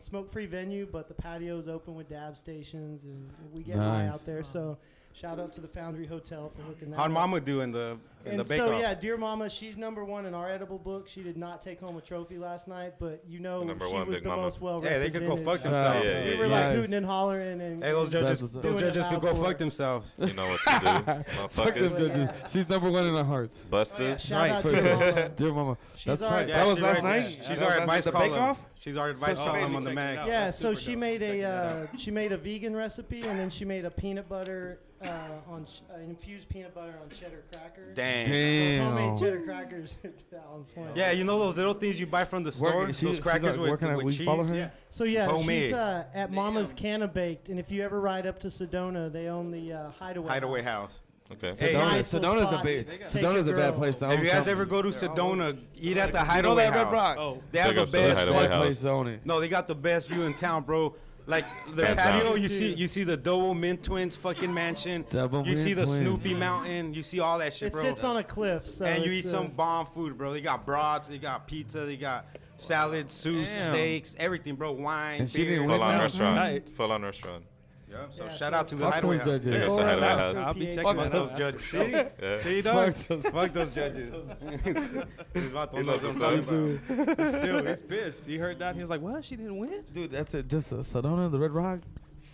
[SPEAKER 8] Smoke free venue, but the patio's open with dab stations, and we get high
[SPEAKER 3] Nice.
[SPEAKER 8] out there. So, shout out to the Foundry Hotel for hooking that.
[SPEAKER 4] How'd
[SPEAKER 8] up.
[SPEAKER 4] Mama do in the in
[SPEAKER 8] And
[SPEAKER 4] the bake
[SPEAKER 8] so
[SPEAKER 4] off?
[SPEAKER 8] yeah, dear mama, she's number one in our edible book. She did not take home a trophy last night, but you know
[SPEAKER 2] Number
[SPEAKER 8] she
[SPEAKER 2] one,
[SPEAKER 8] was
[SPEAKER 2] Big
[SPEAKER 8] the
[SPEAKER 2] Mama.
[SPEAKER 8] most well
[SPEAKER 4] Yeah, they
[SPEAKER 8] represented.
[SPEAKER 4] could go fuck
[SPEAKER 8] so
[SPEAKER 4] themselves.
[SPEAKER 2] Yeah,
[SPEAKER 8] we
[SPEAKER 2] yeah,
[SPEAKER 8] were
[SPEAKER 3] yeah.
[SPEAKER 8] like
[SPEAKER 3] Nice.
[SPEAKER 8] hooting and hollering, and
[SPEAKER 4] Hey, those judges,
[SPEAKER 3] That's what's up.
[SPEAKER 4] those
[SPEAKER 8] Doing a
[SPEAKER 4] judges could
[SPEAKER 8] battle
[SPEAKER 4] go
[SPEAKER 8] for
[SPEAKER 4] fuck
[SPEAKER 8] it.
[SPEAKER 4] themselves.
[SPEAKER 2] You know what to do,
[SPEAKER 3] Fuck this
[SPEAKER 2] motherfuckers.
[SPEAKER 8] Yeah.
[SPEAKER 3] judge. She's number one in our hearts.
[SPEAKER 2] Bust
[SPEAKER 8] Oh, yeah,
[SPEAKER 2] this.
[SPEAKER 8] shout out
[SPEAKER 3] Right,
[SPEAKER 8] dear
[SPEAKER 3] first.
[SPEAKER 8] mama.
[SPEAKER 3] Dear mama,
[SPEAKER 8] She's
[SPEAKER 3] that's
[SPEAKER 8] our-
[SPEAKER 3] right.
[SPEAKER 4] Yeah,
[SPEAKER 5] That was
[SPEAKER 4] she
[SPEAKER 5] last
[SPEAKER 4] right there.
[SPEAKER 5] night?
[SPEAKER 4] She's
[SPEAKER 5] That
[SPEAKER 4] our
[SPEAKER 5] was
[SPEAKER 4] advice
[SPEAKER 5] the Bake
[SPEAKER 4] column.
[SPEAKER 5] Off?
[SPEAKER 4] She's our advice
[SPEAKER 5] So
[SPEAKER 4] column
[SPEAKER 5] amazing.
[SPEAKER 4] on the
[SPEAKER 5] Check it
[SPEAKER 4] mag.
[SPEAKER 7] out.
[SPEAKER 8] Yeah,
[SPEAKER 7] that's
[SPEAKER 8] so
[SPEAKER 7] super
[SPEAKER 8] she
[SPEAKER 7] dope.
[SPEAKER 8] made
[SPEAKER 7] Checking
[SPEAKER 8] a
[SPEAKER 7] that
[SPEAKER 8] uh, she made a vegan recipe, and then she made a peanut butter uh, on ch- uh, infused peanut butter on cheddar crackers.
[SPEAKER 4] Dang.
[SPEAKER 8] Those
[SPEAKER 3] Damn.
[SPEAKER 8] homemade cheddar crackers are on point.
[SPEAKER 4] Yeah, you know those little things you buy from the
[SPEAKER 3] Where-
[SPEAKER 4] store?
[SPEAKER 3] she- she's
[SPEAKER 4] those crackers
[SPEAKER 3] like, where
[SPEAKER 4] with,
[SPEAKER 3] can I-
[SPEAKER 4] with
[SPEAKER 3] we
[SPEAKER 4] cheese?
[SPEAKER 3] follow her?
[SPEAKER 7] Yeah.
[SPEAKER 8] So yeah,
[SPEAKER 4] Homemade.
[SPEAKER 8] she's uh, at Mama's Canna Baked, and if you ever ride up to Sedona, they own the uh, Hideaway
[SPEAKER 4] Hideaway House.
[SPEAKER 2] Okay.
[SPEAKER 4] Hey,
[SPEAKER 3] Sedona,
[SPEAKER 8] nice little
[SPEAKER 3] Sedona's a
[SPEAKER 8] spots.
[SPEAKER 3] big.
[SPEAKER 8] They got-
[SPEAKER 3] Sedona's a
[SPEAKER 8] Take a
[SPEAKER 3] bad
[SPEAKER 8] girl.
[SPEAKER 3] place. to
[SPEAKER 4] If
[SPEAKER 3] own
[SPEAKER 4] you guys
[SPEAKER 3] something.
[SPEAKER 4] ever go to Sedona, eat at the
[SPEAKER 6] You know
[SPEAKER 4] Hideaway
[SPEAKER 6] that Red
[SPEAKER 4] House.
[SPEAKER 6] Rock?
[SPEAKER 7] Oh,
[SPEAKER 4] They have
[SPEAKER 2] Big
[SPEAKER 4] the
[SPEAKER 2] ups to the
[SPEAKER 4] best
[SPEAKER 2] Hideaway
[SPEAKER 3] bad
[SPEAKER 2] House.
[SPEAKER 3] place to own it.
[SPEAKER 4] No, they got the best view in town, bro. Like the
[SPEAKER 2] Hands
[SPEAKER 4] patio,
[SPEAKER 2] down.
[SPEAKER 4] you see, you see the Double Mint Twins fucking mansion.
[SPEAKER 3] Double
[SPEAKER 4] you see
[SPEAKER 3] Mint
[SPEAKER 4] the
[SPEAKER 3] Twins.
[SPEAKER 4] Snoopy Mountain. You see all that shit,
[SPEAKER 8] It
[SPEAKER 4] bro.
[SPEAKER 8] sits on a cliff, so
[SPEAKER 4] and you
[SPEAKER 8] it's,
[SPEAKER 4] eat
[SPEAKER 8] uh,
[SPEAKER 4] some bomb food, bro. They got brats, they got pizza, they got salad, soups, steaks, everything, bro. Wine,
[SPEAKER 3] And she
[SPEAKER 4] beer.
[SPEAKER 3] didn't win
[SPEAKER 2] Full on
[SPEAKER 3] Sounds
[SPEAKER 2] restaurant.
[SPEAKER 7] tight.
[SPEAKER 2] Full on restaurant.
[SPEAKER 4] Yep, so
[SPEAKER 8] Yeah,
[SPEAKER 4] shout
[SPEAKER 8] so-
[SPEAKER 4] out to the
[SPEAKER 3] Fuck
[SPEAKER 4] Hideaway
[SPEAKER 3] those
[SPEAKER 4] House.
[SPEAKER 3] judges.
[SPEAKER 2] Big ups to
[SPEAKER 8] Go
[SPEAKER 2] Hideaway
[SPEAKER 8] around
[SPEAKER 2] House.
[SPEAKER 8] to
[SPEAKER 7] I'll be
[SPEAKER 8] PH.
[SPEAKER 7] checking
[SPEAKER 4] Fuck
[SPEAKER 7] that
[SPEAKER 4] those
[SPEAKER 7] out.
[SPEAKER 4] judges. See? See, dog? Fuck those judges. These vatos knows what I'm talking about.
[SPEAKER 7] Dude, he's pissed. He heard that and he was like, "What? She didn't win?"
[SPEAKER 3] Dude, that's it. Just uh, Sedona, the Red Rock,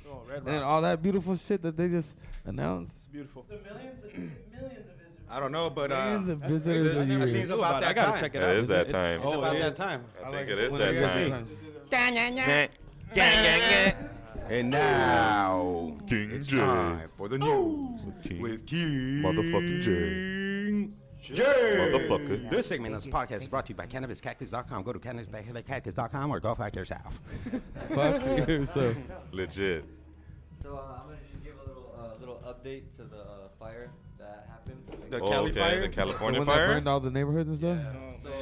[SPEAKER 7] Oh, Red
[SPEAKER 3] and
[SPEAKER 7] Rock.
[SPEAKER 3] all that beautiful shit that they just announced.
[SPEAKER 7] It's beautiful.
[SPEAKER 8] The millions of, millions of visitors.
[SPEAKER 4] I don't know, but uh,
[SPEAKER 3] Millions of
[SPEAKER 4] I
[SPEAKER 3] visitors a
[SPEAKER 4] think
[SPEAKER 3] year.
[SPEAKER 4] it's about
[SPEAKER 7] I
[SPEAKER 4] that
[SPEAKER 7] gotta
[SPEAKER 4] time.
[SPEAKER 7] check
[SPEAKER 4] It's
[SPEAKER 7] it
[SPEAKER 2] It
[SPEAKER 7] out.
[SPEAKER 2] is that time.
[SPEAKER 7] Oh,
[SPEAKER 4] about
[SPEAKER 7] it
[SPEAKER 4] that
[SPEAKER 7] is.
[SPEAKER 4] time.
[SPEAKER 2] I think it is that
[SPEAKER 4] you guys
[SPEAKER 2] time.
[SPEAKER 4] think? And now
[SPEAKER 2] King
[SPEAKER 4] it's
[SPEAKER 2] J. Oh.
[SPEAKER 4] time for the news with King
[SPEAKER 2] Motherfucking
[SPEAKER 4] J. J.
[SPEAKER 2] Motherfucker.
[SPEAKER 4] This segment of this podcast is brought to you by CannabisCactus.com. Go to CannabisCactus.com or go fuck yourself.
[SPEAKER 3] Fuck you, so.
[SPEAKER 2] Legit.
[SPEAKER 6] So uh, I'm gonna just give a little uh, little update to the uh, fire that happened.
[SPEAKER 4] The
[SPEAKER 2] Oh,
[SPEAKER 4] Cali
[SPEAKER 2] okay.
[SPEAKER 4] fire?
[SPEAKER 2] The
[SPEAKER 3] The
[SPEAKER 2] California
[SPEAKER 3] one that
[SPEAKER 2] fire.
[SPEAKER 3] burned all the neighborhoods and stuff.
[SPEAKER 6] Yeah. So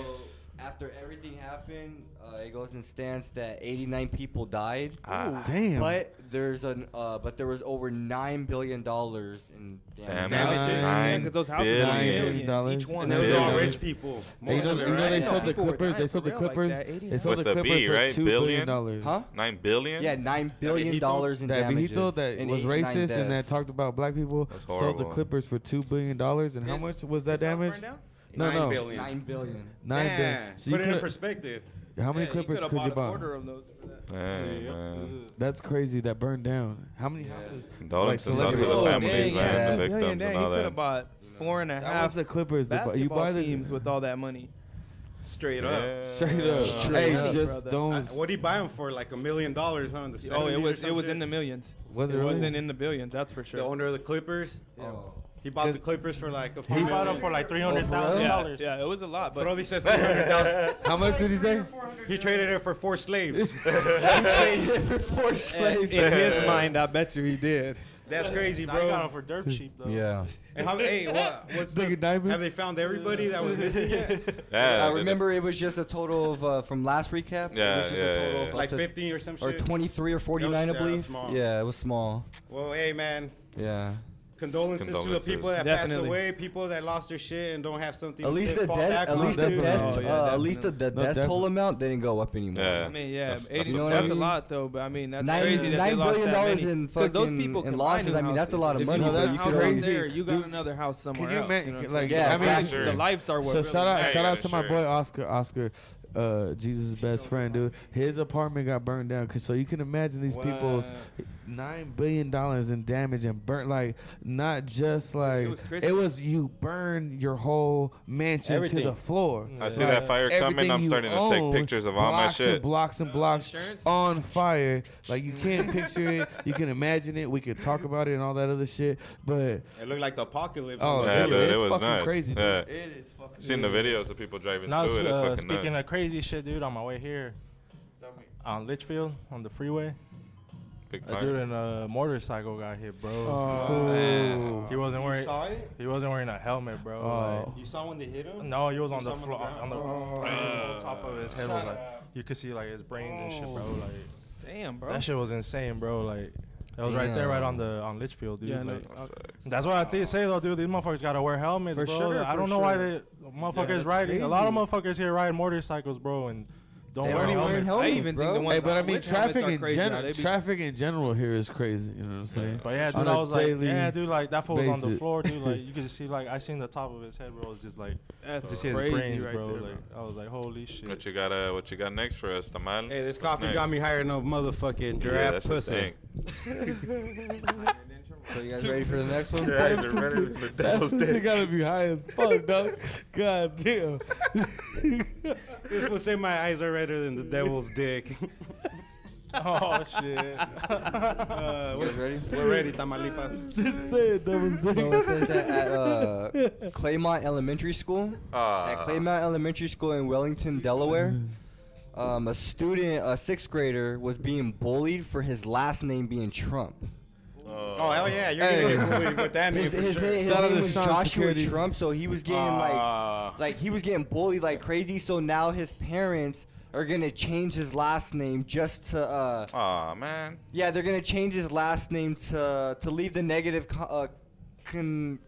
[SPEAKER 6] after everything happened, uh, it goes and stands that 89 people died.
[SPEAKER 2] Ah,
[SPEAKER 3] Damn.
[SPEAKER 6] But there's an uh, but there was over nine billion dollars in
[SPEAKER 2] damn.
[SPEAKER 6] damage.
[SPEAKER 3] Damages?
[SPEAKER 2] Nine
[SPEAKER 7] Yeah, 'cause those houses are
[SPEAKER 2] billion.
[SPEAKER 3] Nine
[SPEAKER 7] millions
[SPEAKER 3] dollars.
[SPEAKER 7] each one.
[SPEAKER 4] And those are all
[SPEAKER 2] Yeah.
[SPEAKER 4] rich people.
[SPEAKER 3] Hey, you know,
[SPEAKER 4] Most of
[SPEAKER 3] you
[SPEAKER 4] it,
[SPEAKER 3] know they
[SPEAKER 4] right?
[SPEAKER 3] sold the
[SPEAKER 7] People were
[SPEAKER 3] Clippers.
[SPEAKER 7] dying
[SPEAKER 3] They
[SPEAKER 7] for
[SPEAKER 3] sold the
[SPEAKER 7] real like
[SPEAKER 3] Clippers.
[SPEAKER 7] that,
[SPEAKER 3] They sold the
[SPEAKER 2] With the
[SPEAKER 3] Clippers
[SPEAKER 2] B,
[SPEAKER 3] for
[SPEAKER 2] right?
[SPEAKER 3] two
[SPEAKER 2] Billion?
[SPEAKER 3] billion dollars.
[SPEAKER 6] Huh?
[SPEAKER 2] Nine billion.
[SPEAKER 6] Yeah, nine billion
[SPEAKER 4] viejito-
[SPEAKER 6] dollars in
[SPEAKER 3] That
[SPEAKER 6] damages.
[SPEAKER 3] viejito that
[SPEAKER 6] and
[SPEAKER 3] was
[SPEAKER 6] 89
[SPEAKER 3] racist and that
[SPEAKER 6] deaths.
[SPEAKER 3] talked about black people
[SPEAKER 2] That's
[SPEAKER 3] sold the
[SPEAKER 2] horrible.
[SPEAKER 3] Clippers for two billion dollars. And how
[SPEAKER 7] His-
[SPEAKER 3] much was that
[SPEAKER 7] His house burned
[SPEAKER 3] damage?
[SPEAKER 7] down?
[SPEAKER 3] No,
[SPEAKER 4] Nine
[SPEAKER 3] no,
[SPEAKER 4] billion.
[SPEAKER 6] nine billion.
[SPEAKER 3] nine
[SPEAKER 4] Damn.
[SPEAKER 3] billion. So you
[SPEAKER 4] Put it in
[SPEAKER 3] could
[SPEAKER 4] perspective.
[SPEAKER 3] how many
[SPEAKER 7] Yeah,
[SPEAKER 3] Clippers
[SPEAKER 7] could've
[SPEAKER 3] could you
[SPEAKER 7] bought a
[SPEAKER 3] buy?
[SPEAKER 7] quarter of those for that.
[SPEAKER 2] Damn, man.
[SPEAKER 3] That's crazy. That burned down. How many houses?
[SPEAKER 2] Condolences
[SPEAKER 3] Like
[SPEAKER 2] out to the
[SPEAKER 3] celebrities.
[SPEAKER 2] families,
[SPEAKER 6] Dang, man.
[SPEAKER 2] man, the
[SPEAKER 7] Billion,
[SPEAKER 2] victims,
[SPEAKER 7] dang,
[SPEAKER 2] and
[SPEAKER 7] he
[SPEAKER 2] all
[SPEAKER 7] could have
[SPEAKER 2] that.
[SPEAKER 7] bought four and a
[SPEAKER 3] That was
[SPEAKER 7] half
[SPEAKER 3] the Clippers. The,
[SPEAKER 7] basketball
[SPEAKER 3] you buy the
[SPEAKER 7] teams with all that money.
[SPEAKER 4] Straight
[SPEAKER 2] Yeah.
[SPEAKER 4] up.
[SPEAKER 3] Straight up.
[SPEAKER 6] Straight
[SPEAKER 3] hey,
[SPEAKER 6] up,
[SPEAKER 3] just
[SPEAKER 7] brother.
[SPEAKER 3] don't.
[SPEAKER 4] I- What'd he buy them for? Like a million dollars, huh? in the
[SPEAKER 7] Oh,
[SPEAKER 4] 70s
[SPEAKER 7] it
[SPEAKER 4] or
[SPEAKER 7] was
[SPEAKER 4] some
[SPEAKER 7] it was
[SPEAKER 4] shit?
[SPEAKER 7] in the millions.
[SPEAKER 3] Was it
[SPEAKER 7] It
[SPEAKER 3] really?
[SPEAKER 7] wasn't in the billions. That's for
[SPEAKER 4] The
[SPEAKER 7] sure.
[SPEAKER 4] owner of the Clippers.
[SPEAKER 6] Oh.
[SPEAKER 4] He bought the Clippers for like a few
[SPEAKER 5] He bought
[SPEAKER 4] million.
[SPEAKER 5] them for like three
[SPEAKER 6] Oh,
[SPEAKER 5] hundred
[SPEAKER 6] for
[SPEAKER 5] thousand
[SPEAKER 6] real?
[SPEAKER 7] Yeah,
[SPEAKER 5] dollars.
[SPEAKER 7] yeah, it was a lot, but
[SPEAKER 4] Brody says three hundred thousand.
[SPEAKER 3] How much did he say?
[SPEAKER 4] He traded it for four slaves.
[SPEAKER 6] Four slaves.
[SPEAKER 7] in his mind, I bet you he did.
[SPEAKER 4] That's crazy,
[SPEAKER 5] Nah, I got
[SPEAKER 4] bro.
[SPEAKER 5] them for dirt cheap though.
[SPEAKER 4] And how, hey, what, what's the,
[SPEAKER 3] Nigga, diamonds?
[SPEAKER 4] have they found everybody that was missing yet?
[SPEAKER 2] Yeah,
[SPEAKER 6] I
[SPEAKER 2] they-
[SPEAKER 6] remember it was just a total of uh, from last recap. it
[SPEAKER 2] Yeah,
[SPEAKER 6] was just
[SPEAKER 2] yeah,
[SPEAKER 6] a total
[SPEAKER 2] yeah,
[SPEAKER 6] of
[SPEAKER 2] yeah.
[SPEAKER 6] up
[SPEAKER 4] Like
[SPEAKER 6] to-
[SPEAKER 4] 15 or some
[SPEAKER 6] or
[SPEAKER 4] shit?
[SPEAKER 6] 23 or 49,
[SPEAKER 4] yeah,
[SPEAKER 6] I
[SPEAKER 4] it was
[SPEAKER 6] believe.
[SPEAKER 4] small.
[SPEAKER 6] Yeah, it was small.
[SPEAKER 4] Well, hey, man.
[SPEAKER 6] Yeah.
[SPEAKER 4] Condolences, to
[SPEAKER 2] Condolences.
[SPEAKER 4] the people that passed
[SPEAKER 7] Definitely.
[SPEAKER 4] away, people that lost their shit and don't have something
[SPEAKER 6] At
[SPEAKER 4] to
[SPEAKER 6] least
[SPEAKER 4] sit-
[SPEAKER 6] the
[SPEAKER 4] fall
[SPEAKER 6] death,
[SPEAKER 4] back
[SPEAKER 6] at
[SPEAKER 4] on.
[SPEAKER 6] least the
[SPEAKER 7] Definitely.
[SPEAKER 6] death,
[SPEAKER 7] Oh, yeah,
[SPEAKER 6] uh, at least the, the
[SPEAKER 3] No,
[SPEAKER 6] death toll
[SPEAKER 3] definitely.
[SPEAKER 6] amount didn't go up anymore.
[SPEAKER 2] Yeah.
[SPEAKER 7] I mean, yeah,
[SPEAKER 2] That's- that's
[SPEAKER 7] eighty.
[SPEAKER 6] You know what I
[SPEAKER 7] That's a
[SPEAKER 6] mean?
[SPEAKER 7] lot, though. But I mean, that's
[SPEAKER 6] Nine-
[SPEAKER 7] crazy that they
[SPEAKER 6] nine
[SPEAKER 7] lost
[SPEAKER 6] billion
[SPEAKER 7] that
[SPEAKER 6] dollars
[SPEAKER 7] many.
[SPEAKER 6] in
[SPEAKER 7] 'Cause those
[SPEAKER 6] fucking-
[SPEAKER 7] people
[SPEAKER 6] in
[SPEAKER 7] combined
[SPEAKER 6] losses,
[SPEAKER 7] in
[SPEAKER 6] I mean, that's a
[SPEAKER 7] houses.
[SPEAKER 6] lot of
[SPEAKER 7] If
[SPEAKER 6] money,
[SPEAKER 7] You
[SPEAKER 6] bro.
[SPEAKER 7] got a
[SPEAKER 6] You
[SPEAKER 7] house
[SPEAKER 6] could
[SPEAKER 7] out
[SPEAKER 6] only-
[SPEAKER 7] there. You got
[SPEAKER 3] Dude,
[SPEAKER 7] another house somewhere
[SPEAKER 3] you
[SPEAKER 7] else.
[SPEAKER 3] imagine-
[SPEAKER 7] you know what I'm
[SPEAKER 3] like,
[SPEAKER 7] saying?
[SPEAKER 6] Yeah, I
[SPEAKER 7] The
[SPEAKER 6] mean,
[SPEAKER 7] lives-
[SPEAKER 2] sure.
[SPEAKER 7] the lives are worth.
[SPEAKER 3] So shout out,
[SPEAKER 2] Hey,
[SPEAKER 3] shout out
[SPEAKER 2] yeah,
[SPEAKER 3] to my
[SPEAKER 2] sure.
[SPEAKER 3] boy Oscar, Oscar, uh, Jesus' best friend, dude. His apartment got burned down, 'cause- so you can imagine these people's nine billion dollars in damage and burnt, like not just like it
[SPEAKER 7] was
[SPEAKER 3] was,
[SPEAKER 7] Christmas.
[SPEAKER 3] you burned your whole mansion to
[SPEAKER 4] Everything.
[SPEAKER 3] the floor.
[SPEAKER 4] Mm.
[SPEAKER 2] I see
[SPEAKER 3] Like,
[SPEAKER 2] that fire coming.
[SPEAKER 3] everything
[SPEAKER 2] I'm
[SPEAKER 3] you
[SPEAKER 2] starting to take
[SPEAKER 3] own,
[SPEAKER 2] pictures of all my
[SPEAKER 3] blocks and
[SPEAKER 2] shit.
[SPEAKER 3] blocks
[SPEAKER 4] Uh,
[SPEAKER 3] and blocks
[SPEAKER 7] insurance?
[SPEAKER 3] on fire. Like you can't picture it, you can imagine it. We could talk about it and all that other shit, but
[SPEAKER 4] It looked like the apocalypse.
[SPEAKER 3] oh,
[SPEAKER 2] Yeah,
[SPEAKER 3] dude,
[SPEAKER 2] dude,
[SPEAKER 3] it's
[SPEAKER 2] it was
[SPEAKER 3] fucking
[SPEAKER 2] nuts.
[SPEAKER 3] crazy. dude.
[SPEAKER 2] Yeah.
[SPEAKER 3] It is fucking.
[SPEAKER 2] Seen the videos of people driving
[SPEAKER 5] Now
[SPEAKER 2] through it. It's
[SPEAKER 5] uh,
[SPEAKER 2] fucking
[SPEAKER 5] speaking
[SPEAKER 2] nuts.
[SPEAKER 5] of crazy shit, dude, on my way here, on Litchfield on the freeway.
[SPEAKER 2] Big
[SPEAKER 5] A
[SPEAKER 2] fire.
[SPEAKER 5] dude in a motorcycle got hit, bro.
[SPEAKER 2] Man.
[SPEAKER 5] He wasn't
[SPEAKER 4] You
[SPEAKER 5] wearing
[SPEAKER 4] saw it?
[SPEAKER 5] he wasn't wearing a helmet, bro.
[SPEAKER 3] Oh.
[SPEAKER 4] You saw when they hit
[SPEAKER 5] Like,
[SPEAKER 4] him?
[SPEAKER 5] no, he was on
[SPEAKER 4] was
[SPEAKER 5] the
[SPEAKER 4] on the
[SPEAKER 5] floor
[SPEAKER 4] ground.
[SPEAKER 5] on the like, his whole top of his head was
[SPEAKER 1] Shut
[SPEAKER 5] like
[SPEAKER 1] up.
[SPEAKER 5] you could see like his brains and shit, bro. Like
[SPEAKER 1] Damn, bro.
[SPEAKER 5] that shit was insane, bro. Like that was right there, right on the on Litchfield, dude.
[SPEAKER 1] Yeah, I know.
[SPEAKER 5] like,
[SPEAKER 2] That sucks.
[SPEAKER 5] That's what I think say though, dude. These motherfuckers gotta wear helmets,
[SPEAKER 1] For
[SPEAKER 5] bro.
[SPEAKER 1] sure,
[SPEAKER 5] I
[SPEAKER 1] for
[SPEAKER 5] don't know why
[SPEAKER 1] sure.
[SPEAKER 5] they
[SPEAKER 1] that's
[SPEAKER 5] motherfuckers riding. A lot of motherfuckers here riding motorcycles, bro, and don't
[SPEAKER 6] They
[SPEAKER 5] wear
[SPEAKER 6] don't even wear
[SPEAKER 5] helmets.
[SPEAKER 1] I
[SPEAKER 6] helmets,
[SPEAKER 1] even
[SPEAKER 6] bro.
[SPEAKER 1] think the ones
[SPEAKER 3] Hey, but I
[SPEAKER 1] on
[SPEAKER 3] mean,
[SPEAKER 1] which helmets
[SPEAKER 3] traffic
[SPEAKER 1] are
[SPEAKER 3] in
[SPEAKER 1] crazy now.
[SPEAKER 3] general,
[SPEAKER 1] They be-
[SPEAKER 3] traffic in general here is crazy. You know what I'm saying?
[SPEAKER 5] But yeah,
[SPEAKER 3] On
[SPEAKER 5] dude,
[SPEAKER 3] a
[SPEAKER 5] I was like,
[SPEAKER 3] daily
[SPEAKER 5] yeah, dude, like that fool was on the
[SPEAKER 3] basis.
[SPEAKER 5] floor, dude. Like you could see, like I seen the top of his head, bro. It was just like
[SPEAKER 1] That's
[SPEAKER 5] to see his
[SPEAKER 1] crazy
[SPEAKER 5] brains,
[SPEAKER 1] right
[SPEAKER 5] bro.
[SPEAKER 1] there, bro.
[SPEAKER 5] like I was like, holy shit.
[SPEAKER 2] What you got? Uh, what you got next for us, Tamal?
[SPEAKER 4] Hey, this
[SPEAKER 2] What's
[SPEAKER 4] coffee got
[SPEAKER 2] next?
[SPEAKER 4] me higher than a motherfucking giraffe
[SPEAKER 2] that's the
[SPEAKER 4] pussy.
[SPEAKER 2] thing.
[SPEAKER 6] So you guys ready for the next one?
[SPEAKER 2] Yeah, you're ready for the
[SPEAKER 3] That
[SPEAKER 2] devil's
[SPEAKER 3] pussy
[SPEAKER 2] dick.
[SPEAKER 3] gotta be high as fuck, dog. God damn.
[SPEAKER 4] This will say my eyes are redder than the devil's dick.
[SPEAKER 5] oh shit.
[SPEAKER 4] Uh,
[SPEAKER 6] You
[SPEAKER 4] what's-
[SPEAKER 6] guys ready?
[SPEAKER 4] we're ready, Tamaulipas.
[SPEAKER 3] Just say it, that was
[SPEAKER 6] So it says that at uh, Claymont Elementary School, at
[SPEAKER 2] Ah.
[SPEAKER 3] Uh-huh.
[SPEAKER 6] Claymont Elementary School in Wellington, Delaware, um, a student, a sixth grader, was being bullied for his last name being Trump.
[SPEAKER 4] Oh hell yeah, you're
[SPEAKER 6] Hey.
[SPEAKER 4] gonna get bullied with that name
[SPEAKER 6] His,
[SPEAKER 4] for
[SPEAKER 6] his
[SPEAKER 4] sure.
[SPEAKER 6] name, his
[SPEAKER 3] Shout out
[SPEAKER 6] name
[SPEAKER 3] to
[SPEAKER 6] was
[SPEAKER 3] Sean
[SPEAKER 6] Joshua
[SPEAKER 3] Security.
[SPEAKER 6] Trump, so he was getting like,
[SPEAKER 4] Ah.
[SPEAKER 6] like he was getting bullied like crazy. So now his parents are gonna change his last name just to. Uh,
[SPEAKER 2] Aw, man.
[SPEAKER 6] Yeah, they're gonna change his last name to to leave the negative. Co- uh, con-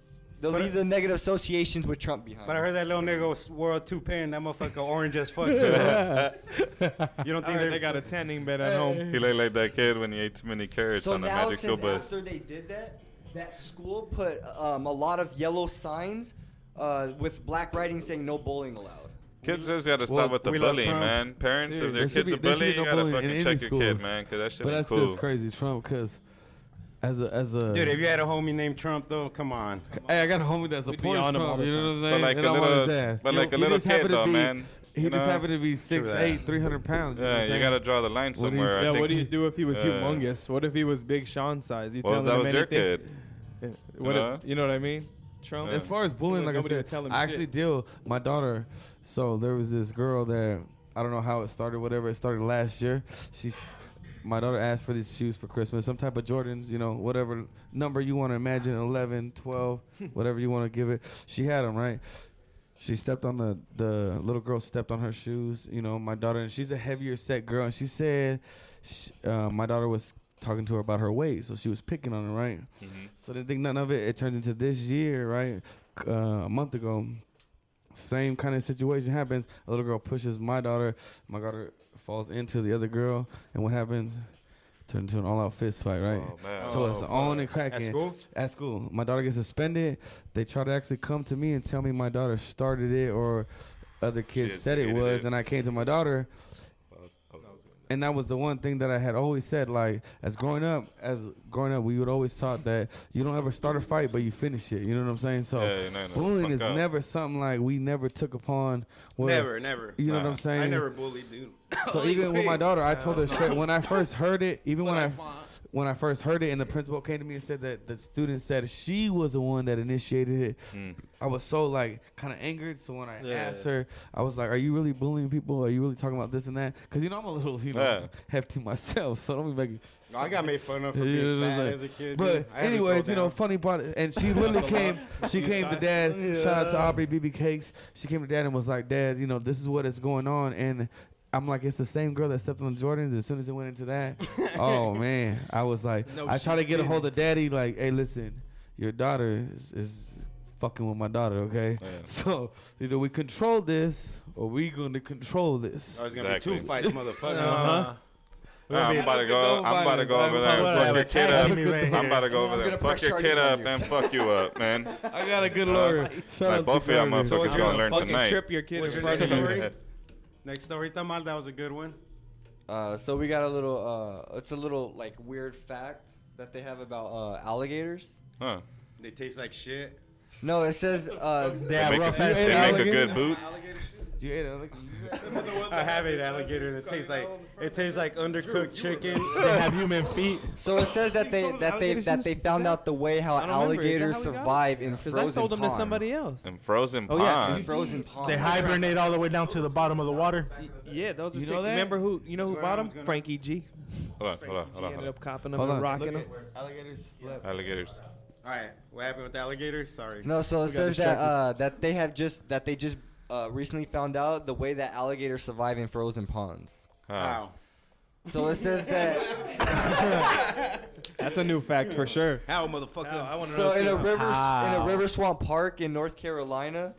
[SPEAKER 6] they'll leave the negative associations with Trump behind.
[SPEAKER 4] But I heard that little nigga was- wore a toupee and that motherfucker orange as fuck too. you don't
[SPEAKER 7] I
[SPEAKER 4] think
[SPEAKER 7] heard
[SPEAKER 4] they're,
[SPEAKER 7] they got a tanning bed at home.
[SPEAKER 2] He looked like that kid when he ate too many carrots
[SPEAKER 6] so
[SPEAKER 2] on a
[SPEAKER 6] now,
[SPEAKER 2] magic school
[SPEAKER 6] since
[SPEAKER 2] bus.
[SPEAKER 6] after they did that, that school put um, a lot of yellow signs uh, with black writing saying "No bowling allowed."
[SPEAKER 2] Kids just gotta stop
[SPEAKER 3] Well,
[SPEAKER 2] with the
[SPEAKER 4] we love
[SPEAKER 2] bullying,
[SPEAKER 4] Trump.
[SPEAKER 2] man. Parents,
[SPEAKER 3] Dude,
[SPEAKER 2] if their
[SPEAKER 3] there should
[SPEAKER 2] kids
[SPEAKER 3] be- there
[SPEAKER 2] are
[SPEAKER 3] should be
[SPEAKER 2] bullying, you
[SPEAKER 3] no
[SPEAKER 2] gotta
[SPEAKER 3] bullying in
[SPEAKER 2] fucking
[SPEAKER 3] any
[SPEAKER 2] check your kid,
[SPEAKER 3] schools.
[SPEAKER 2] man, because that shit
[SPEAKER 3] But
[SPEAKER 2] is
[SPEAKER 3] that's
[SPEAKER 2] cool.
[SPEAKER 3] just crazy, Trump. Cause as a as a
[SPEAKER 4] dude? If you had a homie named Trump though, come on.
[SPEAKER 3] hey, I got a homie that
[SPEAKER 7] be
[SPEAKER 3] supports
[SPEAKER 7] on him all
[SPEAKER 3] Trump.
[SPEAKER 7] the
[SPEAKER 3] You know what I'm
[SPEAKER 2] But
[SPEAKER 3] saying?
[SPEAKER 2] like
[SPEAKER 3] And
[SPEAKER 2] a
[SPEAKER 3] I'm on his
[SPEAKER 2] little,
[SPEAKER 3] ass.
[SPEAKER 2] but
[SPEAKER 3] You-
[SPEAKER 2] like a
[SPEAKER 3] he
[SPEAKER 2] little
[SPEAKER 3] just happened
[SPEAKER 2] kid
[SPEAKER 3] to
[SPEAKER 2] though,
[SPEAKER 3] be-
[SPEAKER 2] man.
[SPEAKER 3] He
[SPEAKER 2] You
[SPEAKER 3] just
[SPEAKER 2] know?
[SPEAKER 3] happened to be six eight, three hundred pounds. You know what
[SPEAKER 2] Yeah,
[SPEAKER 3] I'm
[SPEAKER 2] you
[SPEAKER 3] saying?
[SPEAKER 2] gotta draw the line
[SPEAKER 3] do you
[SPEAKER 2] somewhere.
[SPEAKER 3] say?
[SPEAKER 2] I
[SPEAKER 7] Yeah,
[SPEAKER 2] think.
[SPEAKER 7] what do you do if he was
[SPEAKER 2] Uh,
[SPEAKER 7] humongous? What if he was big Sean size? You
[SPEAKER 2] well,
[SPEAKER 7] telling
[SPEAKER 2] that
[SPEAKER 7] him
[SPEAKER 2] was your
[SPEAKER 7] anything?
[SPEAKER 2] kid.
[SPEAKER 7] Yeah. What
[SPEAKER 2] You know?
[SPEAKER 7] if, you know what I mean? Trump.
[SPEAKER 2] Yeah.
[SPEAKER 3] As far as bullying, like I
[SPEAKER 7] Nobody
[SPEAKER 3] said,
[SPEAKER 7] would tell him
[SPEAKER 3] I actually
[SPEAKER 7] shit.
[SPEAKER 3] deal my daughter. So there was this girl that I don't know how it started, whatever it started last year. She's my daughter asked for these shoes for Christmas, some type of Jordans, you know, whatever number you want to imagine, 11, 12, whatever you want to give it. She had them, right? She stepped on the the little girl stepped on her shoes, you know, my daughter and she's a heavier set girl and she said sh uh, my daughter was talking to her about her weight, so she was picking on her, right?
[SPEAKER 2] Mm-hmm.
[SPEAKER 3] So they think none of it. It turns into this year, right? Uh, a month ago, same kind of situation happens. A little girl pushes my daughter. My daughter falls into the other girl, and what happens? Turned into an all-out fist fight, right?
[SPEAKER 2] Oh, man.
[SPEAKER 3] so it's on and
[SPEAKER 4] At
[SPEAKER 3] cracking
[SPEAKER 4] school?
[SPEAKER 3] at school. My daughter gets suspended. They try to actually come to me and tell me my daughter started it or other kids
[SPEAKER 2] She
[SPEAKER 3] said it
[SPEAKER 2] instigated
[SPEAKER 3] was,
[SPEAKER 2] it.
[SPEAKER 3] and I came to my daughter. And that was the one thing that I had always said. Like as growing up, as growing up, we would always taught that you don't ever start a fight, but you finish it. You know what I'm saying? So
[SPEAKER 2] Yeah, you know, you know,
[SPEAKER 3] bullying
[SPEAKER 2] fuck
[SPEAKER 3] is
[SPEAKER 2] up.
[SPEAKER 3] never something like we never took upon. where-
[SPEAKER 4] Never, never.
[SPEAKER 3] You know what
[SPEAKER 2] Nah.
[SPEAKER 3] I'm saying?
[SPEAKER 4] I never bullied dude.
[SPEAKER 3] So even with my daughter, I told her straight when I first heard it. Even when I when I first heard it, and the principal came to me and said that the student said she was the one that initiated it.
[SPEAKER 2] Mm.
[SPEAKER 3] I was so like kind of angered. So when I
[SPEAKER 5] Yeah.
[SPEAKER 3] asked her, I was like, "Are you really bullying people? Are you really talking about this and that?" Because you know I'm a little you know
[SPEAKER 2] Yeah.
[SPEAKER 3] hefty myself, so don't be making.
[SPEAKER 4] No, I got made fun of for
[SPEAKER 3] you know
[SPEAKER 4] being
[SPEAKER 3] what I'm
[SPEAKER 4] fat
[SPEAKER 3] saying?
[SPEAKER 4] as a kid. dude.
[SPEAKER 3] but
[SPEAKER 4] I had to
[SPEAKER 3] anyways,
[SPEAKER 4] go
[SPEAKER 3] you know,
[SPEAKER 4] down.
[SPEAKER 3] funny part, and she literally came. She came to dad. Shout out to Aubrey BB Cakes. She came to dad and was like, "Dad, you know, this is what is going on." And I'm like, "It's the same girl that stepped on Jordans." As soon as it went into that, oh man, I was like,
[SPEAKER 7] No,
[SPEAKER 3] I tried to
[SPEAKER 7] she
[SPEAKER 3] get a hold of daddy. Like, hey, listen, your daughter is. is Fucking with my daughter, okay?
[SPEAKER 2] Oh,
[SPEAKER 3] So either we control this or we gonna control this.
[SPEAKER 4] Oh, it's gonna be
[SPEAKER 2] Exactly.
[SPEAKER 4] two fights, motherfucker.
[SPEAKER 5] Uh-huh.
[SPEAKER 2] I'm about to go. I'm about to go over there
[SPEAKER 5] Probably have a
[SPEAKER 2] and fuck your
[SPEAKER 5] tag team
[SPEAKER 2] kid up.
[SPEAKER 5] event
[SPEAKER 2] I'm
[SPEAKER 5] here.
[SPEAKER 2] about to go
[SPEAKER 6] And
[SPEAKER 2] over
[SPEAKER 6] I'm
[SPEAKER 2] there,
[SPEAKER 6] gonna
[SPEAKER 2] and fuck
[SPEAKER 6] press
[SPEAKER 2] your
[SPEAKER 6] charges
[SPEAKER 2] kid
[SPEAKER 6] on
[SPEAKER 2] up
[SPEAKER 6] you.
[SPEAKER 2] and fuck you up, man.
[SPEAKER 3] I got a good lawyer. Shout
[SPEAKER 2] Like
[SPEAKER 3] out to
[SPEAKER 2] both of y'all
[SPEAKER 3] Gardner.
[SPEAKER 2] motherfuckers
[SPEAKER 4] you're
[SPEAKER 2] gonna
[SPEAKER 4] gonna
[SPEAKER 2] learn
[SPEAKER 7] Fucking
[SPEAKER 2] tonight.
[SPEAKER 7] trip your kid
[SPEAKER 4] What's
[SPEAKER 7] in
[SPEAKER 4] your
[SPEAKER 7] front
[SPEAKER 4] next
[SPEAKER 7] of you.
[SPEAKER 4] story? Next story, Tamal, that was a good one.
[SPEAKER 6] Uh, so we got a little. Uh, it's a little like weird fact that they have about uh, alligators.
[SPEAKER 2] Huh.
[SPEAKER 4] They taste like shit.
[SPEAKER 6] No, it says uh,
[SPEAKER 2] They
[SPEAKER 6] that
[SPEAKER 2] make a-
[SPEAKER 6] Uh, rough ass
[SPEAKER 2] They make a
[SPEAKER 6] alligator.
[SPEAKER 2] good boot.
[SPEAKER 4] Alligator shit?
[SPEAKER 3] You ate it. I'm like,
[SPEAKER 4] I have ate alligator, and it tastes like it tastes like undercooked chicken. They have human feet.
[SPEAKER 6] So it says that they that they that they found out the way how
[SPEAKER 7] don't remember. Is that
[SPEAKER 6] alligators
[SPEAKER 7] how we got it?
[SPEAKER 6] survive in
[SPEAKER 7] Because
[SPEAKER 6] frozen
[SPEAKER 7] I sold them to
[SPEAKER 6] ponds.
[SPEAKER 7] somebody else.
[SPEAKER 2] And frozen
[SPEAKER 7] Oh,
[SPEAKER 2] pond.
[SPEAKER 7] yeah,
[SPEAKER 6] In frozen ponds.
[SPEAKER 5] They hibernate all the way down to the bottom of the water.
[SPEAKER 7] Yeah, those are
[SPEAKER 3] You
[SPEAKER 7] sick.
[SPEAKER 3] know that?
[SPEAKER 7] Remember who? You know who
[SPEAKER 4] going
[SPEAKER 7] bought
[SPEAKER 4] on?
[SPEAKER 7] them?
[SPEAKER 4] What's going on?
[SPEAKER 7] Frankie G.
[SPEAKER 2] Hold on, hold on,
[SPEAKER 7] He
[SPEAKER 2] hold on,
[SPEAKER 7] ended
[SPEAKER 2] hold on.
[SPEAKER 7] up copping them
[SPEAKER 3] Hold
[SPEAKER 7] and
[SPEAKER 3] on.
[SPEAKER 7] rocking them.
[SPEAKER 3] alligators slept.
[SPEAKER 2] Alligators.
[SPEAKER 4] All right, what happened with alligators? Sorry.
[SPEAKER 6] No, so it
[SPEAKER 4] We got
[SPEAKER 6] says that
[SPEAKER 4] distracted.
[SPEAKER 6] uh, that they have just that they just uh, recently found out the way that alligators survive in frozen ponds.
[SPEAKER 2] Huh.
[SPEAKER 4] How?
[SPEAKER 6] uh, So it says that
[SPEAKER 7] That's a new fact for sure.
[SPEAKER 4] How, motherfucker?
[SPEAKER 6] so in a river in a river swamp park in North Carolina,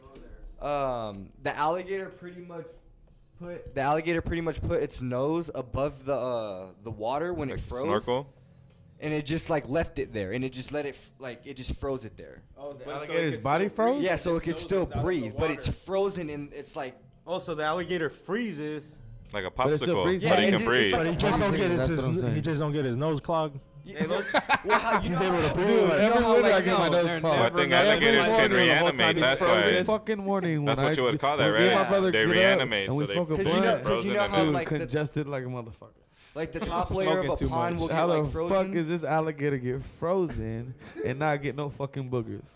[SPEAKER 6] um, the alligator pretty much put the alligator pretty much put its nose above the uh, the water when
[SPEAKER 2] Like
[SPEAKER 6] it froze,
[SPEAKER 2] snorkel.
[SPEAKER 6] and it just like left it there, and it just let it f- like it just froze it there.
[SPEAKER 4] Oh,
[SPEAKER 3] Alligator's body froze?
[SPEAKER 6] Yeah, so it could still breathe, but it's frozen and it's like
[SPEAKER 4] Also, Oh, the alligator freezes.
[SPEAKER 2] Like a
[SPEAKER 3] it's still
[SPEAKER 2] popsicle. But he
[SPEAKER 3] breathing.
[SPEAKER 6] Yeah,
[SPEAKER 2] can
[SPEAKER 6] it's- it's
[SPEAKER 2] breathe.
[SPEAKER 6] like-
[SPEAKER 5] But he just don't get his,
[SPEAKER 3] That's what I'm saying.
[SPEAKER 5] he just don't get his nose clogged.
[SPEAKER 6] well, how, you know,
[SPEAKER 5] able to breathe.
[SPEAKER 6] Dude, you know
[SPEAKER 3] Every
[SPEAKER 6] how,
[SPEAKER 3] winter
[SPEAKER 6] like,
[SPEAKER 3] I get my
[SPEAKER 6] no,
[SPEAKER 3] nose
[SPEAKER 7] they're
[SPEAKER 3] popped.
[SPEAKER 2] I
[SPEAKER 7] never
[SPEAKER 2] think
[SPEAKER 7] gonna-
[SPEAKER 2] alligators
[SPEAKER 7] Every
[SPEAKER 2] can
[SPEAKER 7] morning, the whole time
[SPEAKER 2] reanimate.
[SPEAKER 7] he's
[SPEAKER 2] That's
[SPEAKER 3] Every
[SPEAKER 2] why.
[SPEAKER 3] fucking morning.
[SPEAKER 2] That's
[SPEAKER 3] when
[SPEAKER 2] what
[SPEAKER 3] I
[SPEAKER 2] you would call that,
[SPEAKER 3] when me and
[SPEAKER 2] right?
[SPEAKER 3] my brother
[SPEAKER 2] They
[SPEAKER 3] get up
[SPEAKER 2] reanimate,
[SPEAKER 3] And we
[SPEAKER 2] so they
[SPEAKER 3] smoke a
[SPEAKER 6] you
[SPEAKER 2] put
[SPEAKER 6] know-
[SPEAKER 3] blunt.
[SPEAKER 6] 'cause you
[SPEAKER 2] frozen
[SPEAKER 6] know
[SPEAKER 2] in
[SPEAKER 6] how
[SPEAKER 2] it.
[SPEAKER 3] Dude,
[SPEAKER 6] like the-
[SPEAKER 3] congested like a motherfucker.
[SPEAKER 6] like the top layer of
[SPEAKER 7] Smoking
[SPEAKER 6] a
[SPEAKER 7] too
[SPEAKER 6] pond
[SPEAKER 7] much.
[SPEAKER 6] will get
[SPEAKER 3] How the
[SPEAKER 6] like frozen.
[SPEAKER 3] fuck is this alligator get frozen and not get no fucking boogers?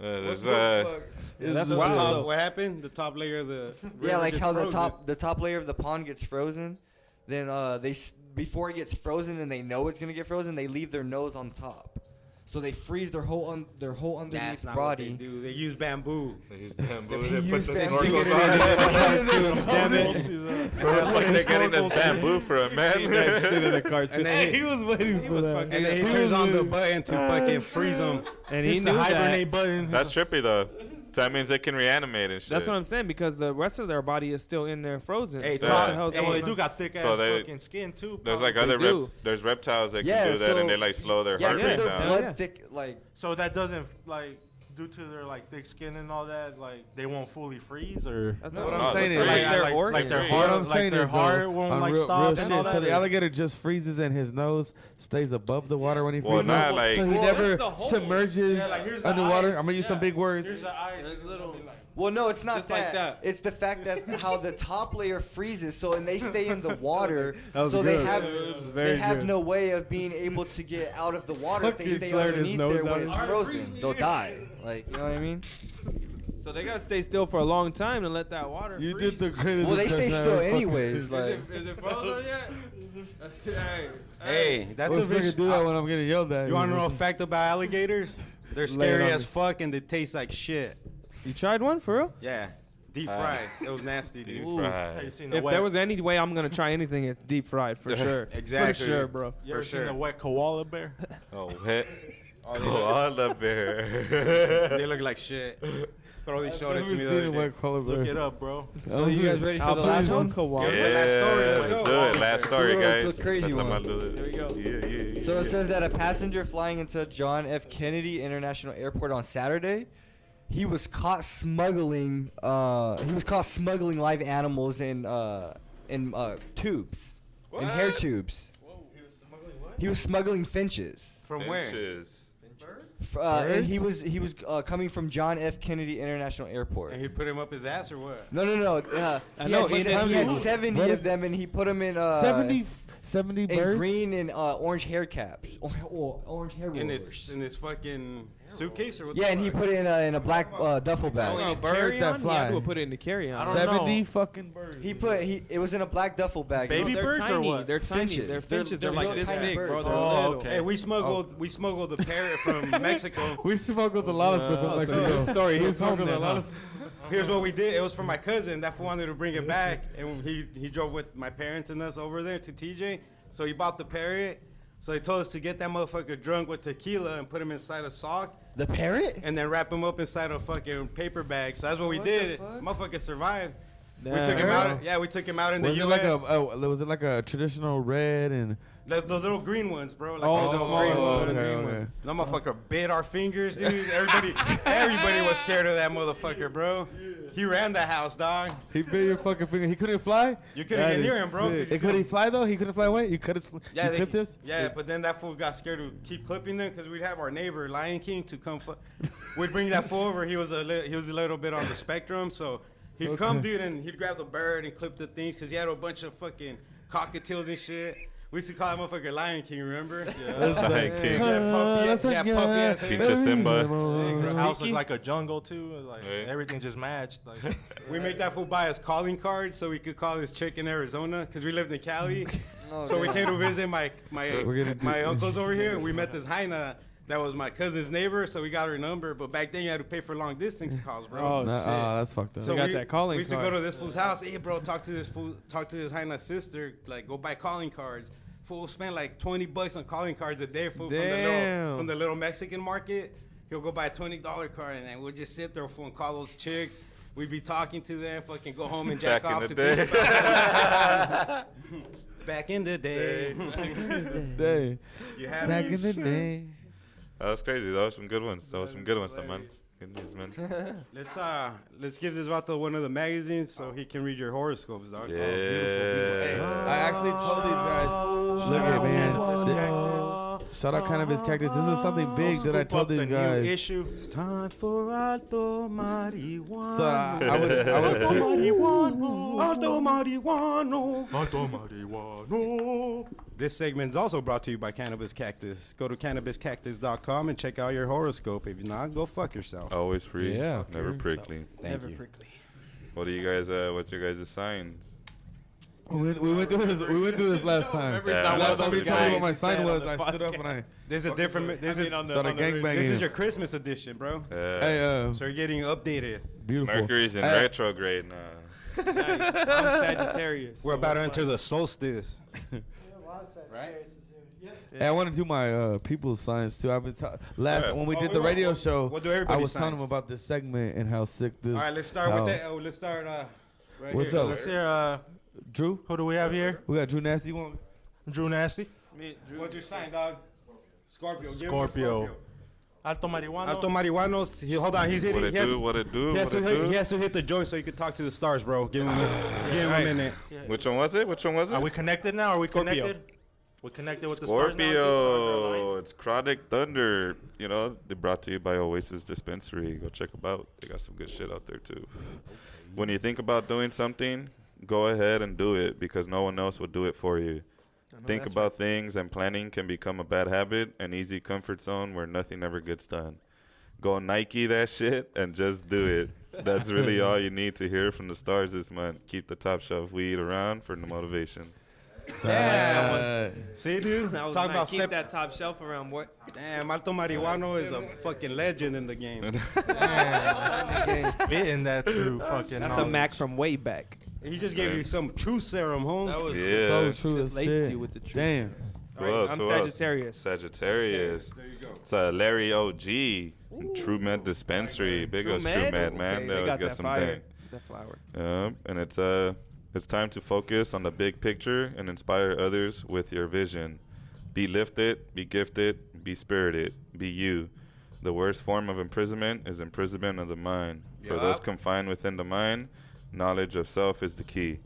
[SPEAKER 2] Uh, there's, uh,
[SPEAKER 7] that's
[SPEAKER 4] So the
[SPEAKER 7] wild.
[SPEAKER 4] top,
[SPEAKER 7] though.
[SPEAKER 4] what happened? The top layer of the
[SPEAKER 6] yeah,
[SPEAKER 4] river
[SPEAKER 6] like
[SPEAKER 4] gets
[SPEAKER 6] how the
[SPEAKER 4] frozen.
[SPEAKER 6] top the top layer of the pond gets frozen, then uh, they s- before it gets frozen and they know it's gonna get frozen, they leave their nose on top, so they freeze their whole un- their whole underneath
[SPEAKER 4] That's not
[SPEAKER 6] body.
[SPEAKER 4] what they do. They use bamboo.
[SPEAKER 6] They use that-
[SPEAKER 4] Damn it.
[SPEAKER 2] That's like they're getting this bamboo for a man.
[SPEAKER 7] in the cartoon.
[SPEAKER 4] Hey, he
[SPEAKER 7] was waiting for that.
[SPEAKER 4] And then he turns on the button to fucking freeze them.
[SPEAKER 7] And he
[SPEAKER 5] It's
[SPEAKER 7] knew
[SPEAKER 5] the
[SPEAKER 7] that.
[SPEAKER 5] hibernate button.
[SPEAKER 2] That's trippy though. So that means they can reanimate and shit.
[SPEAKER 7] That's what I'm saying because the rest of their body is still in there frozen.
[SPEAKER 4] Hey,
[SPEAKER 7] so
[SPEAKER 2] yeah.
[SPEAKER 7] what the hell's
[SPEAKER 2] Hey,
[SPEAKER 7] going
[SPEAKER 5] Well, they
[SPEAKER 7] on?
[SPEAKER 5] do got thick ass
[SPEAKER 2] So they-
[SPEAKER 5] fucking skin too.
[SPEAKER 2] There's like
[SPEAKER 5] probably.
[SPEAKER 2] other
[SPEAKER 7] do.
[SPEAKER 2] rep- there's reptiles that
[SPEAKER 6] Yeah,
[SPEAKER 2] can do that
[SPEAKER 6] so-
[SPEAKER 2] and they like slow their
[SPEAKER 6] yeah,
[SPEAKER 2] heart
[SPEAKER 6] because
[SPEAKER 2] rate
[SPEAKER 6] their
[SPEAKER 7] yeah.
[SPEAKER 2] down.
[SPEAKER 6] blood
[SPEAKER 7] Yeah.
[SPEAKER 6] thick like
[SPEAKER 5] so that doesn't like due to their like thick skin and all that like they won't fully freeze or
[SPEAKER 7] That's
[SPEAKER 3] No,
[SPEAKER 7] what
[SPEAKER 3] no,
[SPEAKER 7] I'm
[SPEAKER 2] that's
[SPEAKER 7] saying.
[SPEAKER 2] right.
[SPEAKER 7] It's like
[SPEAKER 2] Yeah,
[SPEAKER 7] their
[SPEAKER 5] like-
[SPEAKER 7] organs.
[SPEAKER 5] like their
[SPEAKER 2] Yeah.
[SPEAKER 5] heart,
[SPEAKER 3] What I'm
[SPEAKER 5] like
[SPEAKER 3] saying
[SPEAKER 5] their
[SPEAKER 3] is, though,
[SPEAKER 5] heart won't
[SPEAKER 3] on
[SPEAKER 5] like
[SPEAKER 3] real,
[SPEAKER 5] stop
[SPEAKER 3] real
[SPEAKER 5] and all
[SPEAKER 3] shit.
[SPEAKER 5] that.
[SPEAKER 3] So the alligator just freezes and his nose stays above the water when he
[SPEAKER 2] Well,
[SPEAKER 3] freezes.
[SPEAKER 2] not like-
[SPEAKER 3] so he
[SPEAKER 6] Well,
[SPEAKER 7] that's the
[SPEAKER 3] never
[SPEAKER 7] hole.
[SPEAKER 3] submerges
[SPEAKER 5] like, here's the
[SPEAKER 3] underwater.
[SPEAKER 5] eyes.
[SPEAKER 3] I'm gonna use some
[SPEAKER 5] Yeah.
[SPEAKER 3] big words.
[SPEAKER 5] Here's the eyes.
[SPEAKER 6] Well, no, it's not
[SPEAKER 7] Just
[SPEAKER 6] that.
[SPEAKER 7] like that.
[SPEAKER 6] It's the fact that how the top layer freezes, so and they stay in the water,
[SPEAKER 7] That was
[SPEAKER 6] so they
[SPEAKER 7] good.
[SPEAKER 6] have
[SPEAKER 7] very
[SPEAKER 6] they have
[SPEAKER 7] good.
[SPEAKER 6] no way of being able to get out of the water if they
[SPEAKER 7] Fucking
[SPEAKER 6] stay
[SPEAKER 7] flared his
[SPEAKER 6] underneath
[SPEAKER 7] nose
[SPEAKER 6] there
[SPEAKER 7] out.
[SPEAKER 6] when it's frozen. They'll die. Like you know what I mean?
[SPEAKER 7] So they gotta stay still for a long time and let that water.
[SPEAKER 3] You
[SPEAKER 7] freeze.
[SPEAKER 3] did the greatest.
[SPEAKER 6] Well, they stay still anyways. Like
[SPEAKER 7] Is it frozen yet? hey,
[SPEAKER 4] Hey, that's
[SPEAKER 3] That's
[SPEAKER 4] a vicious.
[SPEAKER 3] do that when I'm getting yelled at.
[SPEAKER 4] You want to know a fact about alligators? They're scary
[SPEAKER 3] on
[SPEAKER 4] as
[SPEAKER 3] me.
[SPEAKER 4] fuck and they taste like shit.
[SPEAKER 7] you tried one for real?
[SPEAKER 4] Yeah, deep fried. it was nasty, dude.
[SPEAKER 7] Ooh.
[SPEAKER 2] Right.
[SPEAKER 7] If there was any way I'm gonna try anything, it's deep fried for sure.
[SPEAKER 4] Exactly.
[SPEAKER 7] for sure, bro.
[SPEAKER 4] You ever seen
[SPEAKER 5] a
[SPEAKER 4] a
[SPEAKER 5] wet koala bear?
[SPEAKER 2] Oh, wet. Koala bear.
[SPEAKER 4] They look like shit. Bro, they showed
[SPEAKER 3] I've
[SPEAKER 4] it to
[SPEAKER 3] never
[SPEAKER 4] me the
[SPEAKER 3] seen a
[SPEAKER 4] other day.
[SPEAKER 3] white color
[SPEAKER 5] Look
[SPEAKER 3] bear.
[SPEAKER 5] it up, bro.
[SPEAKER 6] so, you guys ready for the last one?
[SPEAKER 7] Koala.
[SPEAKER 2] Yeah,
[SPEAKER 4] Last story, let's
[SPEAKER 2] let's
[SPEAKER 4] go.
[SPEAKER 2] do it. Last
[SPEAKER 6] Let's
[SPEAKER 2] story,
[SPEAKER 6] do it.
[SPEAKER 2] guys.
[SPEAKER 6] It's a crazy
[SPEAKER 2] Let
[SPEAKER 6] one.
[SPEAKER 2] them-
[SPEAKER 7] There we go.
[SPEAKER 2] Yeah, yeah, yeah.
[SPEAKER 6] So it says that a passenger flying into John F. Kennedy International Airport on Saturday, he was caught smuggling. Uh, he was caught smuggling live animals in uh, in uh, tubes, in hair tubes. He was smuggling finches,
[SPEAKER 4] From where?
[SPEAKER 2] Inches.
[SPEAKER 6] F- uh, and he was he was uh, coming from John F. Kennedy International Airport.
[SPEAKER 4] And he put him up his ass or what?
[SPEAKER 6] No, no, no. Uh, he,
[SPEAKER 7] know,
[SPEAKER 6] had,
[SPEAKER 7] in a
[SPEAKER 6] he had
[SPEAKER 7] tube.
[SPEAKER 6] seventy
[SPEAKER 3] What
[SPEAKER 6] of
[SPEAKER 3] is-
[SPEAKER 6] them, and he put them in uh,
[SPEAKER 3] 70, 70
[SPEAKER 6] in
[SPEAKER 3] birds.
[SPEAKER 6] green and uh, orange hair caps, or, or orange hair
[SPEAKER 4] In
[SPEAKER 6] rollers.
[SPEAKER 4] his in his fucking suitcase or what? the
[SPEAKER 6] Yeah, and he
[SPEAKER 4] fuck?
[SPEAKER 6] put it in a, in a black uh, duffel
[SPEAKER 7] Oh,
[SPEAKER 6] bag.
[SPEAKER 7] bird
[SPEAKER 3] carry-on?
[SPEAKER 7] that fly.
[SPEAKER 3] Yeah, I
[SPEAKER 7] I
[SPEAKER 3] would
[SPEAKER 7] would put it in the carry on.
[SPEAKER 5] I don't know.
[SPEAKER 3] Seventy fucking birds.
[SPEAKER 6] He put he it was in a black duffel bag.
[SPEAKER 5] Baby
[SPEAKER 7] they're
[SPEAKER 5] birds or
[SPEAKER 7] tiny.
[SPEAKER 5] what?
[SPEAKER 7] They're tiny.
[SPEAKER 6] Finches.
[SPEAKER 7] They're
[SPEAKER 6] They're-
[SPEAKER 7] finches. They're,
[SPEAKER 6] they're
[SPEAKER 7] like
[SPEAKER 6] real
[SPEAKER 7] this
[SPEAKER 6] tiny
[SPEAKER 7] big, bro.
[SPEAKER 6] birds.
[SPEAKER 7] They're
[SPEAKER 5] Oh,
[SPEAKER 7] little.
[SPEAKER 5] okay.
[SPEAKER 4] Hey, we smuggled we smuggled the parrot from Mexico.
[SPEAKER 3] We smuggled a lot of stuff in Mexico.
[SPEAKER 7] Story. He's home
[SPEAKER 3] smuggled
[SPEAKER 7] then,
[SPEAKER 3] a lot
[SPEAKER 7] huh?
[SPEAKER 3] of stuff.
[SPEAKER 4] Here's what we did. It was for my cousin. That fool wanted to bring it back, and he he drove with my parents and us over there to TJ. So he bought the parrot. So he told us to get that motherfucker drunk with tequila and put him inside a sock,
[SPEAKER 6] The parrot?
[SPEAKER 4] and then wrap him up inside a fucking paper bag. So that's what we
[SPEAKER 6] What the
[SPEAKER 4] did.
[SPEAKER 6] fuck?
[SPEAKER 4] Motherfucker survived. we
[SPEAKER 7] Nah.
[SPEAKER 4] took him out. Yeah, we took him out in
[SPEAKER 3] Was
[SPEAKER 4] the
[SPEAKER 3] it
[SPEAKER 4] U.S.
[SPEAKER 3] like a oh, was it like a traditional red and
[SPEAKER 4] the, the little green ones, bro. Like
[SPEAKER 7] Oh,
[SPEAKER 4] the
[SPEAKER 7] the
[SPEAKER 4] little green
[SPEAKER 7] small
[SPEAKER 4] ones.
[SPEAKER 7] one,
[SPEAKER 3] okay,
[SPEAKER 7] green one.
[SPEAKER 3] okay.
[SPEAKER 4] That motherfucker bit our fingers, dude. Everybody, everybody was scared of that motherfucker, bro. He ran the house, dog.
[SPEAKER 3] He bit your fucking finger. He couldn't fly.
[SPEAKER 4] You couldn't
[SPEAKER 3] That
[SPEAKER 4] even hear
[SPEAKER 3] is
[SPEAKER 4] him, bro, 'cause
[SPEAKER 3] sick.
[SPEAKER 4] you
[SPEAKER 3] Hey, could he fly though? He couldn't fly away. You cut his. fl-
[SPEAKER 4] Yeah,
[SPEAKER 3] you
[SPEAKER 4] they,
[SPEAKER 3] clipped his.
[SPEAKER 4] yeah, but then that fool got scared to keep clipping them because we'd have our neighbor Lion King to come. Fu- we'd bring that fool over. He was a li- he was a little bit on the spectrum, so He'd come, dude, and he'd grab the bird and clip the things because he had a bunch of fucking cockatiels and shit. We used to call that motherfucker Lion King, remember? Yeah.
[SPEAKER 2] Lion King.
[SPEAKER 4] Yeah, puffy-
[SPEAKER 3] that's
[SPEAKER 4] yeah,
[SPEAKER 3] a
[SPEAKER 4] puffy ass
[SPEAKER 3] guy.
[SPEAKER 4] hair.
[SPEAKER 2] Feature Simba.
[SPEAKER 5] His house
[SPEAKER 1] Squeaky?
[SPEAKER 5] looked like a jungle too. and, Like
[SPEAKER 2] Right.
[SPEAKER 5] everything just matched. Like
[SPEAKER 4] We make that fool buy his calling card so we could call his chick in Arizona because we lived in Cali. so we came to visit my my
[SPEAKER 3] We're gonna do-
[SPEAKER 4] my uncles over here, and we met this Heina that was my cousin's neighbor. So we got her number, but back then you had to pay for long distance calls, bro.
[SPEAKER 7] Oh,
[SPEAKER 3] Nah,
[SPEAKER 7] shit.
[SPEAKER 3] ah, that's fucked up.
[SPEAKER 7] So- got
[SPEAKER 4] we,
[SPEAKER 7] that calling
[SPEAKER 4] We used to
[SPEAKER 7] card.
[SPEAKER 4] go to this fool's house. Hey, bro, talk to this fool, talk to this Heina's sister. Like, go buy calling cards. Fool spent like twenty bucks on calling cards a day. Fool from the little
[SPEAKER 7] Damn.
[SPEAKER 4] from the little Mexican market. He'll go buy a twenty dollar card, and then we'll just sit there fool, and call those chicks. We'd be talking to them, fucking go home and jack
[SPEAKER 2] Back in
[SPEAKER 4] off
[SPEAKER 2] the
[SPEAKER 4] to
[SPEAKER 2] day.
[SPEAKER 4] them. Back in the day,
[SPEAKER 3] Day.
[SPEAKER 4] you have
[SPEAKER 3] Back in the day.
[SPEAKER 2] That was crazy. That was some good ones. That was some good ones, though, man. Good news, man.
[SPEAKER 4] Let's uh, let's give this vato one of the magazines so he can read your horoscopes, dog. Oh,
[SPEAKER 2] Yeah.
[SPEAKER 3] I actually told these guys. Look at man.
[SPEAKER 4] Oh.
[SPEAKER 3] th- Shout out cannabis cactus. This is something big that I
[SPEAKER 5] Scoop up
[SPEAKER 3] told these
[SPEAKER 5] the new
[SPEAKER 3] guys.
[SPEAKER 5] issue.
[SPEAKER 4] It's time for alto marijuana.
[SPEAKER 3] So I, I would, I would,
[SPEAKER 4] Alto marijuana.
[SPEAKER 5] Alto marihuana.
[SPEAKER 4] This segment is also brought to you by Cannabis Cactus. Go to cannabiscactus.com and check out your horoscope. If not, go fuck yourself.
[SPEAKER 2] Always Oh, free.
[SPEAKER 3] Yeah.
[SPEAKER 2] Never prickly.
[SPEAKER 4] Thank you.
[SPEAKER 2] What do you guys? Uh, what's your guys' signs?
[SPEAKER 3] we went- we went through this. We went through this last time.
[SPEAKER 2] Yeah,
[SPEAKER 7] not
[SPEAKER 2] that's
[SPEAKER 3] Last time
[SPEAKER 2] what
[SPEAKER 3] you
[SPEAKER 2] we
[SPEAKER 3] told me
[SPEAKER 2] made.
[SPEAKER 3] what my sign
[SPEAKER 7] on
[SPEAKER 3] was,
[SPEAKER 7] the
[SPEAKER 3] I stood up
[SPEAKER 7] podcast.
[SPEAKER 3] and I
[SPEAKER 4] This is different. This
[SPEAKER 7] I
[SPEAKER 4] is
[SPEAKER 7] mean, on the,
[SPEAKER 3] started
[SPEAKER 7] on the radio.
[SPEAKER 4] this is
[SPEAKER 3] gangbanging.
[SPEAKER 4] your Christmas edition, bro.
[SPEAKER 2] Yeah.
[SPEAKER 3] Hey, uh,
[SPEAKER 4] So you're getting updated.
[SPEAKER 3] beautiful.
[SPEAKER 2] Mercury's in
[SPEAKER 3] Uh,
[SPEAKER 2] retrograde now.
[SPEAKER 7] Nice. I'm Sagittarius.
[SPEAKER 4] We're
[SPEAKER 7] so
[SPEAKER 4] about to
[SPEAKER 7] it's
[SPEAKER 4] enter the solstice.
[SPEAKER 3] And I want to do my uh, people's signs too. I've been ta- last
[SPEAKER 2] Yeah.
[SPEAKER 3] when we
[SPEAKER 4] Oh,
[SPEAKER 3] did
[SPEAKER 4] we
[SPEAKER 3] the
[SPEAKER 4] won't-
[SPEAKER 3] radio
[SPEAKER 4] we'll-
[SPEAKER 3] show.
[SPEAKER 4] we'll do
[SPEAKER 3] I
[SPEAKER 4] everybody's
[SPEAKER 3] was telling
[SPEAKER 4] signs.
[SPEAKER 3] them about this segment and how sick this.
[SPEAKER 4] All right, let's start
[SPEAKER 3] how-
[SPEAKER 4] with that. Oh, let's start. Uh, right
[SPEAKER 3] What's
[SPEAKER 4] here.
[SPEAKER 3] up?
[SPEAKER 5] Let's hear. Uh,
[SPEAKER 3] Drew.
[SPEAKER 5] who do we have here?
[SPEAKER 3] We got Drew Nasty. You want?
[SPEAKER 5] Drew Nasty.
[SPEAKER 7] Me, Drew,
[SPEAKER 4] What's your sign, dog? Scorpio. Give me
[SPEAKER 5] Scorpio. Alto marihuana.
[SPEAKER 4] uh, Alto marihuanos. He, hold on, he's
[SPEAKER 2] What
[SPEAKER 4] hitting.
[SPEAKER 2] it
[SPEAKER 4] He has,
[SPEAKER 2] do? What it do?
[SPEAKER 4] he, has to
[SPEAKER 2] What it
[SPEAKER 4] hit, he
[SPEAKER 2] do?
[SPEAKER 4] has to hit the joint so he can talk to the stars, bro. Give him a, give him a minute.
[SPEAKER 2] Which one was it? Which one was
[SPEAKER 5] Are we
[SPEAKER 2] it?
[SPEAKER 5] connected now? Are we
[SPEAKER 7] Scorpio.
[SPEAKER 5] connected? We're connected with the stars now?
[SPEAKER 2] Scorpio. It's Chronic Thunder. You know, they brought to you by Oasis Dispensary. Go check them out. They got some good shit out there too. When you think about doing something, go ahead and do it because no one else will do it for you. Think
[SPEAKER 7] that's
[SPEAKER 2] about things and planning can become a bad habit, an easy comfort zone where nothing ever gets done. Go Nike that shit and just do it. That's really all you need to hear from the stars this month. Keep the top shelf weed around for the motivation.
[SPEAKER 4] Yeah. See, dude.
[SPEAKER 7] I was
[SPEAKER 4] Talk
[SPEAKER 7] like,
[SPEAKER 4] about
[SPEAKER 7] keep
[SPEAKER 4] step.
[SPEAKER 7] that top shelf around. What?
[SPEAKER 4] Damn, Alto Marihuano is a fucking legend in the game.
[SPEAKER 5] Spitting that through fucking.
[SPEAKER 7] That's a
[SPEAKER 5] knowledge.
[SPEAKER 7] Mac from way back.
[SPEAKER 4] He just gave you some truth serum, homes.
[SPEAKER 7] was
[SPEAKER 2] Yeah.
[SPEAKER 3] So true as
[SPEAKER 7] Just laced
[SPEAKER 3] shit.
[SPEAKER 7] you with the truth.
[SPEAKER 3] Damn.
[SPEAKER 2] Who
[SPEAKER 7] Right,
[SPEAKER 2] else?
[SPEAKER 7] I'm
[SPEAKER 2] Who else?
[SPEAKER 7] Sagittarius.
[SPEAKER 2] Sagittarius.
[SPEAKER 4] There you go.
[SPEAKER 2] It's uh, Larry OG, True Med Dispensary. Big
[SPEAKER 7] True
[SPEAKER 2] ups, True
[SPEAKER 7] Med?
[SPEAKER 2] Med, man.
[SPEAKER 7] Okay,
[SPEAKER 2] they
[SPEAKER 7] they
[SPEAKER 2] always
[SPEAKER 7] got
[SPEAKER 2] got
[SPEAKER 7] that
[SPEAKER 2] some
[SPEAKER 7] fire.
[SPEAKER 2] dank.
[SPEAKER 7] That flower.
[SPEAKER 2] Yeah, and it's uh, it's time to focus on the big picture and inspire others with your vision. Be lifted, be gifted, be spirited, be you. The worst form of imprisonment is imprisonment of the mind. For those
[SPEAKER 4] Yup.
[SPEAKER 2] confined within the mind, knowledge of self is the key.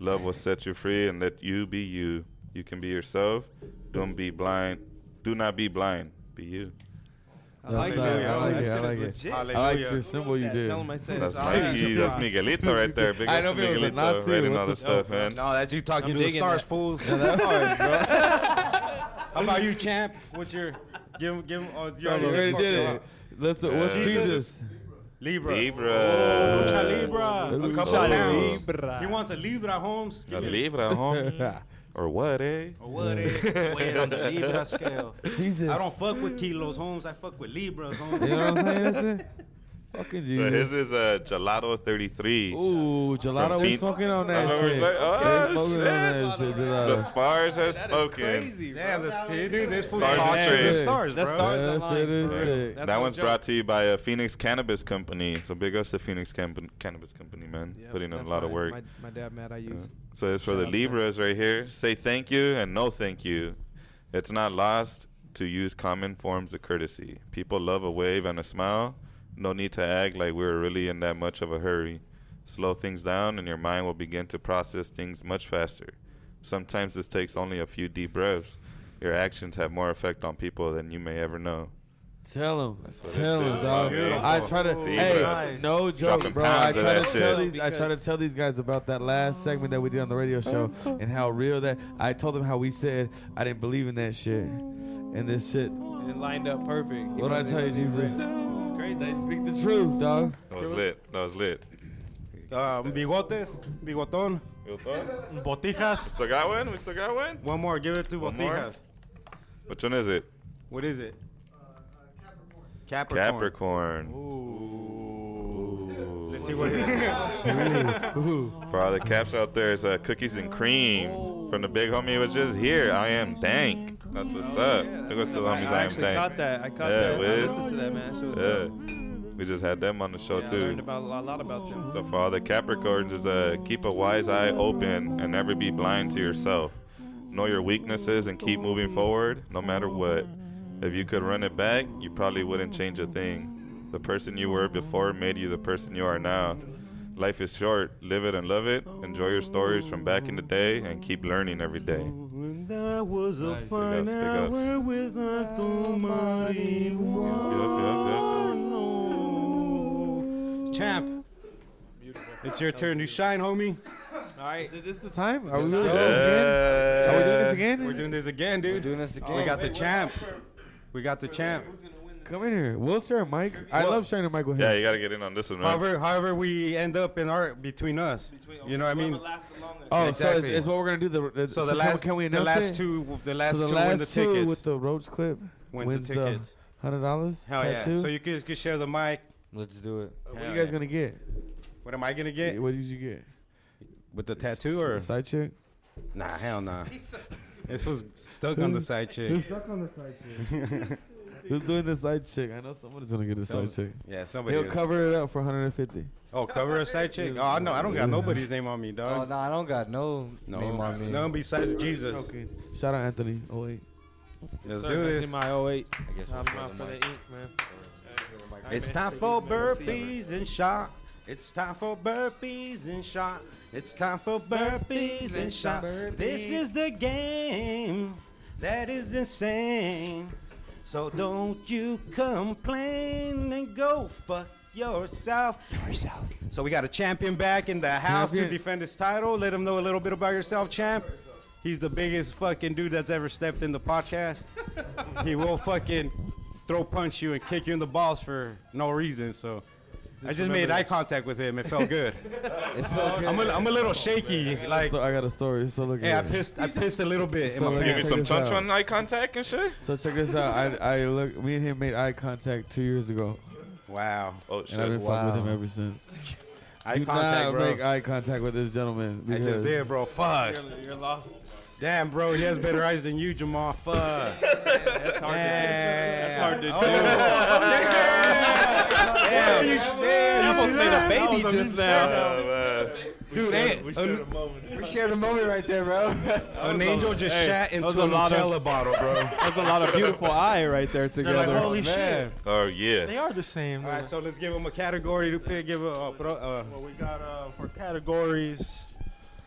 [SPEAKER 2] Love will set you free and let you be you. You can be yourself. Don't be blind. Do not be blind. Be you.
[SPEAKER 3] That's not- I like it. I like it.
[SPEAKER 4] Hallelujah.
[SPEAKER 3] I like your symbol you
[SPEAKER 7] Yeah,
[SPEAKER 3] did.
[SPEAKER 7] Tell him I said
[SPEAKER 2] That's
[SPEAKER 7] it's
[SPEAKER 4] right.
[SPEAKER 2] Mikey. That's Miguelito right there. Big
[SPEAKER 3] I
[SPEAKER 2] ups
[SPEAKER 3] know
[SPEAKER 2] to
[SPEAKER 3] if it was a
[SPEAKER 2] Miguelito
[SPEAKER 3] Nazi,
[SPEAKER 2] writing
[SPEAKER 3] what
[SPEAKER 2] all
[SPEAKER 3] the
[SPEAKER 2] this stuff, man.
[SPEAKER 4] No, that's you talking
[SPEAKER 7] I'm
[SPEAKER 4] to the
[SPEAKER 7] digging
[SPEAKER 4] stars,
[SPEAKER 7] that.
[SPEAKER 4] fool. How about you, champ? What's your give? him- Give him. Oh, you
[SPEAKER 3] We
[SPEAKER 4] already
[SPEAKER 3] already
[SPEAKER 4] did
[SPEAKER 3] did
[SPEAKER 4] Scorpio.
[SPEAKER 3] it. Let's. Uh, what's
[SPEAKER 2] Yeah.
[SPEAKER 3] Jesus?
[SPEAKER 4] Libra. Oh,
[SPEAKER 2] Libra.
[SPEAKER 5] Lucha Libra.
[SPEAKER 4] A couple
[SPEAKER 2] Oh.
[SPEAKER 4] pounds.
[SPEAKER 7] Libra.
[SPEAKER 4] He wants a Libra, Holmes.
[SPEAKER 2] A
[SPEAKER 4] Give me
[SPEAKER 2] Libra, home. or what, eh?
[SPEAKER 4] a- What eh? Weigh it on the Libra scale.
[SPEAKER 3] Jesus.
[SPEAKER 4] I don't fuck with kilos, Holmes. I fuck with Libras, Holmes.
[SPEAKER 3] You know what I'm saying? That's it. Fucking
[SPEAKER 2] But his
[SPEAKER 3] Jesus.
[SPEAKER 2] is uh, Gelato 33.
[SPEAKER 3] Ooh, gelato. We
[SPEAKER 2] Pete-
[SPEAKER 3] smoking on
[SPEAKER 2] That's
[SPEAKER 3] that
[SPEAKER 2] what we're
[SPEAKER 3] shit.
[SPEAKER 2] saying. Oh,
[SPEAKER 3] We smoking on that shit.
[SPEAKER 2] The
[SPEAKER 3] Gelato.
[SPEAKER 2] spars are spoken.
[SPEAKER 7] crazy.
[SPEAKER 4] Damn, this dude, this fool
[SPEAKER 2] Stars
[SPEAKER 4] talks
[SPEAKER 2] and
[SPEAKER 4] to the
[SPEAKER 2] trades.
[SPEAKER 4] stars,
[SPEAKER 7] That's
[SPEAKER 4] bro.
[SPEAKER 7] stars.
[SPEAKER 3] That shit is sick.
[SPEAKER 7] That's
[SPEAKER 2] that
[SPEAKER 7] no
[SPEAKER 2] one's
[SPEAKER 7] joke.
[SPEAKER 2] brought to you by uh, Phoenix Cannabis Company. So big ups to Phoenix Cam- Cannabis Company, man.
[SPEAKER 7] Yeah,
[SPEAKER 2] Putting in a
[SPEAKER 7] that's
[SPEAKER 2] lot of
[SPEAKER 7] my-
[SPEAKER 2] work.
[SPEAKER 7] My, my dad, Matt, I use.
[SPEAKER 2] So it's for
[SPEAKER 7] Shout out
[SPEAKER 2] the
[SPEAKER 7] to
[SPEAKER 2] Libras right here. Say thank you and no thank you. It's not lost to use common forms of courtesy. People love a wave and a smile. No need to act like we're really in that much of a hurry. Slow things down and your mind will begin to process things much faster. Sometimes this takes only a few deep breaths. Your actions have more effect on people than you may ever know.
[SPEAKER 3] Tell him,
[SPEAKER 2] what
[SPEAKER 3] tell
[SPEAKER 2] it
[SPEAKER 3] him,
[SPEAKER 2] is.
[SPEAKER 3] dog.
[SPEAKER 2] Beautiful.
[SPEAKER 3] I try to,
[SPEAKER 5] Ooh,
[SPEAKER 3] hey,
[SPEAKER 5] nice.
[SPEAKER 3] no joke,
[SPEAKER 2] Dropping
[SPEAKER 3] bro. I
[SPEAKER 2] pounds of
[SPEAKER 3] try to
[SPEAKER 2] that
[SPEAKER 3] tell
[SPEAKER 2] shit.
[SPEAKER 3] these, I try to tell these guys about that last segment that we did on the radio show
[SPEAKER 8] Oh.
[SPEAKER 3] and how real that. I told them how we said I didn't believe in that shit, and this shit.
[SPEAKER 1] It lined up perfect.
[SPEAKER 3] What I tell you, Jesus?
[SPEAKER 1] It's crazy.
[SPEAKER 3] Speak the truth, dog.
[SPEAKER 2] That was lit. That was lit.
[SPEAKER 4] Uh, bigotes, bigoton,
[SPEAKER 2] You thought?
[SPEAKER 5] Botijas.
[SPEAKER 2] Still got one? We still got one?
[SPEAKER 4] one more. Give it to
[SPEAKER 2] One more?
[SPEAKER 4] botijas.
[SPEAKER 2] Which one is it?
[SPEAKER 4] What is it? Capricorn.
[SPEAKER 2] Capricorn.
[SPEAKER 4] Let's see what it is.
[SPEAKER 2] For all the caps out there, it's uh, cookies and creams from the big homie. who was just here. I am Dank. That's what's up. Look what's the homies.
[SPEAKER 1] I
[SPEAKER 2] I am
[SPEAKER 1] actually caught that.
[SPEAKER 2] Dank.
[SPEAKER 1] I caught
[SPEAKER 2] Yeah,
[SPEAKER 1] that. I
[SPEAKER 2] Wiz.
[SPEAKER 1] listened to that man. That shit was
[SPEAKER 2] Yeah.
[SPEAKER 1] dope.
[SPEAKER 2] We just had them on the show
[SPEAKER 1] Yeah, I
[SPEAKER 2] too.
[SPEAKER 1] learned about a lot, a lot about them.
[SPEAKER 2] So for all the Capricorns, is uh, keep a wise eye open and never be blind to yourself. Know your weaknesses and keep moving forward, no matter what. If you could run it back, you probably wouldn't change a thing. The person you were before made you the person you are now. Life is short. Live it and love it. Enjoy your stories from back in the day and keep learning every day. Big ups, big ups. Yup, yup, yup.
[SPEAKER 4] Champ. It's your turn to shine, homie.
[SPEAKER 1] All right.
[SPEAKER 3] Is this the time? Are we doing this again? Are
[SPEAKER 4] We're
[SPEAKER 3] we doing this again?
[SPEAKER 2] Yeah. Oh,
[SPEAKER 4] doing this again, dude.
[SPEAKER 6] We're doing this again.
[SPEAKER 4] we got the champ. We got the champ.
[SPEAKER 3] Come in here. We'll share a mic. I love sharing a mic with
[SPEAKER 2] Yeah,
[SPEAKER 3] him.
[SPEAKER 2] you gotta get in on this one, man.
[SPEAKER 4] However, however we end up in our between us. You know what I mean?
[SPEAKER 3] Oh, so
[SPEAKER 4] Exactly.
[SPEAKER 3] it's, it's what we're gonna do. The, the-
[SPEAKER 4] So the
[SPEAKER 3] can-
[SPEAKER 4] last,
[SPEAKER 3] can we
[SPEAKER 4] the
[SPEAKER 3] announce
[SPEAKER 4] last
[SPEAKER 3] it?
[SPEAKER 4] two, the last
[SPEAKER 3] so the
[SPEAKER 4] two
[SPEAKER 3] last
[SPEAKER 4] win the
[SPEAKER 3] two
[SPEAKER 4] tickets.
[SPEAKER 3] with the Roach clip
[SPEAKER 4] Wins the tickets.
[SPEAKER 3] Hundred dollars.
[SPEAKER 4] Hell yeah! So you guys could share the mic.
[SPEAKER 6] Let's do it.
[SPEAKER 3] what
[SPEAKER 4] Hell
[SPEAKER 3] you guys
[SPEAKER 4] yeah.
[SPEAKER 3] gonna get?
[SPEAKER 4] What am I gonna get
[SPEAKER 3] What did you get?
[SPEAKER 4] with the tattoo or?
[SPEAKER 3] side chick?
[SPEAKER 4] Nah, hell nah. this was stuck on the side chick.
[SPEAKER 8] Stuck on the side here.
[SPEAKER 3] Who's doing the side chick? I know someone's gonna get a side chick.
[SPEAKER 4] Yeah, somebody.
[SPEAKER 3] He'll
[SPEAKER 4] is.
[SPEAKER 3] cover it up for 150.
[SPEAKER 4] oh, cover a side chick. Oh no, I don't got nobody's name on me,
[SPEAKER 6] Oh,
[SPEAKER 4] dog.
[SPEAKER 6] no, I don't got no,
[SPEAKER 4] no,
[SPEAKER 6] name on me.
[SPEAKER 4] none besides Jesus.
[SPEAKER 3] Okay. Shout out Anthony. Oh wait.
[SPEAKER 4] Let's
[SPEAKER 1] Sir,
[SPEAKER 4] do
[SPEAKER 1] that's
[SPEAKER 4] this.
[SPEAKER 1] in my 08.
[SPEAKER 6] I guess we'll
[SPEAKER 1] I'm
[SPEAKER 6] share
[SPEAKER 1] out
[SPEAKER 6] the
[SPEAKER 1] for the
[SPEAKER 6] mic.
[SPEAKER 1] ink, man.
[SPEAKER 4] It's time for burpees and shot. It's time for burpees and shot. It's time for burpees and shot. This is the game that is insane. So don't you complain and go fuck yourself. Yourself. So we got a champion back in the house to
[SPEAKER 3] Champion.
[SPEAKER 4] defend his title. Let him know a little bit about yourself, champ. He's the biggest fucking dude that's ever stepped in the podcast. he will fucking throw punch you and kick you in the balls for no reason. So I just made eye contact with him. It felt good.
[SPEAKER 6] It felt good.
[SPEAKER 4] I'm a, I'm a little shaky. Like,
[SPEAKER 3] So I got a story. So look.
[SPEAKER 4] hey, I
[SPEAKER 3] at it.
[SPEAKER 4] pissed I pissed a little bit in
[SPEAKER 3] So
[SPEAKER 4] my
[SPEAKER 3] like-
[SPEAKER 2] Give me
[SPEAKER 4] pants.
[SPEAKER 2] some
[SPEAKER 3] Check this
[SPEAKER 2] chunch
[SPEAKER 3] out.
[SPEAKER 2] on eye contact and shit.
[SPEAKER 3] So check this out. I I look. Me and him made eye contact two years ago,
[SPEAKER 4] Wow.
[SPEAKER 2] Oh
[SPEAKER 3] and I've
[SPEAKER 2] shit.
[SPEAKER 3] been fucking with
[SPEAKER 6] Wow.
[SPEAKER 3] him ever since.
[SPEAKER 4] Eye
[SPEAKER 3] Do
[SPEAKER 4] contact,
[SPEAKER 3] not
[SPEAKER 4] bro.
[SPEAKER 3] make eye contact with this gentleman.
[SPEAKER 4] I
[SPEAKER 3] because-
[SPEAKER 4] just did, bro. Fuck.
[SPEAKER 1] You're lost.
[SPEAKER 4] Damn, bro. He has better eyes than you, Jamal. Fuck.
[SPEAKER 1] That's hard
[SPEAKER 4] That's hard
[SPEAKER 1] to do.
[SPEAKER 4] Oh, yeah. Damn. You, should- damn, you should-
[SPEAKER 1] baby just now.
[SPEAKER 2] Uh,
[SPEAKER 4] Dude, hey, an,
[SPEAKER 6] We shared a moment right there, bro.
[SPEAKER 4] an angel just shat into a
[SPEAKER 1] was a lot of-
[SPEAKER 4] Nutella bottle, bro.
[SPEAKER 1] That's a lot of beautiful eye right there
[SPEAKER 5] They're like,
[SPEAKER 1] together.
[SPEAKER 5] holy shit.
[SPEAKER 2] oh yeah.
[SPEAKER 5] They are the same.
[SPEAKER 4] All right, so let's give him a category to pick. Give him uh, pro, uh,
[SPEAKER 5] Well, we got uh, for categories,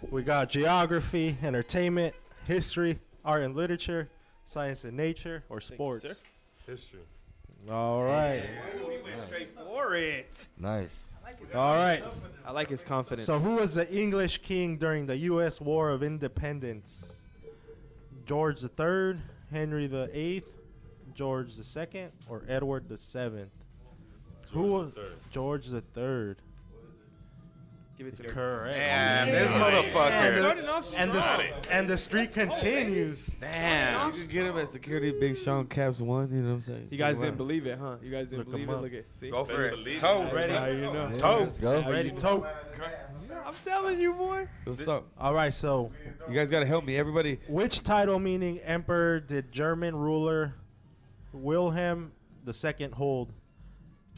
[SPEAKER 5] we got geography, entertainment, history, art and literature, science and nature, or sports.
[SPEAKER 2] History.
[SPEAKER 5] All right,
[SPEAKER 1] For it.
[SPEAKER 6] Nice.
[SPEAKER 5] all right.
[SPEAKER 1] I like his confidence.
[SPEAKER 5] So, who was the English king during the U.S. War of Independence? George III, Henry VIII, George II, or Edward VII? George who was George III?
[SPEAKER 1] Give it to me.
[SPEAKER 5] Correct.
[SPEAKER 4] Damn, this
[SPEAKER 5] motherfucker.
[SPEAKER 1] Starting off
[SPEAKER 5] And
[SPEAKER 1] strong.
[SPEAKER 5] the and the streak continues.
[SPEAKER 4] Damn.
[SPEAKER 3] You just get him at security. Big Sean Caps one. You know what I'm saying?
[SPEAKER 1] You guys
[SPEAKER 3] So, uh,
[SPEAKER 1] didn't believe it, huh? You guys didn't
[SPEAKER 5] Look
[SPEAKER 1] believe
[SPEAKER 5] 'em
[SPEAKER 1] it.
[SPEAKER 5] up.
[SPEAKER 1] Look at see.
[SPEAKER 4] Go for
[SPEAKER 2] Best
[SPEAKER 4] it.
[SPEAKER 2] believe
[SPEAKER 4] Toe,
[SPEAKER 2] it.
[SPEAKER 1] Now
[SPEAKER 4] ready.
[SPEAKER 1] you know.
[SPEAKER 6] Yeah,
[SPEAKER 5] Toe.
[SPEAKER 6] Let's go.
[SPEAKER 5] Ready, tote.
[SPEAKER 1] I'm telling you, boy.
[SPEAKER 3] What's up?
[SPEAKER 5] All right, so
[SPEAKER 3] You guys gotta help me. Everybody,
[SPEAKER 5] which title, meaning emperor, did German ruler Wilhelm II hold?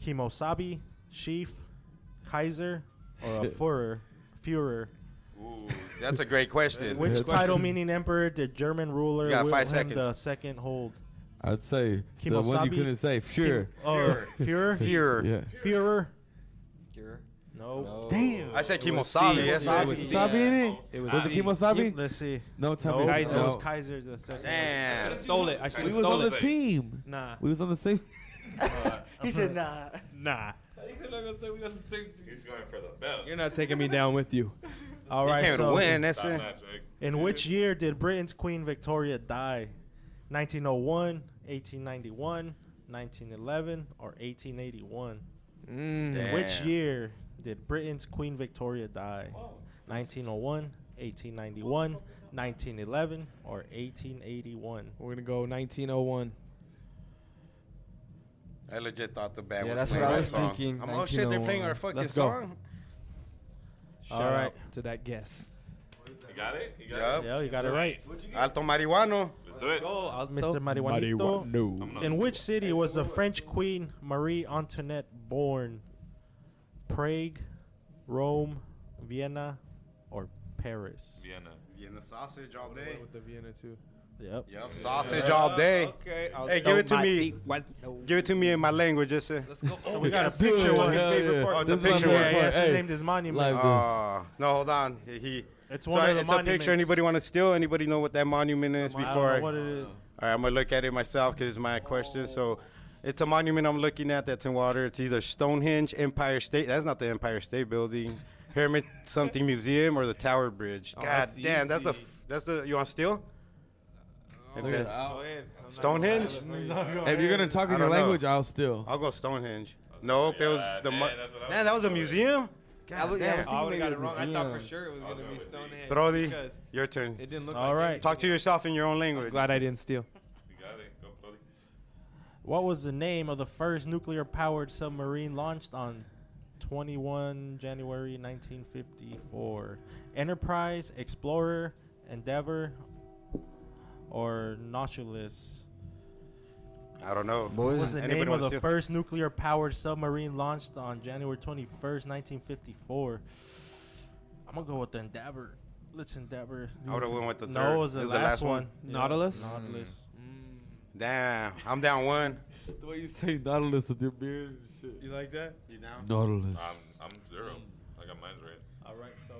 [SPEAKER 5] Kimosabi, chief, Kaiser, or a
[SPEAKER 3] Shit.
[SPEAKER 5] Führer? Führer.
[SPEAKER 4] That's a great question.
[SPEAKER 5] Which
[SPEAKER 3] That's-
[SPEAKER 5] title, meaning emperor, did German ruler
[SPEAKER 4] You got five
[SPEAKER 5] Wilhelm II hold?
[SPEAKER 3] I'd say the one
[SPEAKER 5] Kimosabe.
[SPEAKER 3] you couldn't say. Sure.
[SPEAKER 5] Or Führer?
[SPEAKER 4] Fear.
[SPEAKER 3] Yeah.
[SPEAKER 5] Führer?
[SPEAKER 6] Sure.
[SPEAKER 5] No.
[SPEAKER 3] Damn.
[SPEAKER 4] I said Kimosabi. Yes,
[SPEAKER 6] C. It
[SPEAKER 4] sir.
[SPEAKER 6] was
[SPEAKER 3] Was Sabi in it?
[SPEAKER 1] It was
[SPEAKER 3] Was it
[SPEAKER 1] C.
[SPEAKER 3] Kimosabi?
[SPEAKER 5] Let's see.
[SPEAKER 3] No, tell
[SPEAKER 5] No,
[SPEAKER 3] me.
[SPEAKER 5] no, it
[SPEAKER 1] Kaiser.
[SPEAKER 5] was
[SPEAKER 3] No.
[SPEAKER 5] Kaiser the second.
[SPEAKER 4] Damn.
[SPEAKER 1] Stole it. I
[SPEAKER 3] We
[SPEAKER 1] should have
[SPEAKER 3] was on
[SPEAKER 1] stole
[SPEAKER 3] the
[SPEAKER 1] it.
[SPEAKER 3] team.
[SPEAKER 1] Nah.
[SPEAKER 3] We was on the same.
[SPEAKER 2] Oh,
[SPEAKER 6] he said, "Nah."
[SPEAKER 9] Nah.
[SPEAKER 2] He's going for the belt.
[SPEAKER 7] You're not taking me down with you.
[SPEAKER 5] All right.
[SPEAKER 9] Can't
[SPEAKER 5] so
[SPEAKER 9] win. That's
[SPEAKER 2] Stop
[SPEAKER 9] it.
[SPEAKER 2] that, Jakes.
[SPEAKER 5] In which year did Britain's Queen Victoria die? 1901, 1891, 1911, or 1881? In which
[SPEAKER 2] Damn.
[SPEAKER 5] year did Britain's Queen Victoria die? 1901, 1891, 1911, or 1881?
[SPEAKER 7] We're gonna go 1901.
[SPEAKER 4] I legit thought the band
[SPEAKER 6] Yeah,
[SPEAKER 4] was
[SPEAKER 6] that's what
[SPEAKER 4] playing
[SPEAKER 6] I
[SPEAKER 4] that
[SPEAKER 6] was
[SPEAKER 4] song.
[SPEAKER 6] thinking.
[SPEAKER 4] I'm, oh shit, they're playing
[SPEAKER 6] 1901.
[SPEAKER 4] our fucking
[SPEAKER 7] Let's go.
[SPEAKER 4] song.
[SPEAKER 5] All
[SPEAKER 7] Shout
[SPEAKER 5] right.
[SPEAKER 7] out to that guess.
[SPEAKER 2] You got it? You got
[SPEAKER 4] Yup.
[SPEAKER 2] it?
[SPEAKER 5] Yeah, you got it right.
[SPEAKER 4] Alto Marihuano.
[SPEAKER 2] Let's do it.
[SPEAKER 5] Mr. Marijuanito.
[SPEAKER 2] I'm not-
[SPEAKER 5] In which city was the French Queen Marie Antoinette born? Prague, Rome, Vienna, or Paris?
[SPEAKER 2] Vienna.
[SPEAKER 4] Vienna sausage all day.
[SPEAKER 7] With the Vienna too.
[SPEAKER 5] Yep.
[SPEAKER 4] Yep, sausage all day.
[SPEAKER 7] Uh, Okay. I'll
[SPEAKER 9] Hey, give it to me. Give it to me in my language. Just uh,
[SPEAKER 7] Let's go.
[SPEAKER 5] We got a picture
[SPEAKER 3] Good,
[SPEAKER 5] one.
[SPEAKER 3] hell
[SPEAKER 5] Yeah,
[SPEAKER 3] yeah.
[SPEAKER 4] part. Oh,
[SPEAKER 3] This
[SPEAKER 4] the
[SPEAKER 3] is my
[SPEAKER 4] picture
[SPEAKER 3] favorite
[SPEAKER 4] one.
[SPEAKER 3] part.
[SPEAKER 5] yeah, she
[SPEAKER 3] Hey,
[SPEAKER 5] named his monument. Oh.
[SPEAKER 3] like this.
[SPEAKER 4] Uh, no, hold on. He- He.
[SPEAKER 5] It's
[SPEAKER 4] so
[SPEAKER 5] one
[SPEAKER 4] I-
[SPEAKER 5] of the
[SPEAKER 4] it's a picture.
[SPEAKER 5] monuments.
[SPEAKER 4] Anybody want to steal? Anybody know what that monument
[SPEAKER 5] I
[SPEAKER 4] is
[SPEAKER 5] don't
[SPEAKER 4] before?
[SPEAKER 5] know what it is.
[SPEAKER 4] All right, I'm gonna look at it myself because it's my question. So, it's a monument I'm looking at that's in water. It's either Stonehenge, Empire State. That's not the Empire State Building, Pyramid something Museum, or the Tower Bridge.
[SPEAKER 5] Oh,
[SPEAKER 4] God
[SPEAKER 7] that's
[SPEAKER 4] damn, that's the
[SPEAKER 7] Oh, easy.
[SPEAKER 4] that's the you want to steal?
[SPEAKER 3] Look at
[SPEAKER 4] Okay.
[SPEAKER 3] that.
[SPEAKER 4] Stonehenge?
[SPEAKER 3] If you're gonna talk
[SPEAKER 4] I
[SPEAKER 3] in
[SPEAKER 4] don't know.
[SPEAKER 3] your language, I'll still.
[SPEAKER 4] I'll go Stonehenge. Nope, it was the mo-
[SPEAKER 2] Yeah, that's what I
[SPEAKER 4] man. That was a museum.
[SPEAKER 6] I was, yeah, I was
[SPEAKER 4] Damn.
[SPEAKER 6] thinking
[SPEAKER 7] I would
[SPEAKER 6] maybe
[SPEAKER 7] have got
[SPEAKER 6] it
[SPEAKER 7] it wrong.
[SPEAKER 6] was
[SPEAKER 7] I thought
[SPEAKER 6] Dion.
[SPEAKER 7] for sure it was gonna be Stonehenge.
[SPEAKER 4] Brody,
[SPEAKER 7] because
[SPEAKER 4] your turn.
[SPEAKER 7] it didn't look
[SPEAKER 5] All
[SPEAKER 7] like
[SPEAKER 5] right.
[SPEAKER 7] anything.
[SPEAKER 4] Talk to yourself in your own language.
[SPEAKER 7] Glad I didn't steal.
[SPEAKER 2] You got it. Go, Brody.
[SPEAKER 5] What was the name of the first nuclear powered submarine launched on 21 January 1954? Enterprise, Explorer, Endeavor, or Nautilus?
[SPEAKER 4] I don't know.
[SPEAKER 5] What
[SPEAKER 6] Boys,
[SPEAKER 5] was the
[SPEAKER 4] Anybody
[SPEAKER 5] name of
[SPEAKER 4] wanna
[SPEAKER 5] the
[SPEAKER 4] steal?
[SPEAKER 5] first nuclear powered submarine launched on January 21st, 1954? I'm going to go with the Endeavor. Let's Endeavor.
[SPEAKER 4] I would've went with the
[SPEAKER 5] No,
[SPEAKER 4] third.
[SPEAKER 5] it was the, last, one.
[SPEAKER 7] Nautilus?
[SPEAKER 5] Yeah, Nautilus.
[SPEAKER 4] Mm. Damn, I'm down one.
[SPEAKER 3] The way you say Nautilus with your beard and shit.
[SPEAKER 7] You like that?
[SPEAKER 4] You down?
[SPEAKER 3] Nautilus.
[SPEAKER 2] I'm, I'm zero. I got mine right.
[SPEAKER 5] All right, so.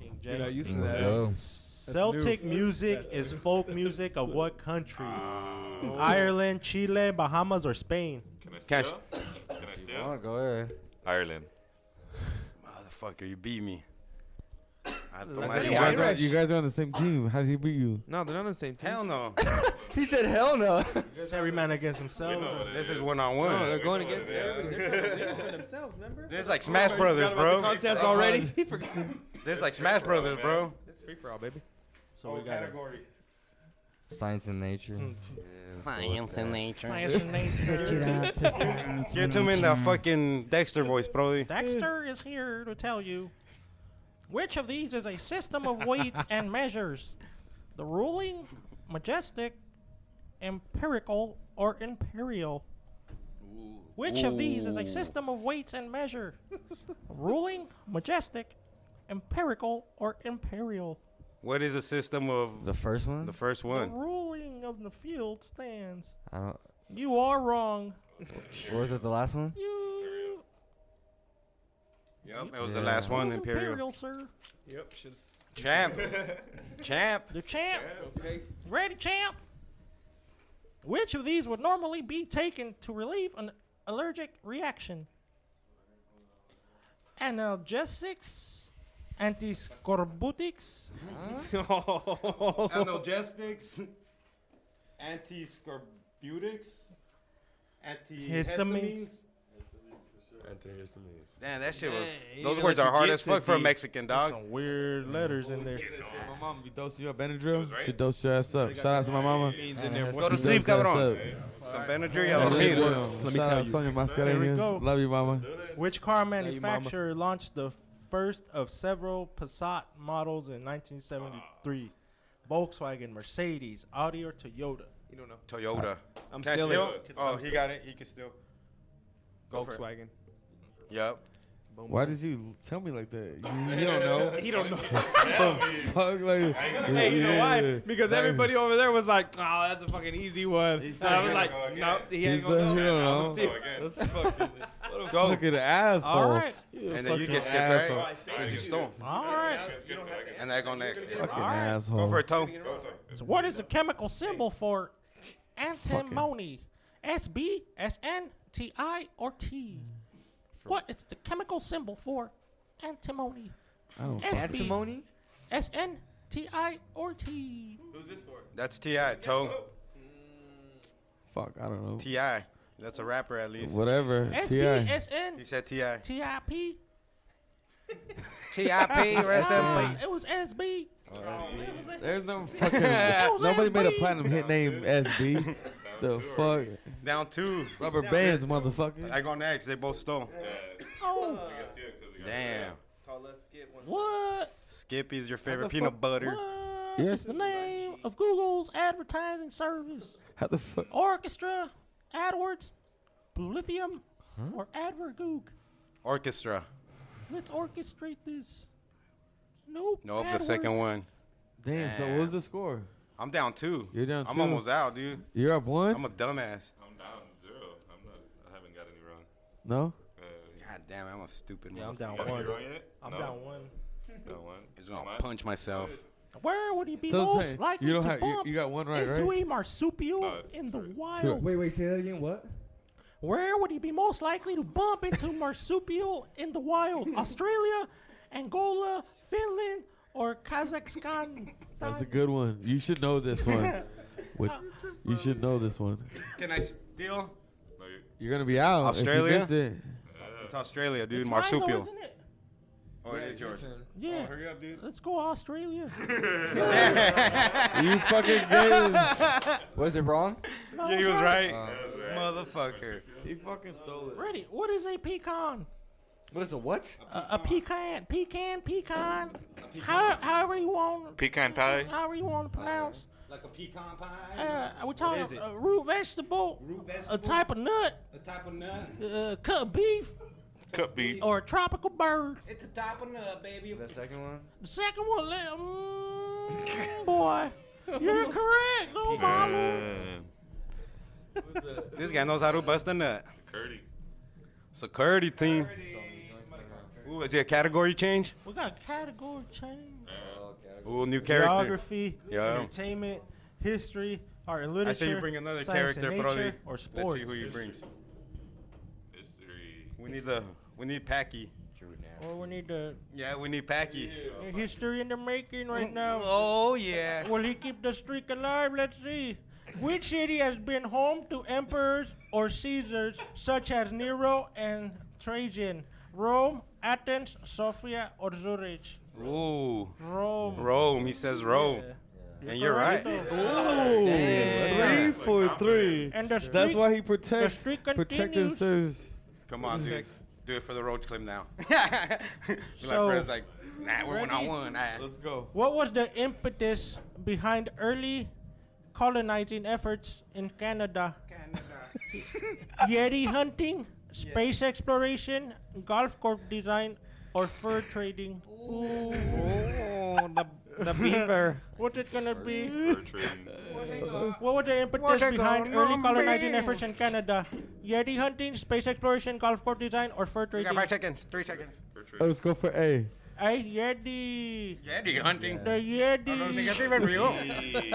[SPEAKER 5] King
[SPEAKER 7] You're not
[SPEAKER 5] James.
[SPEAKER 7] used to
[SPEAKER 6] Let's
[SPEAKER 7] that.
[SPEAKER 6] go.
[SPEAKER 5] Celtic music is folk music of what country?
[SPEAKER 4] Oh.
[SPEAKER 5] Oh. Ireland, Chile, Bahamas, or Spain?
[SPEAKER 2] Can I
[SPEAKER 4] Can I
[SPEAKER 2] steal? Can I
[SPEAKER 6] Oh,
[SPEAKER 2] steal?
[SPEAKER 6] go ahead.
[SPEAKER 2] Ireland.
[SPEAKER 4] Motherfucker, you beat me. I don't
[SPEAKER 7] That's
[SPEAKER 4] mind
[SPEAKER 7] it.
[SPEAKER 4] you.
[SPEAKER 3] You guys, are,
[SPEAKER 4] Irish?
[SPEAKER 3] you guys are on the same team. How did he beat you?
[SPEAKER 7] No, they're not on the same team.
[SPEAKER 4] Hell no.
[SPEAKER 6] He said, "Hell no."
[SPEAKER 5] It's every man against himself.
[SPEAKER 2] know what it
[SPEAKER 4] This is one on
[SPEAKER 7] No, they're
[SPEAKER 4] one.
[SPEAKER 7] going against
[SPEAKER 2] Everybody does.
[SPEAKER 7] everything. They're trying to win for themselves, remember?
[SPEAKER 4] This is like Smash Brothers, bro.
[SPEAKER 7] Contest already? he forgot.
[SPEAKER 4] This is like Smash Brothers, bro.
[SPEAKER 7] It's free for all, baby.
[SPEAKER 5] So we got it.
[SPEAKER 6] Science and nature.
[SPEAKER 10] Science and nature.
[SPEAKER 4] Get him in that fucking Dexter voice, bro.
[SPEAKER 10] Dexter is here to tell you which of these is a system of weights and measures the ruling, majestic, empirical, or imperial. Which of these is a system of weights and measure? ruling, majestic, empirical, or imperial.
[SPEAKER 4] What is a system of
[SPEAKER 6] The first one?
[SPEAKER 4] the first
[SPEAKER 10] The
[SPEAKER 4] one?
[SPEAKER 10] ruling of the field stands.
[SPEAKER 6] I don't.
[SPEAKER 10] You are wrong.
[SPEAKER 6] What was it? The last one?
[SPEAKER 10] You
[SPEAKER 4] Yep, it was the last one,
[SPEAKER 10] was imperial,
[SPEAKER 4] Imperial.
[SPEAKER 10] sir.
[SPEAKER 7] Yep. Shit's
[SPEAKER 4] Champ. Champ.
[SPEAKER 10] The champ.
[SPEAKER 7] okay.
[SPEAKER 10] Ready, champ? Which of these would normally be taken to relieve an allergic reaction? Analgesics, antiscorbutics,
[SPEAKER 4] Analgesics. Antiscorbutics.
[SPEAKER 5] Histamines.
[SPEAKER 4] Damn, that shit was.
[SPEAKER 7] you
[SPEAKER 4] Those
[SPEAKER 7] gotta
[SPEAKER 4] words are
[SPEAKER 7] let you
[SPEAKER 4] hard
[SPEAKER 7] get
[SPEAKER 4] as
[SPEAKER 7] to
[SPEAKER 4] fuck for a
[SPEAKER 7] the-
[SPEAKER 4] Mexican dog.
[SPEAKER 5] Some weird letters in there.
[SPEAKER 3] My mom be dosing you up Benadryl.
[SPEAKER 2] right.
[SPEAKER 3] She dosed your ass up. Shout out to my mama.
[SPEAKER 4] Go to
[SPEAKER 3] She
[SPEAKER 4] sleep,
[SPEAKER 3] dosed your ass
[SPEAKER 4] cabrón.
[SPEAKER 3] up.
[SPEAKER 4] Some Benadryl.
[SPEAKER 3] That
[SPEAKER 4] I'll see
[SPEAKER 3] shit
[SPEAKER 4] you.
[SPEAKER 3] works. Shout out Sonia
[SPEAKER 5] go.
[SPEAKER 3] Mascareñas. Love you, mama.
[SPEAKER 5] Which car
[SPEAKER 3] you, mama.
[SPEAKER 5] manufacturer launched the first of several Passat models in 1973? Volkswagen, Mercedes, Audi, or Toyota?
[SPEAKER 7] You don't know.
[SPEAKER 4] Toyota.
[SPEAKER 7] I'm
[SPEAKER 4] Can I
[SPEAKER 7] still
[SPEAKER 4] steal?
[SPEAKER 7] in
[SPEAKER 4] Oh, he got it. He can steal. Go for it.
[SPEAKER 7] Volkswagen.
[SPEAKER 4] Yep.
[SPEAKER 7] Boom.
[SPEAKER 3] Why did you tell me like that? You, you don't know.
[SPEAKER 7] He don't know.
[SPEAKER 3] Fuck, like,
[SPEAKER 7] hey, you know why?
[SPEAKER 3] yeah.
[SPEAKER 7] Because everybody over there was like, "Oh, that's a fucking easy one." And I was like,
[SPEAKER 2] go again.
[SPEAKER 7] "No, he ain't
[SPEAKER 3] He's
[SPEAKER 7] gonna
[SPEAKER 3] a-
[SPEAKER 7] go."
[SPEAKER 3] he don't
[SPEAKER 7] I'ma
[SPEAKER 3] know.
[SPEAKER 7] steal.
[SPEAKER 2] Again.
[SPEAKER 4] Go.
[SPEAKER 3] Look at the asshole.
[SPEAKER 10] All right.
[SPEAKER 3] You
[SPEAKER 4] And then you
[SPEAKER 3] fucking
[SPEAKER 4] get skipped,
[SPEAKER 3] asshole.
[SPEAKER 4] right? Because you stole.
[SPEAKER 10] All right.
[SPEAKER 2] It's good, I guess.
[SPEAKER 4] And I go next. Go
[SPEAKER 3] Fucking asshole.
[SPEAKER 4] for a toe.
[SPEAKER 2] Go, Toy.
[SPEAKER 10] So what is the chemical symbol for antimony? SB, SN, TI, or T? What is the chemical symbol for antimony?
[SPEAKER 3] I don't.
[SPEAKER 10] SB,
[SPEAKER 6] Antimony?
[SPEAKER 10] SN, TI, or T?
[SPEAKER 4] That's Ti Toe
[SPEAKER 3] Fuck. I don't know.
[SPEAKER 4] Ti. That's a rapper at least.
[SPEAKER 3] Whatever.
[SPEAKER 7] Eh?
[SPEAKER 10] SB,
[SPEAKER 3] Ti.
[SPEAKER 4] You
[SPEAKER 10] SN,
[SPEAKER 4] said Ti.
[SPEAKER 10] TIP?
[SPEAKER 4] T.I.P. Rest
[SPEAKER 10] Uh, it was SB.
[SPEAKER 7] Oh,
[SPEAKER 3] There's no fucking.
[SPEAKER 10] It was
[SPEAKER 3] Nobody made a
[SPEAKER 10] SB.
[SPEAKER 3] platinum hit name SB. The fuck.
[SPEAKER 4] Down two.
[SPEAKER 3] Rubber bands, motherfucker.
[SPEAKER 4] I go next. They both stole.
[SPEAKER 10] Oh,
[SPEAKER 4] Damn.
[SPEAKER 10] what?
[SPEAKER 4] Skippy's your favorite peanut butter.
[SPEAKER 10] What
[SPEAKER 3] Yes.
[SPEAKER 10] is the name of Google's advertising service?
[SPEAKER 3] How the fuck?
[SPEAKER 10] Orchestra, AdWords, Lithium, or AdverGoog?
[SPEAKER 4] Orchestra.
[SPEAKER 10] Let's orchestrate this. Nope.
[SPEAKER 4] Nope, the second
[SPEAKER 10] AdWords.
[SPEAKER 4] one.
[SPEAKER 3] Damn. So what was the score?
[SPEAKER 4] I'm down two.
[SPEAKER 3] You're down
[SPEAKER 4] I'm
[SPEAKER 3] two?
[SPEAKER 4] almost out, dude.
[SPEAKER 3] You're up
[SPEAKER 4] I'm
[SPEAKER 3] one.
[SPEAKER 4] a dumbass.
[SPEAKER 2] I'm down zero. I'm not. I haven't got any wrong.
[SPEAKER 3] No.
[SPEAKER 2] Uh,
[SPEAKER 4] God damn, I'm a stupid
[SPEAKER 5] Yeah, I'm
[SPEAKER 4] motherfucker.
[SPEAKER 5] down
[SPEAKER 2] you got
[SPEAKER 5] one.
[SPEAKER 2] any wrong yet?
[SPEAKER 5] I'm
[SPEAKER 2] No?
[SPEAKER 5] down one.
[SPEAKER 2] Down one.
[SPEAKER 4] Just
[SPEAKER 2] Am
[SPEAKER 4] gonna
[SPEAKER 2] I?
[SPEAKER 4] punch myself.
[SPEAKER 10] Where would he be
[SPEAKER 3] So
[SPEAKER 10] most
[SPEAKER 3] it's like,
[SPEAKER 10] likely
[SPEAKER 3] you don't
[SPEAKER 10] to
[SPEAKER 3] have. You,
[SPEAKER 10] bump
[SPEAKER 3] you got one right,
[SPEAKER 10] into
[SPEAKER 3] right?
[SPEAKER 10] a marsupial
[SPEAKER 2] No,
[SPEAKER 10] in the
[SPEAKER 3] Two.
[SPEAKER 10] wild?
[SPEAKER 6] Wait, wait, say that again. What?
[SPEAKER 10] Where would he be most likely to bump into marsupial in the wild? Australia, Angola, Finland, or Kazakhstan?
[SPEAKER 3] That's a good one. You should know this one. With, you should know this one.
[SPEAKER 4] Can I steal?
[SPEAKER 2] No, you-
[SPEAKER 3] You're gonna be out. If
[SPEAKER 4] Australia?
[SPEAKER 3] you miss it.
[SPEAKER 4] It's Australia, dude.
[SPEAKER 10] It's mine though,
[SPEAKER 4] Marsupial.
[SPEAKER 10] isn't it?
[SPEAKER 4] Oh, it is yours.
[SPEAKER 10] Yeah.
[SPEAKER 4] Hurry up, dude.
[SPEAKER 10] Let's go Australia.
[SPEAKER 3] You fucking gave.
[SPEAKER 6] Was it wrong? Uh,
[SPEAKER 10] No,
[SPEAKER 4] Yeah, he
[SPEAKER 10] it's
[SPEAKER 4] was
[SPEAKER 10] not.
[SPEAKER 4] right. Motherfucker.
[SPEAKER 3] He fucking stole it.
[SPEAKER 10] Ready? What is a pecan?
[SPEAKER 6] What is it? What?
[SPEAKER 10] A, a pecan, pecan, pecan. How, however you want,
[SPEAKER 2] Pecan pie.
[SPEAKER 10] however you want to pronounce.
[SPEAKER 11] Like a pecan pie,
[SPEAKER 10] Uh, we're talking a root vegetable,
[SPEAKER 11] root vegetable,
[SPEAKER 10] a type of nut,
[SPEAKER 11] a type of nut.
[SPEAKER 10] uh, cut of beef,
[SPEAKER 2] Could be.
[SPEAKER 10] or a tropical bird.
[SPEAKER 11] It's a type of nut, baby.
[SPEAKER 6] The second one?
[SPEAKER 10] The second one, let, mm, boy, you're correct, oh my lord.
[SPEAKER 2] Uh,
[SPEAKER 4] This guy knows how to bust a nut.
[SPEAKER 2] Curdy.
[SPEAKER 4] Security team. Ooh, is it a category change?
[SPEAKER 10] We got category change.
[SPEAKER 4] Ooh, new character.
[SPEAKER 5] Geography,
[SPEAKER 4] Yeah.
[SPEAKER 5] entertainment, history, art and literature.
[SPEAKER 4] I say you bring another
[SPEAKER 5] science and
[SPEAKER 4] character,
[SPEAKER 5] nature,
[SPEAKER 4] Brody.
[SPEAKER 5] or
[SPEAKER 4] Let's
[SPEAKER 5] sports.
[SPEAKER 4] see who you bring.
[SPEAKER 2] History.
[SPEAKER 4] We need the. We need Packy.
[SPEAKER 10] Well, we need the
[SPEAKER 4] Yeah, we need Packy.
[SPEAKER 10] the history in the making right now.
[SPEAKER 4] Oh yeah.
[SPEAKER 10] Will he keep the streak alive? Let's see. Which city has been home to emperors or Caesars, such as Nero and Trajan? Rome, Athens, Sofia, or Zurich?
[SPEAKER 4] Ooh.
[SPEAKER 10] Rome.
[SPEAKER 4] Rome. He says Rome. And you're right.
[SPEAKER 3] Three for three.
[SPEAKER 10] And the streak,
[SPEAKER 3] That's why he protects.
[SPEAKER 10] streak
[SPEAKER 3] Protect and
[SPEAKER 10] continues.
[SPEAKER 3] serves.
[SPEAKER 4] Come on, dude. Do it for the road clip now. Be
[SPEAKER 10] So-
[SPEAKER 4] like friends, like, nah, we're one on
[SPEAKER 10] Ready?
[SPEAKER 4] one. ah."
[SPEAKER 3] Let's go.
[SPEAKER 10] What was the impetus behind early colonizing efforts in Canada? Yeti hunting, space exploration, golf course design, or fur trading? Ooh. Oh, the, the beaver. What's it gonna be?
[SPEAKER 2] Fur trading.
[SPEAKER 10] What was the impetus behind early colonizing efforts in Canada? Yeti hunting, space exploration, golf course design, or fur
[SPEAKER 4] We got
[SPEAKER 10] trading?
[SPEAKER 4] five seconds. Three seconds.
[SPEAKER 2] Fur trading.
[SPEAKER 3] Oh, Let's go for A.
[SPEAKER 10] Hey, Yeti.
[SPEAKER 4] Yeti hunting.
[SPEAKER 10] The Yeti.
[SPEAKER 4] I don't think that's even real.
[SPEAKER 2] Hey.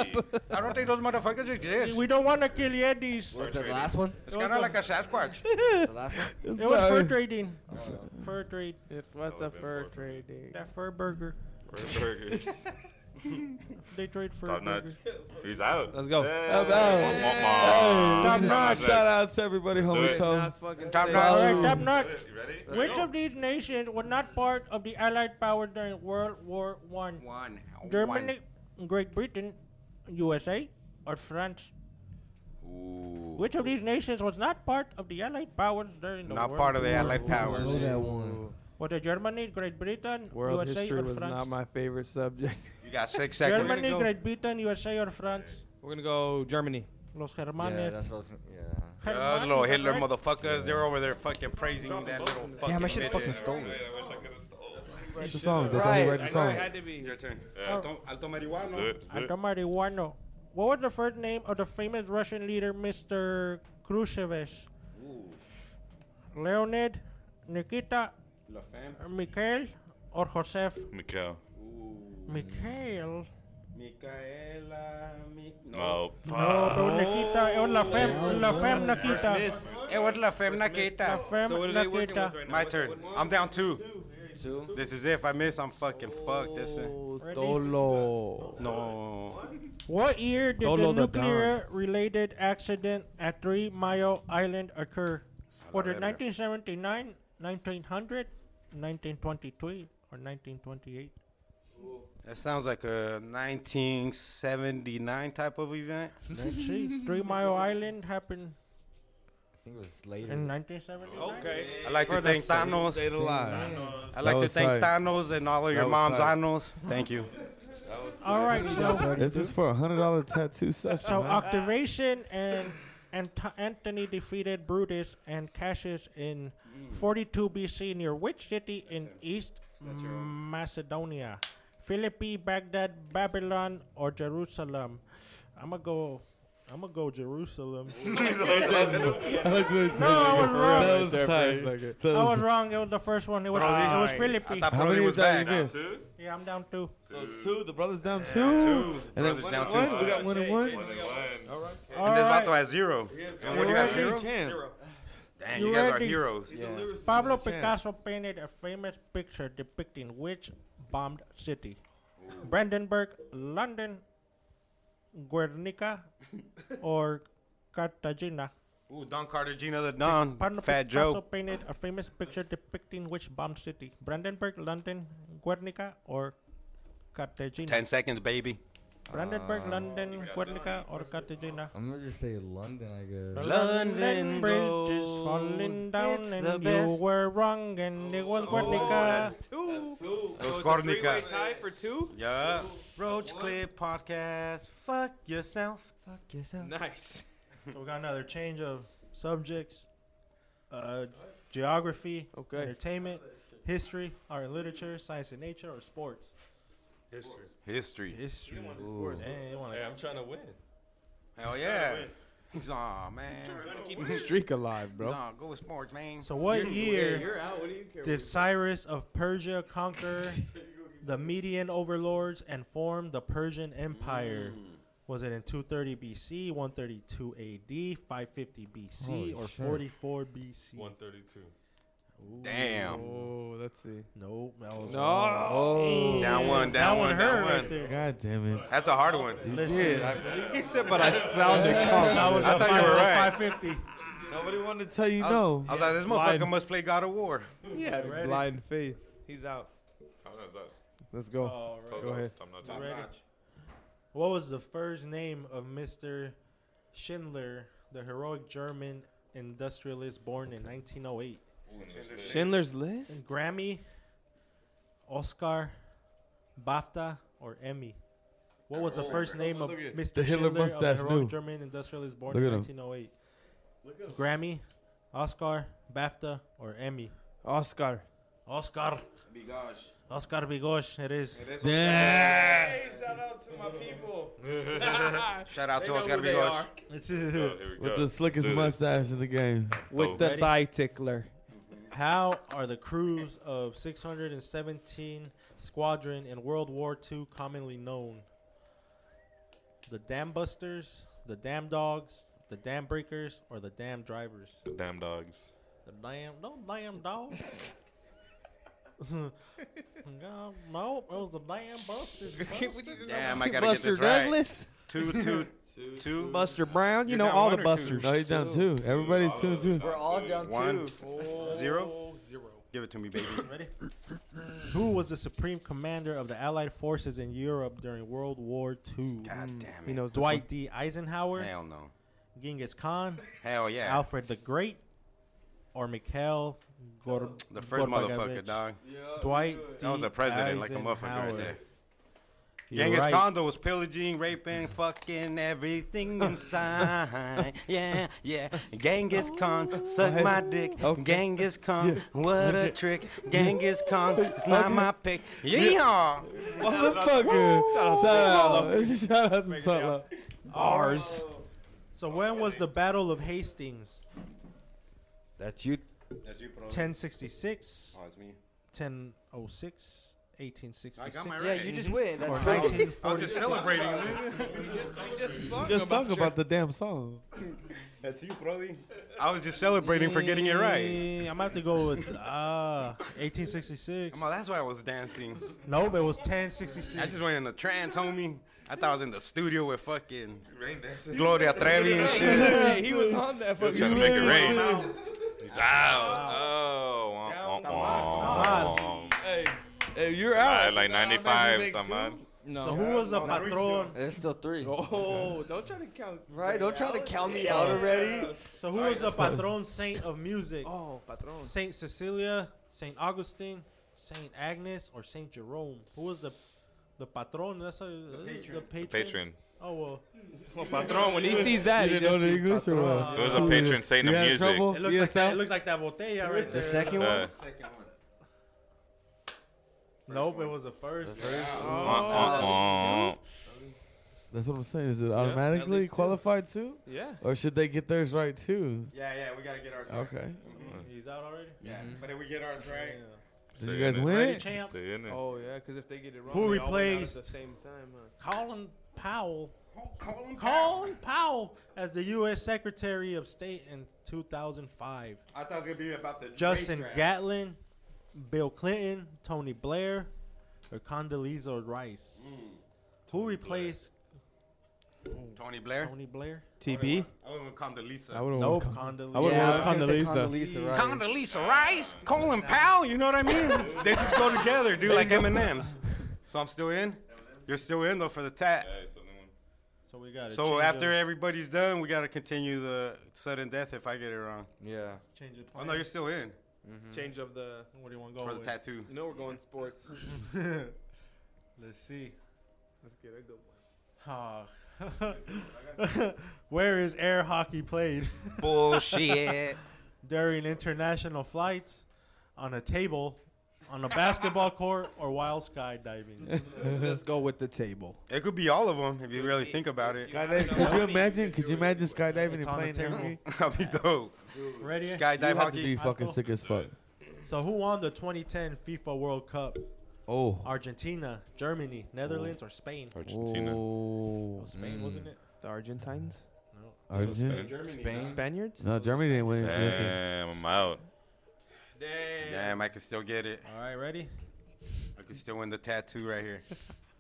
[SPEAKER 4] I don't think those motherfuckers exist.
[SPEAKER 10] We don't want to kill Yetis.
[SPEAKER 6] Was it the last one?
[SPEAKER 4] It's kind of like a Sasquatch.
[SPEAKER 6] The last one? Oh,
[SPEAKER 10] It was fur trading. Fur trade.
[SPEAKER 7] What's the fur trading?
[SPEAKER 10] That fur burger.
[SPEAKER 2] Fur burgers.
[SPEAKER 10] They trade fur
[SPEAKER 2] Top notch.
[SPEAKER 10] burgers.
[SPEAKER 2] He's out.
[SPEAKER 7] Let's go.
[SPEAKER 3] How about-
[SPEAKER 2] Top
[SPEAKER 3] Shout out to everybody, homie
[SPEAKER 2] it.
[SPEAKER 3] Tom.
[SPEAKER 7] Not fucking
[SPEAKER 4] Top
[SPEAKER 7] safe.
[SPEAKER 4] notch.
[SPEAKER 10] Alright,
[SPEAKER 3] Ooh.
[SPEAKER 10] top notch.
[SPEAKER 2] You ready? Let's
[SPEAKER 10] Which
[SPEAKER 2] go.
[SPEAKER 10] of these nations were not part of the Allied powers during World War One?
[SPEAKER 4] One.
[SPEAKER 10] Germany, Great Britain, USA, or France?
[SPEAKER 4] Ooh.
[SPEAKER 10] Which of these nations was not part of the Allied powers during the
[SPEAKER 4] Not
[SPEAKER 10] World
[SPEAKER 4] part of the
[SPEAKER 10] War?
[SPEAKER 4] Allied
[SPEAKER 6] I know
[SPEAKER 4] powers.
[SPEAKER 6] that one.
[SPEAKER 10] Was it Germany, Great Britain,
[SPEAKER 7] World
[SPEAKER 10] USA,
[SPEAKER 7] history
[SPEAKER 10] or
[SPEAKER 7] was
[SPEAKER 10] France?
[SPEAKER 7] not my favorite subject.
[SPEAKER 4] You got six
[SPEAKER 10] Germany,
[SPEAKER 4] seconds.
[SPEAKER 7] go-
[SPEAKER 10] Great Britain, USA, or France?
[SPEAKER 7] We're gonna go Germany.
[SPEAKER 10] Los
[SPEAKER 6] Yeah,
[SPEAKER 10] Germanes.
[SPEAKER 6] that's what I was. Yeah.
[SPEAKER 10] Germanes,
[SPEAKER 4] Uh, little
[SPEAKER 10] is that
[SPEAKER 4] Hitler
[SPEAKER 10] right?
[SPEAKER 4] motherfuckers, they're over there fucking praising that little fucking.
[SPEAKER 6] Damn, I should
[SPEAKER 4] bitch.
[SPEAKER 6] have fucking stolen it.
[SPEAKER 2] I wish I could have stole.
[SPEAKER 3] Write the songs. That's how you write the
[SPEAKER 6] Right.
[SPEAKER 3] songs.
[SPEAKER 7] Had to be.
[SPEAKER 4] Your turn.
[SPEAKER 2] Yeah.
[SPEAKER 4] Alto, alto marihuana.
[SPEAKER 2] Zip, zip.
[SPEAKER 10] Anton Marihuano. What was the first name of the famous Russian leader, Mr. Khrushchev? Leonid, Nikita, uh,
[SPEAKER 4] La fam.
[SPEAKER 10] Mikhail, or Joseph?
[SPEAKER 2] Mikhail.
[SPEAKER 10] Mikhail.
[SPEAKER 4] Micaela. Mi-
[SPEAKER 2] No,
[SPEAKER 12] Nope.
[SPEAKER 10] No, bro,
[SPEAKER 4] eh,
[SPEAKER 10] Nikita. It
[SPEAKER 4] oh,
[SPEAKER 10] was La Femme, La Femme Nikita.
[SPEAKER 7] It was La Femme Naqueta.
[SPEAKER 10] La Femme
[SPEAKER 5] So what are they working
[SPEAKER 10] Nikita.
[SPEAKER 5] with right now?
[SPEAKER 4] My
[SPEAKER 5] What-
[SPEAKER 4] turn.
[SPEAKER 5] what- what-
[SPEAKER 4] I'm down two.
[SPEAKER 6] Two.
[SPEAKER 4] This is it. if I miss, I'm fucking fucked. This is
[SPEAKER 3] Dolo.
[SPEAKER 4] no.
[SPEAKER 10] What year did
[SPEAKER 3] Dolo
[SPEAKER 10] the
[SPEAKER 3] the Don.
[SPEAKER 10] nuclear-related accident at Three Mile Island occur? Was it
[SPEAKER 4] verga.
[SPEAKER 10] 1979, 1900, 1923, or 1928?
[SPEAKER 4] That sounds like a 1979 type of event.
[SPEAKER 10] Three Mile Island happened
[SPEAKER 6] I think it was later.
[SPEAKER 10] in 1979.
[SPEAKER 4] I like to thank Thanos. I like
[SPEAKER 3] That
[SPEAKER 4] to
[SPEAKER 3] was
[SPEAKER 4] thank
[SPEAKER 3] tight.
[SPEAKER 4] Thanos and all of your
[SPEAKER 3] was
[SPEAKER 4] mom's
[SPEAKER 3] tight.
[SPEAKER 4] anos. Thank you.
[SPEAKER 10] All right, so,
[SPEAKER 3] This is for a hundred dollar tattoo session.
[SPEAKER 10] so
[SPEAKER 3] huh?
[SPEAKER 10] Octavation and and Anthony defeated Brutus and Cassius in 42 BC near which city in East Macedonia? Philippi, Baghdad, Babylon, or Jerusalem? I'm gonna go. I'm gonna go Jerusalem.
[SPEAKER 3] I like the
[SPEAKER 10] no, I was
[SPEAKER 3] That
[SPEAKER 10] wrong.
[SPEAKER 3] was tight. That
[SPEAKER 10] I
[SPEAKER 3] was-
[SPEAKER 10] was wrong. It was the first one. It was it was Philippi.
[SPEAKER 4] thought
[SPEAKER 3] How
[SPEAKER 4] Brody
[SPEAKER 3] many
[SPEAKER 4] was
[SPEAKER 3] was that
[SPEAKER 4] back.
[SPEAKER 3] you missed?
[SPEAKER 10] Yeah, I'm down two.
[SPEAKER 3] So two. The brothers down two. And then
[SPEAKER 4] Brothers
[SPEAKER 3] one
[SPEAKER 4] down
[SPEAKER 3] and
[SPEAKER 4] two.
[SPEAKER 3] one. We got one and one.
[SPEAKER 10] All
[SPEAKER 4] And then
[SPEAKER 10] right.
[SPEAKER 4] Vato has zero. And what do you have zero?
[SPEAKER 3] Champ.
[SPEAKER 4] Damn,
[SPEAKER 10] You
[SPEAKER 4] you guys are
[SPEAKER 10] ready?
[SPEAKER 4] heroes.
[SPEAKER 10] Pablo Picasso painted a famous picture depicting which bombed city? Brandenburg, London, Guernica, or Cartagena?
[SPEAKER 4] Ooh, Don Cartagena the Don.
[SPEAKER 10] Pablo
[SPEAKER 4] Fat
[SPEAKER 10] Picasso
[SPEAKER 4] Joe.
[SPEAKER 10] painted a famous picture depicting which bombed city? Brandenburg, London, Guernica, or Cartagena?
[SPEAKER 4] Ten seconds, baby. Uh,
[SPEAKER 10] Brandenburg, London, Guernica, or Cartagena?
[SPEAKER 6] I'm gonna just say London, I guess.
[SPEAKER 10] The
[SPEAKER 5] London
[SPEAKER 10] London Bridge is
[SPEAKER 5] gold.
[SPEAKER 10] falling down,
[SPEAKER 5] It's the
[SPEAKER 10] and you
[SPEAKER 5] best. Oh,
[SPEAKER 10] were wrong, and it was Guernica.
[SPEAKER 5] That's two. So
[SPEAKER 4] Those
[SPEAKER 5] it's a
[SPEAKER 4] Guernica.
[SPEAKER 5] three-way tie for two.
[SPEAKER 4] Yeah.
[SPEAKER 7] Roach Clip Podcast. Fuck yourself.
[SPEAKER 6] Fuck yourself.
[SPEAKER 5] Nice.
[SPEAKER 13] So we got another change of
[SPEAKER 10] subjects, uh, geography,
[SPEAKER 5] Okay.
[SPEAKER 10] entertainment, history, art and literature, science and nature, or sports.
[SPEAKER 4] History.
[SPEAKER 10] History.
[SPEAKER 6] Ooh.
[SPEAKER 10] Dang, you wanna-
[SPEAKER 2] I'm trying to win.
[SPEAKER 4] Hell yeah. He's on, man.
[SPEAKER 3] Streak alive,
[SPEAKER 4] He's
[SPEAKER 3] bro.
[SPEAKER 4] on. Go with sports, man.
[SPEAKER 10] So what year
[SPEAKER 5] You're out. What do you care?
[SPEAKER 10] did Cyrus of Persia conquer the Median overlords and form the Persian Empire? Was it in 230 BC, 132 AD, 550 BC,
[SPEAKER 6] Holy
[SPEAKER 10] or
[SPEAKER 6] shit.
[SPEAKER 10] 44 BC?
[SPEAKER 2] 132.
[SPEAKER 4] Damn.
[SPEAKER 5] Oh, let's see.
[SPEAKER 10] Nope. that was wrong.
[SPEAKER 5] No. Oh.
[SPEAKER 10] Dang.
[SPEAKER 4] Down one,
[SPEAKER 10] That
[SPEAKER 4] down one,
[SPEAKER 10] one
[SPEAKER 4] down
[SPEAKER 10] hurt
[SPEAKER 4] one.
[SPEAKER 10] right there.
[SPEAKER 3] God damn it.
[SPEAKER 4] That's a hard one.
[SPEAKER 6] He said, but I sounded
[SPEAKER 10] I was
[SPEAKER 4] I
[SPEAKER 10] at
[SPEAKER 4] thought you were right.
[SPEAKER 10] 550.
[SPEAKER 3] Nobody wanted to tell you
[SPEAKER 4] I was,
[SPEAKER 3] no.
[SPEAKER 4] I was like, this motherfucker must play God of War.
[SPEAKER 5] Yeah,
[SPEAKER 10] Ready?
[SPEAKER 5] blind faith. He's out. Let's go.
[SPEAKER 10] All Oh, right.
[SPEAKER 5] Go ahead.
[SPEAKER 10] Ready? What was the first name of Mr. Schindler, the heroic German industrialist born in 1908?
[SPEAKER 5] Schindler's List.
[SPEAKER 10] Grammy, Oscar, BAFTA, or Emmy? What was the first name of Mr.
[SPEAKER 3] The Hitler
[SPEAKER 10] Schindler, of the
[SPEAKER 3] mustache
[SPEAKER 10] heroic
[SPEAKER 3] knew.
[SPEAKER 10] German industrialist born
[SPEAKER 3] Look
[SPEAKER 10] in
[SPEAKER 3] at him.
[SPEAKER 10] 1908? Grammy, Oscar, BAFTA, or Emmy?
[SPEAKER 5] Oscar.
[SPEAKER 4] Oh
[SPEAKER 10] Oscar. Oscar Bigosh, it is.
[SPEAKER 5] Hey, shout out to my people.
[SPEAKER 4] Shout out to
[SPEAKER 5] know
[SPEAKER 4] Oscar
[SPEAKER 5] who they
[SPEAKER 4] Vigos.
[SPEAKER 5] are.
[SPEAKER 3] With the slickest mustache Oh. in the game.
[SPEAKER 5] With the thigh tickler.
[SPEAKER 10] Mm-hmm. How are the crews of 617 Squadron in World War II commonly known? The Dam Busters, the Dam Dogs, the Dam Breakers, or the Dam Drivers?
[SPEAKER 12] The damn dogs.
[SPEAKER 10] The Dam, no Dam Dogs. no, no, it was the Dam Busters.
[SPEAKER 4] Damn, I gotta get this right.
[SPEAKER 5] Douglas,
[SPEAKER 4] Two, two, two.
[SPEAKER 5] Buster Brown, you
[SPEAKER 4] You're
[SPEAKER 5] know
[SPEAKER 4] down
[SPEAKER 5] all
[SPEAKER 4] one
[SPEAKER 5] the
[SPEAKER 4] or two?
[SPEAKER 5] busters.
[SPEAKER 3] No, he's down two. Everybody's two and two.
[SPEAKER 6] We're all down
[SPEAKER 4] One.
[SPEAKER 6] two.
[SPEAKER 4] Zero? Give it to me, baby.
[SPEAKER 10] Ready? Who was the supreme commander of the Allied forces in Europe during World War II?
[SPEAKER 5] He
[SPEAKER 4] God damn it.
[SPEAKER 5] knows this
[SPEAKER 10] Dwight D. Eisenhower,
[SPEAKER 4] Hell no.
[SPEAKER 10] Genghis Khan,
[SPEAKER 4] Hell yeah.
[SPEAKER 10] Alfred the Great or Mikhail Gor-
[SPEAKER 4] the first motherfucker,
[SPEAKER 10] Gorbachev?
[SPEAKER 4] dog.
[SPEAKER 10] Dwight D.
[SPEAKER 4] That was the president, like a motherfucker right
[SPEAKER 10] Eisenhower.
[SPEAKER 4] there.
[SPEAKER 10] You're
[SPEAKER 4] Genghis
[SPEAKER 10] right.
[SPEAKER 4] Khan though was pillaging, raping, fucking everything inside. yeah, yeah. Genghis Khan, suck my dick.
[SPEAKER 3] Okay.
[SPEAKER 4] Genghis Khan, what a trick. Genghis Khan, it's not my pick. Yeehaw!
[SPEAKER 3] Motherfucker. Shout out. Shout out to Tutla.
[SPEAKER 5] Ours.
[SPEAKER 10] So when was the Battle of Hastings?
[SPEAKER 6] That's you.
[SPEAKER 10] 1066,
[SPEAKER 6] Oh,
[SPEAKER 4] it's me.
[SPEAKER 10] 1006,
[SPEAKER 5] 1866.
[SPEAKER 4] I got my
[SPEAKER 6] Yeah,
[SPEAKER 4] right.
[SPEAKER 6] you just win. That's
[SPEAKER 5] Or
[SPEAKER 6] right.
[SPEAKER 5] 1946.
[SPEAKER 4] I'm just celebrating.
[SPEAKER 3] Just sung about the damn song.
[SPEAKER 4] That's you, Brody. I was just celebrating for getting it right.
[SPEAKER 5] Eh, I'm gonna have to go with uh, 1866.
[SPEAKER 4] Come on, that's why I was dancing.
[SPEAKER 5] Nope, it was 1066.
[SPEAKER 4] I just went in the trance, homie. I thought I was in the studio with fucking Gloria Trevi and shit.
[SPEAKER 7] Hey, he was on that.
[SPEAKER 2] He was trying to make it rain. He's out. Oh, womp, womp, womp.
[SPEAKER 3] Hey, hey, you're
[SPEAKER 2] Right,
[SPEAKER 3] out.
[SPEAKER 2] like 95.
[SPEAKER 3] make
[SPEAKER 2] Tamal.
[SPEAKER 5] so who was the patron?
[SPEAKER 6] It's still three.
[SPEAKER 7] Oh, don't try to count.
[SPEAKER 6] Right? Don't try to count me out already.
[SPEAKER 5] So who was the patron saint of music?
[SPEAKER 7] Oh, patron.
[SPEAKER 5] Saint Cecilia, Saint Augustine, Saint Agnes, or Saint Jerome? Who was the the patron? That's a, the, patron. the patron.
[SPEAKER 2] Patron.
[SPEAKER 5] Oh well,
[SPEAKER 7] Patron. When he sees that,
[SPEAKER 3] You
[SPEAKER 7] he
[SPEAKER 3] didn't know
[SPEAKER 7] just
[SPEAKER 3] the
[SPEAKER 7] sees
[SPEAKER 3] English or what?
[SPEAKER 2] It was a patron saint of
[SPEAKER 3] You had
[SPEAKER 2] music.
[SPEAKER 3] trouble?
[SPEAKER 5] it looks
[SPEAKER 3] Yeah,
[SPEAKER 5] like that,
[SPEAKER 3] Sal?
[SPEAKER 5] it looks like that botella right
[SPEAKER 6] The
[SPEAKER 5] there.
[SPEAKER 6] second
[SPEAKER 2] Uh,
[SPEAKER 6] one?
[SPEAKER 5] Nope, it was the first.
[SPEAKER 2] womp, womp, womp.
[SPEAKER 3] That's what I'm saying. Is it automatically qualified too?
[SPEAKER 7] Yeah.
[SPEAKER 3] Or should they get theirs right too?
[SPEAKER 4] Yeah, yeah, we gotta get ours. right.
[SPEAKER 3] Okay. Mm-hmm.
[SPEAKER 5] He's out already.
[SPEAKER 4] Yeah, but if we get ours right,
[SPEAKER 3] Did you guys win
[SPEAKER 5] Ready,
[SPEAKER 3] it?
[SPEAKER 5] champ.
[SPEAKER 2] Stay in it.
[SPEAKER 7] Oh yeah, because if they get it wrong,
[SPEAKER 5] Who
[SPEAKER 7] they all went out at the
[SPEAKER 5] replaced-
[SPEAKER 7] same time? Huh?
[SPEAKER 5] Colin Powell.
[SPEAKER 3] Oh,
[SPEAKER 4] Colin
[SPEAKER 5] Colin Powell as the U.S. Secretary of State in 2005.
[SPEAKER 4] I thought it was gonna be about the
[SPEAKER 5] Justin
[SPEAKER 4] racetrack.
[SPEAKER 5] Gatlin, Bill Clinton, Tony Blair, or Condoleezza Rice.
[SPEAKER 3] Mm.
[SPEAKER 5] Who replaced
[SPEAKER 4] Tony Blair.
[SPEAKER 5] Tony Blair?
[SPEAKER 7] TB.
[SPEAKER 4] I went with Condoleezza.
[SPEAKER 3] I would have
[SPEAKER 5] Nope,
[SPEAKER 3] won.
[SPEAKER 5] Condoleezza.
[SPEAKER 3] would've
[SPEAKER 6] Yeah, I was
[SPEAKER 3] won
[SPEAKER 6] gonna say Condoleezza
[SPEAKER 3] Condoleezza.
[SPEAKER 6] Rice.
[SPEAKER 4] Condoleezza Rice, Colin Powell, you know what I mean? they just go together, dude, like M&M's. So I'm still in? You're still in, though, for the tat.
[SPEAKER 5] So we got
[SPEAKER 4] So after everybody's done, we got to continue the sudden death if I get it wrong.
[SPEAKER 6] Yeah.
[SPEAKER 5] change the
[SPEAKER 4] Oh,
[SPEAKER 5] plan.
[SPEAKER 4] no, you're still in
[SPEAKER 7] Change of the.
[SPEAKER 5] what do you want to go
[SPEAKER 4] for the
[SPEAKER 5] with?
[SPEAKER 4] tattoo.
[SPEAKER 7] You know we're going sports.
[SPEAKER 5] Let's see.
[SPEAKER 7] Let's get a good one.
[SPEAKER 5] Ah. Where is air hockey played?
[SPEAKER 4] Bullshit.
[SPEAKER 5] During international flights, on a table, on a basketball court, or while skydiving?
[SPEAKER 7] Let's go with the table.
[SPEAKER 4] it could be all of them if you really think about it.
[SPEAKER 3] Skydiving. Could you imagine? Could you imagine skydiving and
[SPEAKER 5] It's on the
[SPEAKER 3] playing
[SPEAKER 5] table.
[SPEAKER 3] hockey?
[SPEAKER 4] That'd be dope.
[SPEAKER 5] Ready?
[SPEAKER 4] Skydive
[SPEAKER 3] You have to
[SPEAKER 4] hockey.
[SPEAKER 3] be fucking sick as fuck.
[SPEAKER 5] so who won the 2010 FIFA World Cup?
[SPEAKER 3] Oh.
[SPEAKER 5] Argentina, Germany, Netherlands, or Spain?
[SPEAKER 2] Argentina.
[SPEAKER 3] Oh.
[SPEAKER 5] Spain, wasn't it?
[SPEAKER 7] The Argentines,
[SPEAKER 3] Argentina.
[SPEAKER 6] Spain.
[SPEAKER 7] Spaniards.
[SPEAKER 3] No, Germany didn't win. it. Listen.
[SPEAKER 2] Damn, I'm out.
[SPEAKER 4] Damn, I could still get it.
[SPEAKER 5] All right, ready?
[SPEAKER 4] I could still win the tattoo right here.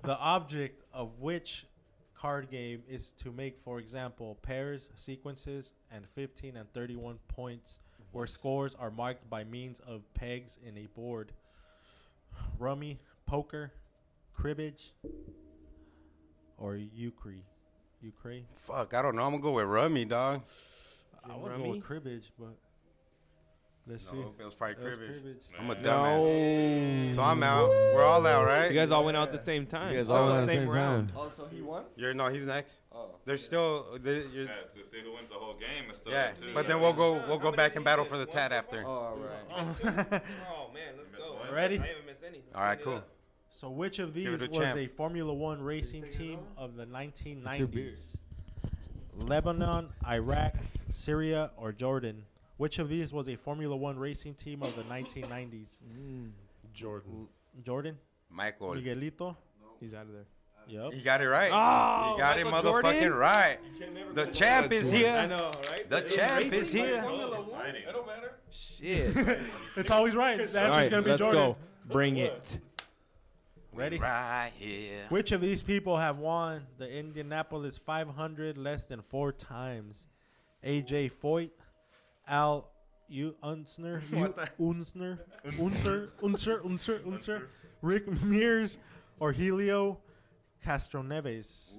[SPEAKER 5] The object of which card game is to make, for example, pairs, sequences, and 15 and 31 points, where scores are marked by means of pegs in a board. Rummy, poker, cribbage, or euchre. Euchre?
[SPEAKER 4] Fuck, I don't know. I'm going to go with Rummy, dog.
[SPEAKER 5] I would go
[SPEAKER 7] Rummy?
[SPEAKER 5] with cribbage, but let's see.
[SPEAKER 4] No, it was probably
[SPEAKER 5] It was
[SPEAKER 4] cribbage.
[SPEAKER 5] cribbage.
[SPEAKER 4] I'm a dumbass. So I'm out. We're all out, right?
[SPEAKER 7] You guys all went out at the same time.
[SPEAKER 3] Mm. You guys all
[SPEAKER 6] Also
[SPEAKER 3] won at the
[SPEAKER 4] same
[SPEAKER 3] same
[SPEAKER 4] round.
[SPEAKER 3] time.
[SPEAKER 6] Oh, so he won?
[SPEAKER 4] You're no, he's next.
[SPEAKER 6] Oh.
[SPEAKER 4] There's still they, you're,
[SPEAKER 2] Yeah, to see who wins the whole game and stuff.
[SPEAKER 4] yeah.
[SPEAKER 2] too.
[SPEAKER 4] But then we'll go we'll go back and battle for the tat after.
[SPEAKER 6] Oh, all right.
[SPEAKER 7] Oh man, let's go.
[SPEAKER 5] Ready?
[SPEAKER 7] I haven't missed any.
[SPEAKER 4] All right, cool.
[SPEAKER 5] So, which of
[SPEAKER 4] it
[SPEAKER 5] these
[SPEAKER 4] to
[SPEAKER 5] was
[SPEAKER 4] champ.
[SPEAKER 5] a Formula One racing team of the
[SPEAKER 3] your beer.
[SPEAKER 5] 1990s? Lebanon, Iraq, Syria, or Jordan? Which of these was a Formula One racing team of the 1990s?
[SPEAKER 7] Mm.
[SPEAKER 4] Jordan,
[SPEAKER 5] Jordan,
[SPEAKER 4] Michael,
[SPEAKER 5] Miguelito.
[SPEAKER 7] He's out of there. Oh,
[SPEAKER 5] Yep.
[SPEAKER 4] you got it right. you got it,
[SPEAKER 7] Michael
[SPEAKER 4] motherfucking
[SPEAKER 7] Jordan?
[SPEAKER 4] right. The champ is
[SPEAKER 7] I
[SPEAKER 4] here.
[SPEAKER 7] know, right?
[SPEAKER 4] The champ is here.
[SPEAKER 7] Shit. All
[SPEAKER 5] It's always right. That's
[SPEAKER 7] right,
[SPEAKER 5] gonna be
[SPEAKER 7] let's
[SPEAKER 5] Jordan.
[SPEAKER 7] go. Bring it.
[SPEAKER 5] Ready?
[SPEAKER 4] Right here.
[SPEAKER 5] Which of these people have won the Indianapolis 500 less than four times? AJ Foyt, Al U- Unsner, U- Unsner, Unser, Unser, Unser, Unser, Rick Mears, or Helio Castroneves?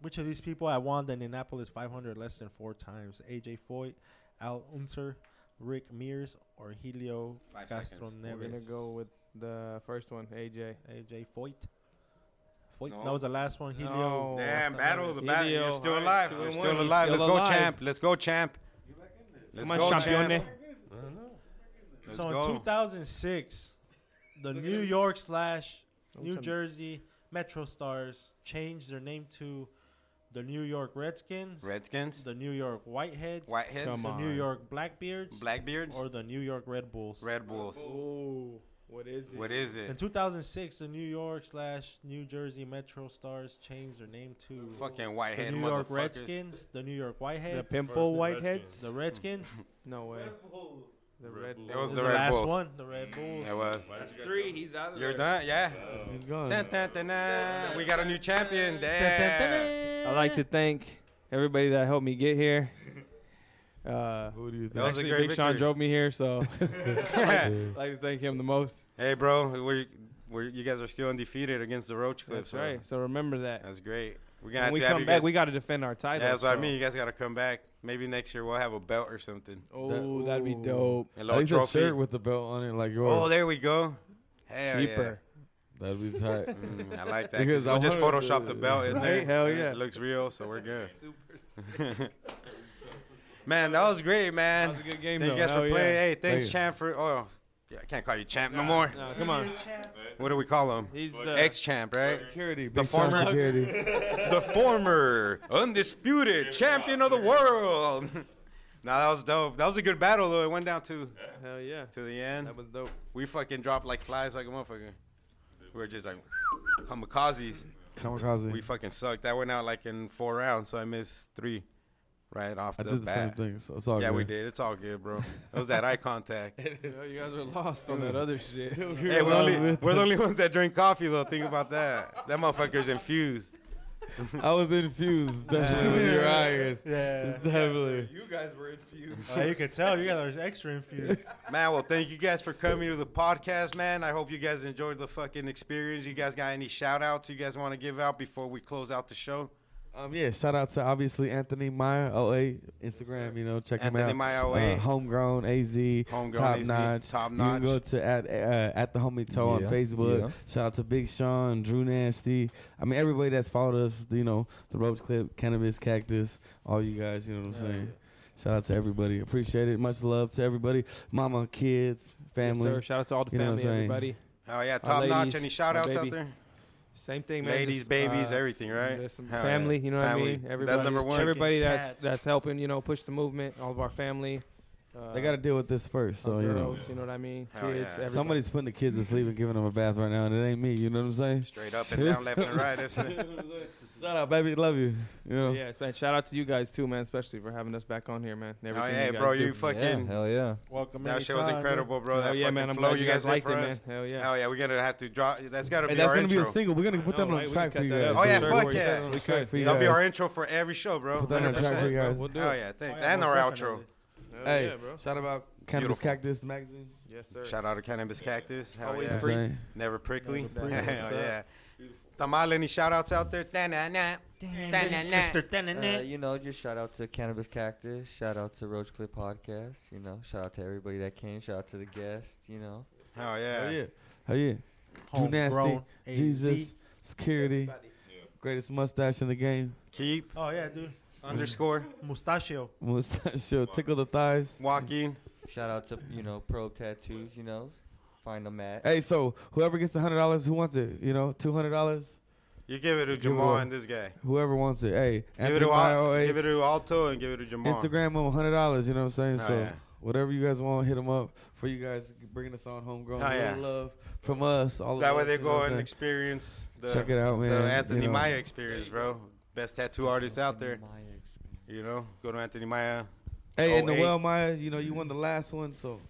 [SPEAKER 5] Which of these people have won the Indianapolis 500 less than four times? AJ Foyt, Al Unser, Rick Mears, or Helio
[SPEAKER 4] Five seconds.
[SPEAKER 5] Castroneves?
[SPEAKER 7] We're gonna go with the first one, AJ.
[SPEAKER 5] AJ Foyt. Foyt.
[SPEAKER 4] No.
[SPEAKER 5] That was the last one. Helio.
[SPEAKER 7] No.
[SPEAKER 4] Damn,
[SPEAKER 5] That's not
[SPEAKER 4] battle
[SPEAKER 5] it.
[SPEAKER 4] the battle. You're
[SPEAKER 7] Video.
[SPEAKER 4] still
[SPEAKER 7] Alright,
[SPEAKER 4] alive.
[SPEAKER 7] two
[SPEAKER 4] You're
[SPEAKER 7] and
[SPEAKER 4] still
[SPEAKER 7] one. He's
[SPEAKER 4] alive. Let's
[SPEAKER 7] still
[SPEAKER 4] go,
[SPEAKER 7] alive.
[SPEAKER 4] champ. Let's go, champ. Let's
[SPEAKER 7] Come on,
[SPEAKER 4] go,
[SPEAKER 7] champion.
[SPEAKER 4] champ. Let's
[SPEAKER 5] so
[SPEAKER 4] go.
[SPEAKER 5] in 2006, the New York slash New
[SPEAKER 7] Okay.
[SPEAKER 5] Jersey Metro Stars changed their name to the New York Redskins,
[SPEAKER 4] Redskins,
[SPEAKER 5] the New York Whiteheads,
[SPEAKER 4] Whiteheads,
[SPEAKER 7] Come
[SPEAKER 5] the
[SPEAKER 7] on.
[SPEAKER 5] New York Blackbeards,
[SPEAKER 4] Blackbeards,
[SPEAKER 5] or the New York Red Bulls.
[SPEAKER 4] Red Bulls.
[SPEAKER 5] Oh.
[SPEAKER 7] What is it?
[SPEAKER 4] What is
[SPEAKER 5] In
[SPEAKER 4] it?
[SPEAKER 5] 2006, the New York slash New Jersey Metro Stars changed their name to
[SPEAKER 4] Fucking
[SPEAKER 5] the
[SPEAKER 4] whitehead
[SPEAKER 5] New York
[SPEAKER 4] motherfuckers.
[SPEAKER 5] Redskins, the New York
[SPEAKER 10] The
[SPEAKER 5] Whiteheads,
[SPEAKER 10] pimple
[SPEAKER 14] First the
[SPEAKER 10] whiteheads.
[SPEAKER 5] the Redskins.
[SPEAKER 7] No way. The
[SPEAKER 14] Red
[SPEAKER 7] Red
[SPEAKER 14] Bulls.
[SPEAKER 4] It was
[SPEAKER 5] This
[SPEAKER 4] the
[SPEAKER 5] is
[SPEAKER 4] Red
[SPEAKER 5] last
[SPEAKER 4] Bulls. Mm,
[SPEAKER 5] one, the Red Bulls.
[SPEAKER 4] It was.
[SPEAKER 14] That's
[SPEAKER 7] Three, he's out of
[SPEAKER 4] You're
[SPEAKER 7] there.
[SPEAKER 4] done? Yeah.
[SPEAKER 3] He's gone.
[SPEAKER 4] Dun, dun, dun, dun. We got a new champion. Damn.
[SPEAKER 7] I'd like to thank everybody that helped me get here. Uh,
[SPEAKER 3] Who do you
[SPEAKER 4] That
[SPEAKER 3] think?
[SPEAKER 4] was a
[SPEAKER 7] actually,
[SPEAKER 4] great
[SPEAKER 7] Big Sean
[SPEAKER 4] victory.
[SPEAKER 7] drove me here, so I'd like to thank him the most.
[SPEAKER 4] Hey, bro, we're, we're, you guys are still undefeated against the Roach Clip.
[SPEAKER 7] That's
[SPEAKER 4] so
[SPEAKER 7] right. So remember that.
[SPEAKER 4] That's great. We're gonna
[SPEAKER 7] When
[SPEAKER 4] have
[SPEAKER 7] we
[SPEAKER 4] to have
[SPEAKER 7] come
[SPEAKER 4] you
[SPEAKER 7] back,
[SPEAKER 4] guys-
[SPEAKER 7] we got to defend our
[SPEAKER 4] Yeah,
[SPEAKER 7] title.
[SPEAKER 4] that's what I
[SPEAKER 7] so-
[SPEAKER 4] mean. You guys got to come back. Maybe next year we'll have a belt or something.
[SPEAKER 7] Oh, that'd be dope.
[SPEAKER 4] A
[SPEAKER 3] At
[SPEAKER 4] little
[SPEAKER 3] least a
[SPEAKER 4] trophy.
[SPEAKER 3] shirt with the belt on it, like yours.
[SPEAKER 4] Oh, there we go. Hell
[SPEAKER 7] Cheaper.
[SPEAKER 3] Oh, That'd be tight.
[SPEAKER 4] Yeah. Mm, I like that.
[SPEAKER 3] Because
[SPEAKER 4] Because we'll
[SPEAKER 3] I
[SPEAKER 4] just
[SPEAKER 3] wanted
[SPEAKER 4] Photoshop
[SPEAKER 3] to-
[SPEAKER 4] the belt in
[SPEAKER 7] Right?
[SPEAKER 4] there.
[SPEAKER 7] Hell
[SPEAKER 4] and
[SPEAKER 7] yeah.
[SPEAKER 4] It looks real, so we're good. Super man, that was great, man.
[SPEAKER 7] That was a good game,
[SPEAKER 4] Thank you
[SPEAKER 7] though.
[SPEAKER 4] guys
[SPEAKER 7] Hell
[SPEAKER 4] for
[SPEAKER 7] yeah.
[SPEAKER 4] playing. Hey, thanks,
[SPEAKER 3] you.
[SPEAKER 4] champ, for. Oh, yeah, I can't call you champ no more.
[SPEAKER 7] No, come on.
[SPEAKER 4] What do we call him?
[SPEAKER 7] He's the
[SPEAKER 4] Ex champ, right?
[SPEAKER 3] Security.
[SPEAKER 4] The
[SPEAKER 3] Big Sean
[SPEAKER 4] former-
[SPEAKER 3] security.
[SPEAKER 4] the former undisputed champion of the world. no, that was dope. That was a good battle, though. It went down to
[SPEAKER 7] Hell yeah.
[SPEAKER 4] to the end.
[SPEAKER 7] That was dope.
[SPEAKER 4] We fucking dropped like flies like a motherfucker. We were just like kamikazes.
[SPEAKER 3] Kamikaze.
[SPEAKER 4] We fucking sucked. That went out like in four rounds, so I missed three right off
[SPEAKER 3] I
[SPEAKER 4] the
[SPEAKER 3] did the same
[SPEAKER 4] bat.
[SPEAKER 3] thing. So it's all
[SPEAKER 4] yeah,
[SPEAKER 3] good.
[SPEAKER 4] we did. It's all good, bro. It was that eye contact. hey,
[SPEAKER 7] Yo, you guys were lost on that other shit.
[SPEAKER 4] we only, we're the only ones that drink coffee, though. Think about that. That motherfucker's infused.
[SPEAKER 3] I was infused. Definitely with your eyes.
[SPEAKER 5] Yeah.
[SPEAKER 3] Definitely.
[SPEAKER 7] You guys were infused.
[SPEAKER 5] Oh, you could tell you guys are extra infused.
[SPEAKER 4] Man, well, thank you guys for coming to the podcast, man. I hope you guys enjoyed the fucking experience. You guys got any shout outs you guys want to give out before we close out the show?
[SPEAKER 3] Um, yeah, shout out to obviously Anthony Maya OA Instagram. You know, check him
[SPEAKER 4] Anthony
[SPEAKER 3] out. Uh,
[SPEAKER 4] Maya OA.
[SPEAKER 3] homegrown AZ,
[SPEAKER 4] Homegrown
[SPEAKER 3] top
[SPEAKER 4] AZ,
[SPEAKER 3] notch,
[SPEAKER 4] top
[SPEAKER 3] You can
[SPEAKER 4] notch.
[SPEAKER 3] go to at uh, at the homie toe
[SPEAKER 6] Yeah,
[SPEAKER 3] on Facebook.
[SPEAKER 6] yeah.
[SPEAKER 3] Shout out to Big Sean, Drew Nasty. I mean, everybody that's followed us. You know, the Ropes Clip, Cannabis Cactus, all you guys. You know what I'm saying. Shout out to everybody. Appreciate it. Much love to everybody. Mama, kids, family.
[SPEAKER 7] sir. Shout out to all the
[SPEAKER 3] You know what I'm
[SPEAKER 7] family,
[SPEAKER 3] saying?
[SPEAKER 7] everybody.
[SPEAKER 4] Oh, yeah, top notch.
[SPEAKER 7] ladies,
[SPEAKER 4] Any shout outs
[SPEAKER 7] my
[SPEAKER 4] out
[SPEAKER 7] baby.
[SPEAKER 4] there?
[SPEAKER 7] Same thing, man.
[SPEAKER 4] Ladies,
[SPEAKER 7] Just,
[SPEAKER 4] babies,
[SPEAKER 7] uh,
[SPEAKER 4] everything, right?
[SPEAKER 7] Just some
[SPEAKER 4] Hell yeah.
[SPEAKER 7] family, you know
[SPEAKER 4] Family.
[SPEAKER 7] what I mean?
[SPEAKER 4] That's
[SPEAKER 7] Everybody,
[SPEAKER 4] number one.
[SPEAKER 7] Everybody
[SPEAKER 5] Chicken,
[SPEAKER 7] that's
[SPEAKER 5] cats.
[SPEAKER 7] that's helping, you know, push the movement. All of our family. Uh,
[SPEAKER 3] They got to deal with this first. So
[SPEAKER 7] our
[SPEAKER 3] you know,
[SPEAKER 7] girls, you know what I mean? Kids,
[SPEAKER 4] Hell yeah.
[SPEAKER 7] everybody.
[SPEAKER 3] somebody's putting the kids to sleep and giving them a bath right now, and it ain't me. You know what I'm saying?
[SPEAKER 4] Straight up and down, left and right. That's it.
[SPEAKER 3] Shout out, baby. Love you. You know.
[SPEAKER 7] Yeah, it's been, shout out to you guys too, man, especially for having us back on here, man. and
[SPEAKER 4] Oh,
[SPEAKER 7] Everything
[SPEAKER 4] yeah,
[SPEAKER 7] you guys
[SPEAKER 4] bro,
[SPEAKER 7] do.
[SPEAKER 4] you fucking.
[SPEAKER 6] yeah, hell yeah.
[SPEAKER 5] Welcome
[SPEAKER 4] That shit was
[SPEAKER 5] anytime, man.
[SPEAKER 4] incredible, bro.
[SPEAKER 7] Hell
[SPEAKER 4] That
[SPEAKER 7] yeah,
[SPEAKER 4] fucking
[SPEAKER 7] man. I'm
[SPEAKER 4] flow
[SPEAKER 7] glad
[SPEAKER 4] you guys did
[SPEAKER 7] liked it,
[SPEAKER 4] for us.
[SPEAKER 7] man. Hell yeah.
[SPEAKER 4] Hell yeah, we're gonna have to drop. That's gotta be
[SPEAKER 3] Hey, that's
[SPEAKER 4] our
[SPEAKER 3] gonna
[SPEAKER 4] intro.
[SPEAKER 3] be a single. We're gonna put
[SPEAKER 7] No,
[SPEAKER 3] that on
[SPEAKER 7] hey,
[SPEAKER 3] a
[SPEAKER 7] we
[SPEAKER 3] track
[SPEAKER 7] can
[SPEAKER 3] for you
[SPEAKER 7] cut
[SPEAKER 3] guys.
[SPEAKER 7] that
[SPEAKER 4] Oh, yeah,
[SPEAKER 7] Sure,
[SPEAKER 4] fuck
[SPEAKER 7] we'll get
[SPEAKER 4] yeah.
[SPEAKER 7] that on
[SPEAKER 3] We
[SPEAKER 7] the
[SPEAKER 3] cut
[SPEAKER 7] track.
[SPEAKER 3] for you
[SPEAKER 4] That'll be
[SPEAKER 3] guys.
[SPEAKER 4] our intro for every show, bro.
[SPEAKER 3] Put that on a
[SPEAKER 4] 100%.
[SPEAKER 3] track for you guys.
[SPEAKER 7] We'll do
[SPEAKER 4] Oh
[SPEAKER 7] it.
[SPEAKER 4] yeah, thanks.
[SPEAKER 5] Oh, yeah,
[SPEAKER 4] and our
[SPEAKER 5] most
[SPEAKER 4] outro.
[SPEAKER 5] definitely.
[SPEAKER 7] Hell
[SPEAKER 3] Hey,
[SPEAKER 7] yeah, bro.
[SPEAKER 3] shout about Cannabis
[SPEAKER 4] Beautiful.
[SPEAKER 3] Cactus magazine.
[SPEAKER 7] Yes, sir.
[SPEAKER 4] Shout out to Cannabis Cactus. Hell
[SPEAKER 7] Always
[SPEAKER 4] yeah.
[SPEAKER 7] free.
[SPEAKER 3] Saying.
[SPEAKER 4] Never prickly.
[SPEAKER 7] prickly.
[SPEAKER 4] Hell yeah. Tamal, any shout outs out there? Da-na-na. Da-na-na.
[SPEAKER 15] Mr.
[SPEAKER 6] Uh,
[SPEAKER 15] Tenet.
[SPEAKER 6] you know, just shout out to Cannabis Cactus. Shout out to Roach Clip Podcast. You know, shout out to everybody that came. Shout out to the guests. You know,
[SPEAKER 4] Hell
[SPEAKER 7] Oh,
[SPEAKER 3] Hell
[SPEAKER 4] yeah.
[SPEAKER 3] yeah. Hell Oh, yeah. Drew Nasty,
[SPEAKER 5] Homegrown AZ.
[SPEAKER 3] Jesus, Security, greatest mustache in the game.
[SPEAKER 4] Keep
[SPEAKER 5] Oh yeah, dude.
[SPEAKER 4] underscore
[SPEAKER 5] Mustachio.
[SPEAKER 3] Mustache, tickle the thighs.
[SPEAKER 4] walking.
[SPEAKER 6] shout out to you know Probe Tattoos. You know, find them at.
[SPEAKER 3] Hey, so whoever gets the hundred dollars, who wants it? You know, two hundred dollars.
[SPEAKER 4] You give it to
[SPEAKER 3] Give it
[SPEAKER 4] Jamal
[SPEAKER 3] a-
[SPEAKER 4] and this guy.
[SPEAKER 3] Whoever wants it. Hey,
[SPEAKER 4] Give it
[SPEAKER 3] Anthony
[SPEAKER 4] to Al-
[SPEAKER 3] Mayo,
[SPEAKER 4] give it to Alto and give it to Jamal.
[SPEAKER 3] Instagram them hundred dollars. You know what I'm saying?
[SPEAKER 4] Oh,
[SPEAKER 3] so
[SPEAKER 4] yeah.
[SPEAKER 3] whatever you guys want, hit them up for you guys bringing us on homegrown.
[SPEAKER 4] Oh,
[SPEAKER 3] Little
[SPEAKER 4] yeah.
[SPEAKER 3] love from us. All
[SPEAKER 4] That
[SPEAKER 3] of
[SPEAKER 4] way
[SPEAKER 3] us,
[SPEAKER 4] they
[SPEAKER 3] you know
[SPEAKER 4] go
[SPEAKER 3] what I'm
[SPEAKER 4] and
[SPEAKER 3] saying?
[SPEAKER 4] experience the,
[SPEAKER 3] check it out,
[SPEAKER 4] the
[SPEAKER 3] man.
[SPEAKER 4] Anthony
[SPEAKER 3] you know.
[SPEAKER 4] Maya experience, bro. Best tattoo artist out there.
[SPEAKER 6] My experience.
[SPEAKER 4] You know, go to Anthony Maya.
[SPEAKER 3] Hey, and
[SPEAKER 4] 08.
[SPEAKER 3] Noel Maya, you know you won the last one, so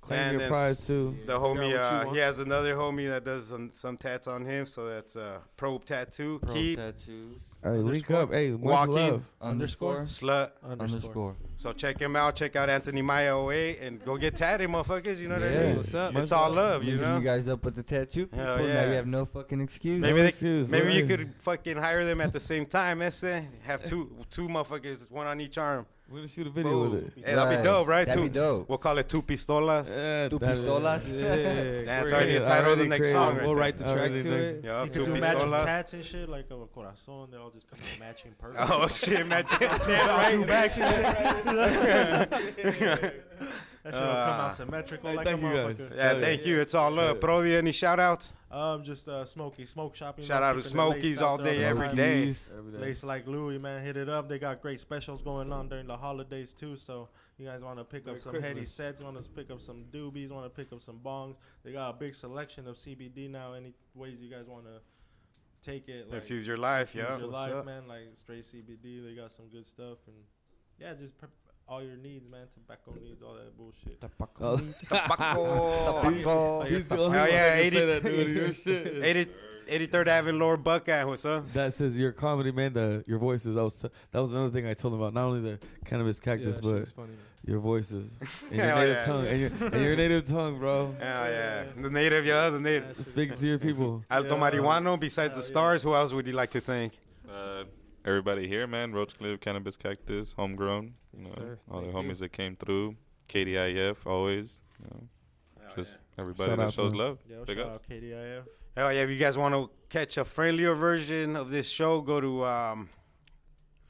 [SPEAKER 3] claim
[SPEAKER 4] And
[SPEAKER 3] your
[SPEAKER 4] then
[SPEAKER 3] prize too.
[SPEAKER 4] The homie,
[SPEAKER 7] what you
[SPEAKER 4] uh,
[SPEAKER 7] want.
[SPEAKER 4] he has another homie that does some, some tats on him, so that's uh, Probe Tattoo.
[SPEAKER 6] Probe
[SPEAKER 4] Keep
[SPEAKER 6] Tattoos.
[SPEAKER 3] Hey, link up. Hey, much
[SPEAKER 4] Walking.
[SPEAKER 3] love.
[SPEAKER 6] Underscore.
[SPEAKER 4] Slut.
[SPEAKER 5] Underscore.
[SPEAKER 6] Underscore.
[SPEAKER 4] So check him out. Check out Anthony Maya 08 and go get tatted, motherfuckers. You know what I
[SPEAKER 3] Yeah.
[SPEAKER 4] mean?
[SPEAKER 7] What's up?
[SPEAKER 4] It's all love, you
[SPEAKER 6] Linking
[SPEAKER 4] know.
[SPEAKER 6] you guys up with the tattoo people.
[SPEAKER 4] Hell
[SPEAKER 6] Now
[SPEAKER 4] yeah.
[SPEAKER 6] you have no fucking excuse.
[SPEAKER 4] Maybe
[SPEAKER 3] No
[SPEAKER 4] they,
[SPEAKER 3] excuse,
[SPEAKER 4] maybe you
[SPEAKER 3] right.
[SPEAKER 4] could fucking hire them at the same time. That's it. Have two two motherfuckers, one on each arm.
[SPEAKER 3] We're gonna shoot a video with
[SPEAKER 4] Boom.
[SPEAKER 3] it.
[SPEAKER 4] Hey, that'd be
[SPEAKER 6] Right.
[SPEAKER 4] dope, right?
[SPEAKER 6] That'd
[SPEAKER 4] two,
[SPEAKER 6] be dope.
[SPEAKER 4] We'll call it two pistolas.
[SPEAKER 3] Yeah,
[SPEAKER 6] Two
[SPEAKER 3] that is-
[SPEAKER 6] pistolas.
[SPEAKER 7] Yeah,
[SPEAKER 4] That's
[SPEAKER 7] great.
[SPEAKER 4] already the title of the
[SPEAKER 3] Already
[SPEAKER 4] next
[SPEAKER 3] created.
[SPEAKER 4] song.
[SPEAKER 7] We'll
[SPEAKER 4] right
[SPEAKER 7] write the
[SPEAKER 3] I
[SPEAKER 7] track
[SPEAKER 3] really
[SPEAKER 7] to
[SPEAKER 3] think
[SPEAKER 7] it.
[SPEAKER 4] there. Yup,
[SPEAKER 5] Oh, You
[SPEAKER 4] two
[SPEAKER 5] could do matching
[SPEAKER 4] pistolas.
[SPEAKER 5] tats and shit like of a corazon. They all just come in matching purple.
[SPEAKER 4] Oh shit, matching. Yeah, right.
[SPEAKER 5] matching. That shit will come
[SPEAKER 4] Uh,
[SPEAKER 5] out symmetrical
[SPEAKER 3] Hey,
[SPEAKER 5] like
[SPEAKER 3] thank
[SPEAKER 5] a
[SPEAKER 3] you guys.
[SPEAKER 5] motherfucker.
[SPEAKER 4] Yeah, thank you. It's all up. Brody, any shout outs?
[SPEAKER 5] Um, just uh, Smokey, smoke shopping.
[SPEAKER 4] Shout
[SPEAKER 5] man,
[SPEAKER 4] out to
[SPEAKER 5] keeping it laced
[SPEAKER 4] Smokey's
[SPEAKER 5] out
[SPEAKER 4] all
[SPEAKER 5] there
[SPEAKER 4] day,
[SPEAKER 5] the
[SPEAKER 4] every
[SPEAKER 5] time.
[SPEAKER 4] day.
[SPEAKER 5] Lace like Louis, man, hit it up. They got great specials going on during the holidays too. So you guys want to pick up some heady sets, want to pick up some doobies, want to pick up some bongs. They got a big selection of CBD now. Any ways you guys want to take it? Like,
[SPEAKER 4] Infuse your life,
[SPEAKER 5] infuse
[SPEAKER 4] yeah.
[SPEAKER 5] your life, man. Like straight CBD. They got some good stuff and yeah, just prep all your needs, man. Tobacco needs, all that bullshit.
[SPEAKER 3] Oh,
[SPEAKER 16] Tobacco.
[SPEAKER 3] he's the only
[SPEAKER 4] Hell
[SPEAKER 3] one
[SPEAKER 4] yeah,
[SPEAKER 3] that can
[SPEAKER 4] 80
[SPEAKER 3] say that, dude. Your shit is-
[SPEAKER 4] 80, 83rd Avenue, Lord Buckeye. What's up?
[SPEAKER 3] That says your comedy, man. The your voices. That was that was another thing I told him about. Not only the cannabis cactus, but your voices and your
[SPEAKER 4] Hell
[SPEAKER 3] native
[SPEAKER 4] yeah.
[SPEAKER 3] tongue and your, and your native tongue, bro.
[SPEAKER 4] Hell yeah. The native, yeah, the native.
[SPEAKER 3] Speaking to your people.
[SPEAKER 4] Alto Marihuano, besides the stars, who else would you like to thank?
[SPEAKER 2] Uh, everybody here, man. Roach Cliff, Cannabis Cactus, Homegrown. you know,
[SPEAKER 17] sir.
[SPEAKER 2] All the
[SPEAKER 17] Thank you.
[SPEAKER 2] homies that came through. KDIF, always. You know,
[SPEAKER 7] Oh,
[SPEAKER 2] just everybody
[SPEAKER 3] Shout out
[SPEAKER 2] that
[SPEAKER 3] to
[SPEAKER 2] shows
[SPEAKER 3] them.
[SPEAKER 2] love.
[SPEAKER 5] Yeah,
[SPEAKER 2] Big
[SPEAKER 5] shout
[SPEAKER 2] ups.
[SPEAKER 5] out KDIF.
[SPEAKER 4] Hell yeah. If you guys want to catch a friendlier version of this show, go to um,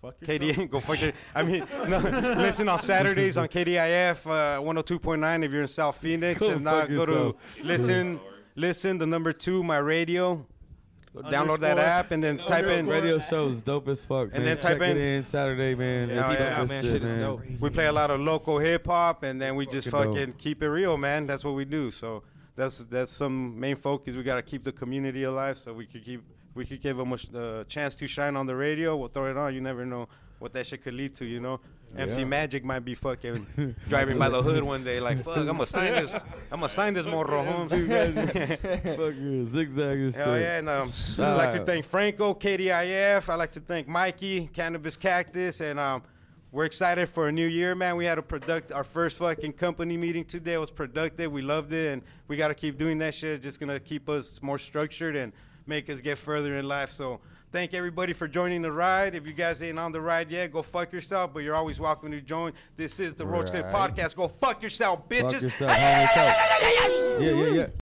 [SPEAKER 5] Fuck yourself.
[SPEAKER 4] KD, go fuck your. I mean, no, listen on Saturdays on KDIF uh, 102.9 if you're in South Phoenix.
[SPEAKER 3] Go
[SPEAKER 4] if not,
[SPEAKER 3] fuck
[SPEAKER 4] go to
[SPEAKER 3] yourself.
[SPEAKER 4] listen, listen, the number two, my radio. Download that
[SPEAKER 5] Underscore.
[SPEAKER 4] app and then type in.
[SPEAKER 3] radio shows, dope as fuck.
[SPEAKER 4] And
[SPEAKER 3] man.
[SPEAKER 4] then type
[SPEAKER 3] Check it
[SPEAKER 4] in-
[SPEAKER 3] in Saturday, man.
[SPEAKER 4] Yeah,
[SPEAKER 3] It's
[SPEAKER 4] yeah,
[SPEAKER 3] dope as
[SPEAKER 4] man,
[SPEAKER 3] shit,
[SPEAKER 17] shit is
[SPEAKER 3] man.
[SPEAKER 17] dope.
[SPEAKER 4] We play a lot of local hip hop, and then we just
[SPEAKER 3] Fucking dope.
[SPEAKER 4] fucking keep it real, man. That's what we do. So that's that's some main focus. We gotta keep the community alive, so we could keep we could give them a sh- uh, chance to shine on the radio. We'll throw it on. You never know what that shit could lead to. You know, MC
[SPEAKER 3] Yeah.
[SPEAKER 4] Magic might be fucking driving by the hood one day, like fuck. I'm gonna sign this. I'm gonna sign this morro home.
[SPEAKER 3] Fuck yeah, zigzag and shit.
[SPEAKER 4] Hell yeah, and um, I'd like to thank Franco, KDIF. I'd like to thank Mikey, Cannabis Cactus, and um, we're excited for a new year, man. We had a product, our first fucking company meeting today was productive. We loved it, and we got to keep doing that shit. It's just gonna keep us more structured and make us get further in life. So thank everybody for joining the ride. If you guys ain't on the ride yet, go fuck yourself. But you're always welcome to join. This is the Roach Clip
[SPEAKER 16] Right.
[SPEAKER 4] Podcast. Go fuck yourself, bitches.
[SPEAKER 3] Fuck yourself, homie. Fuck. Yeah, yeah, yeah.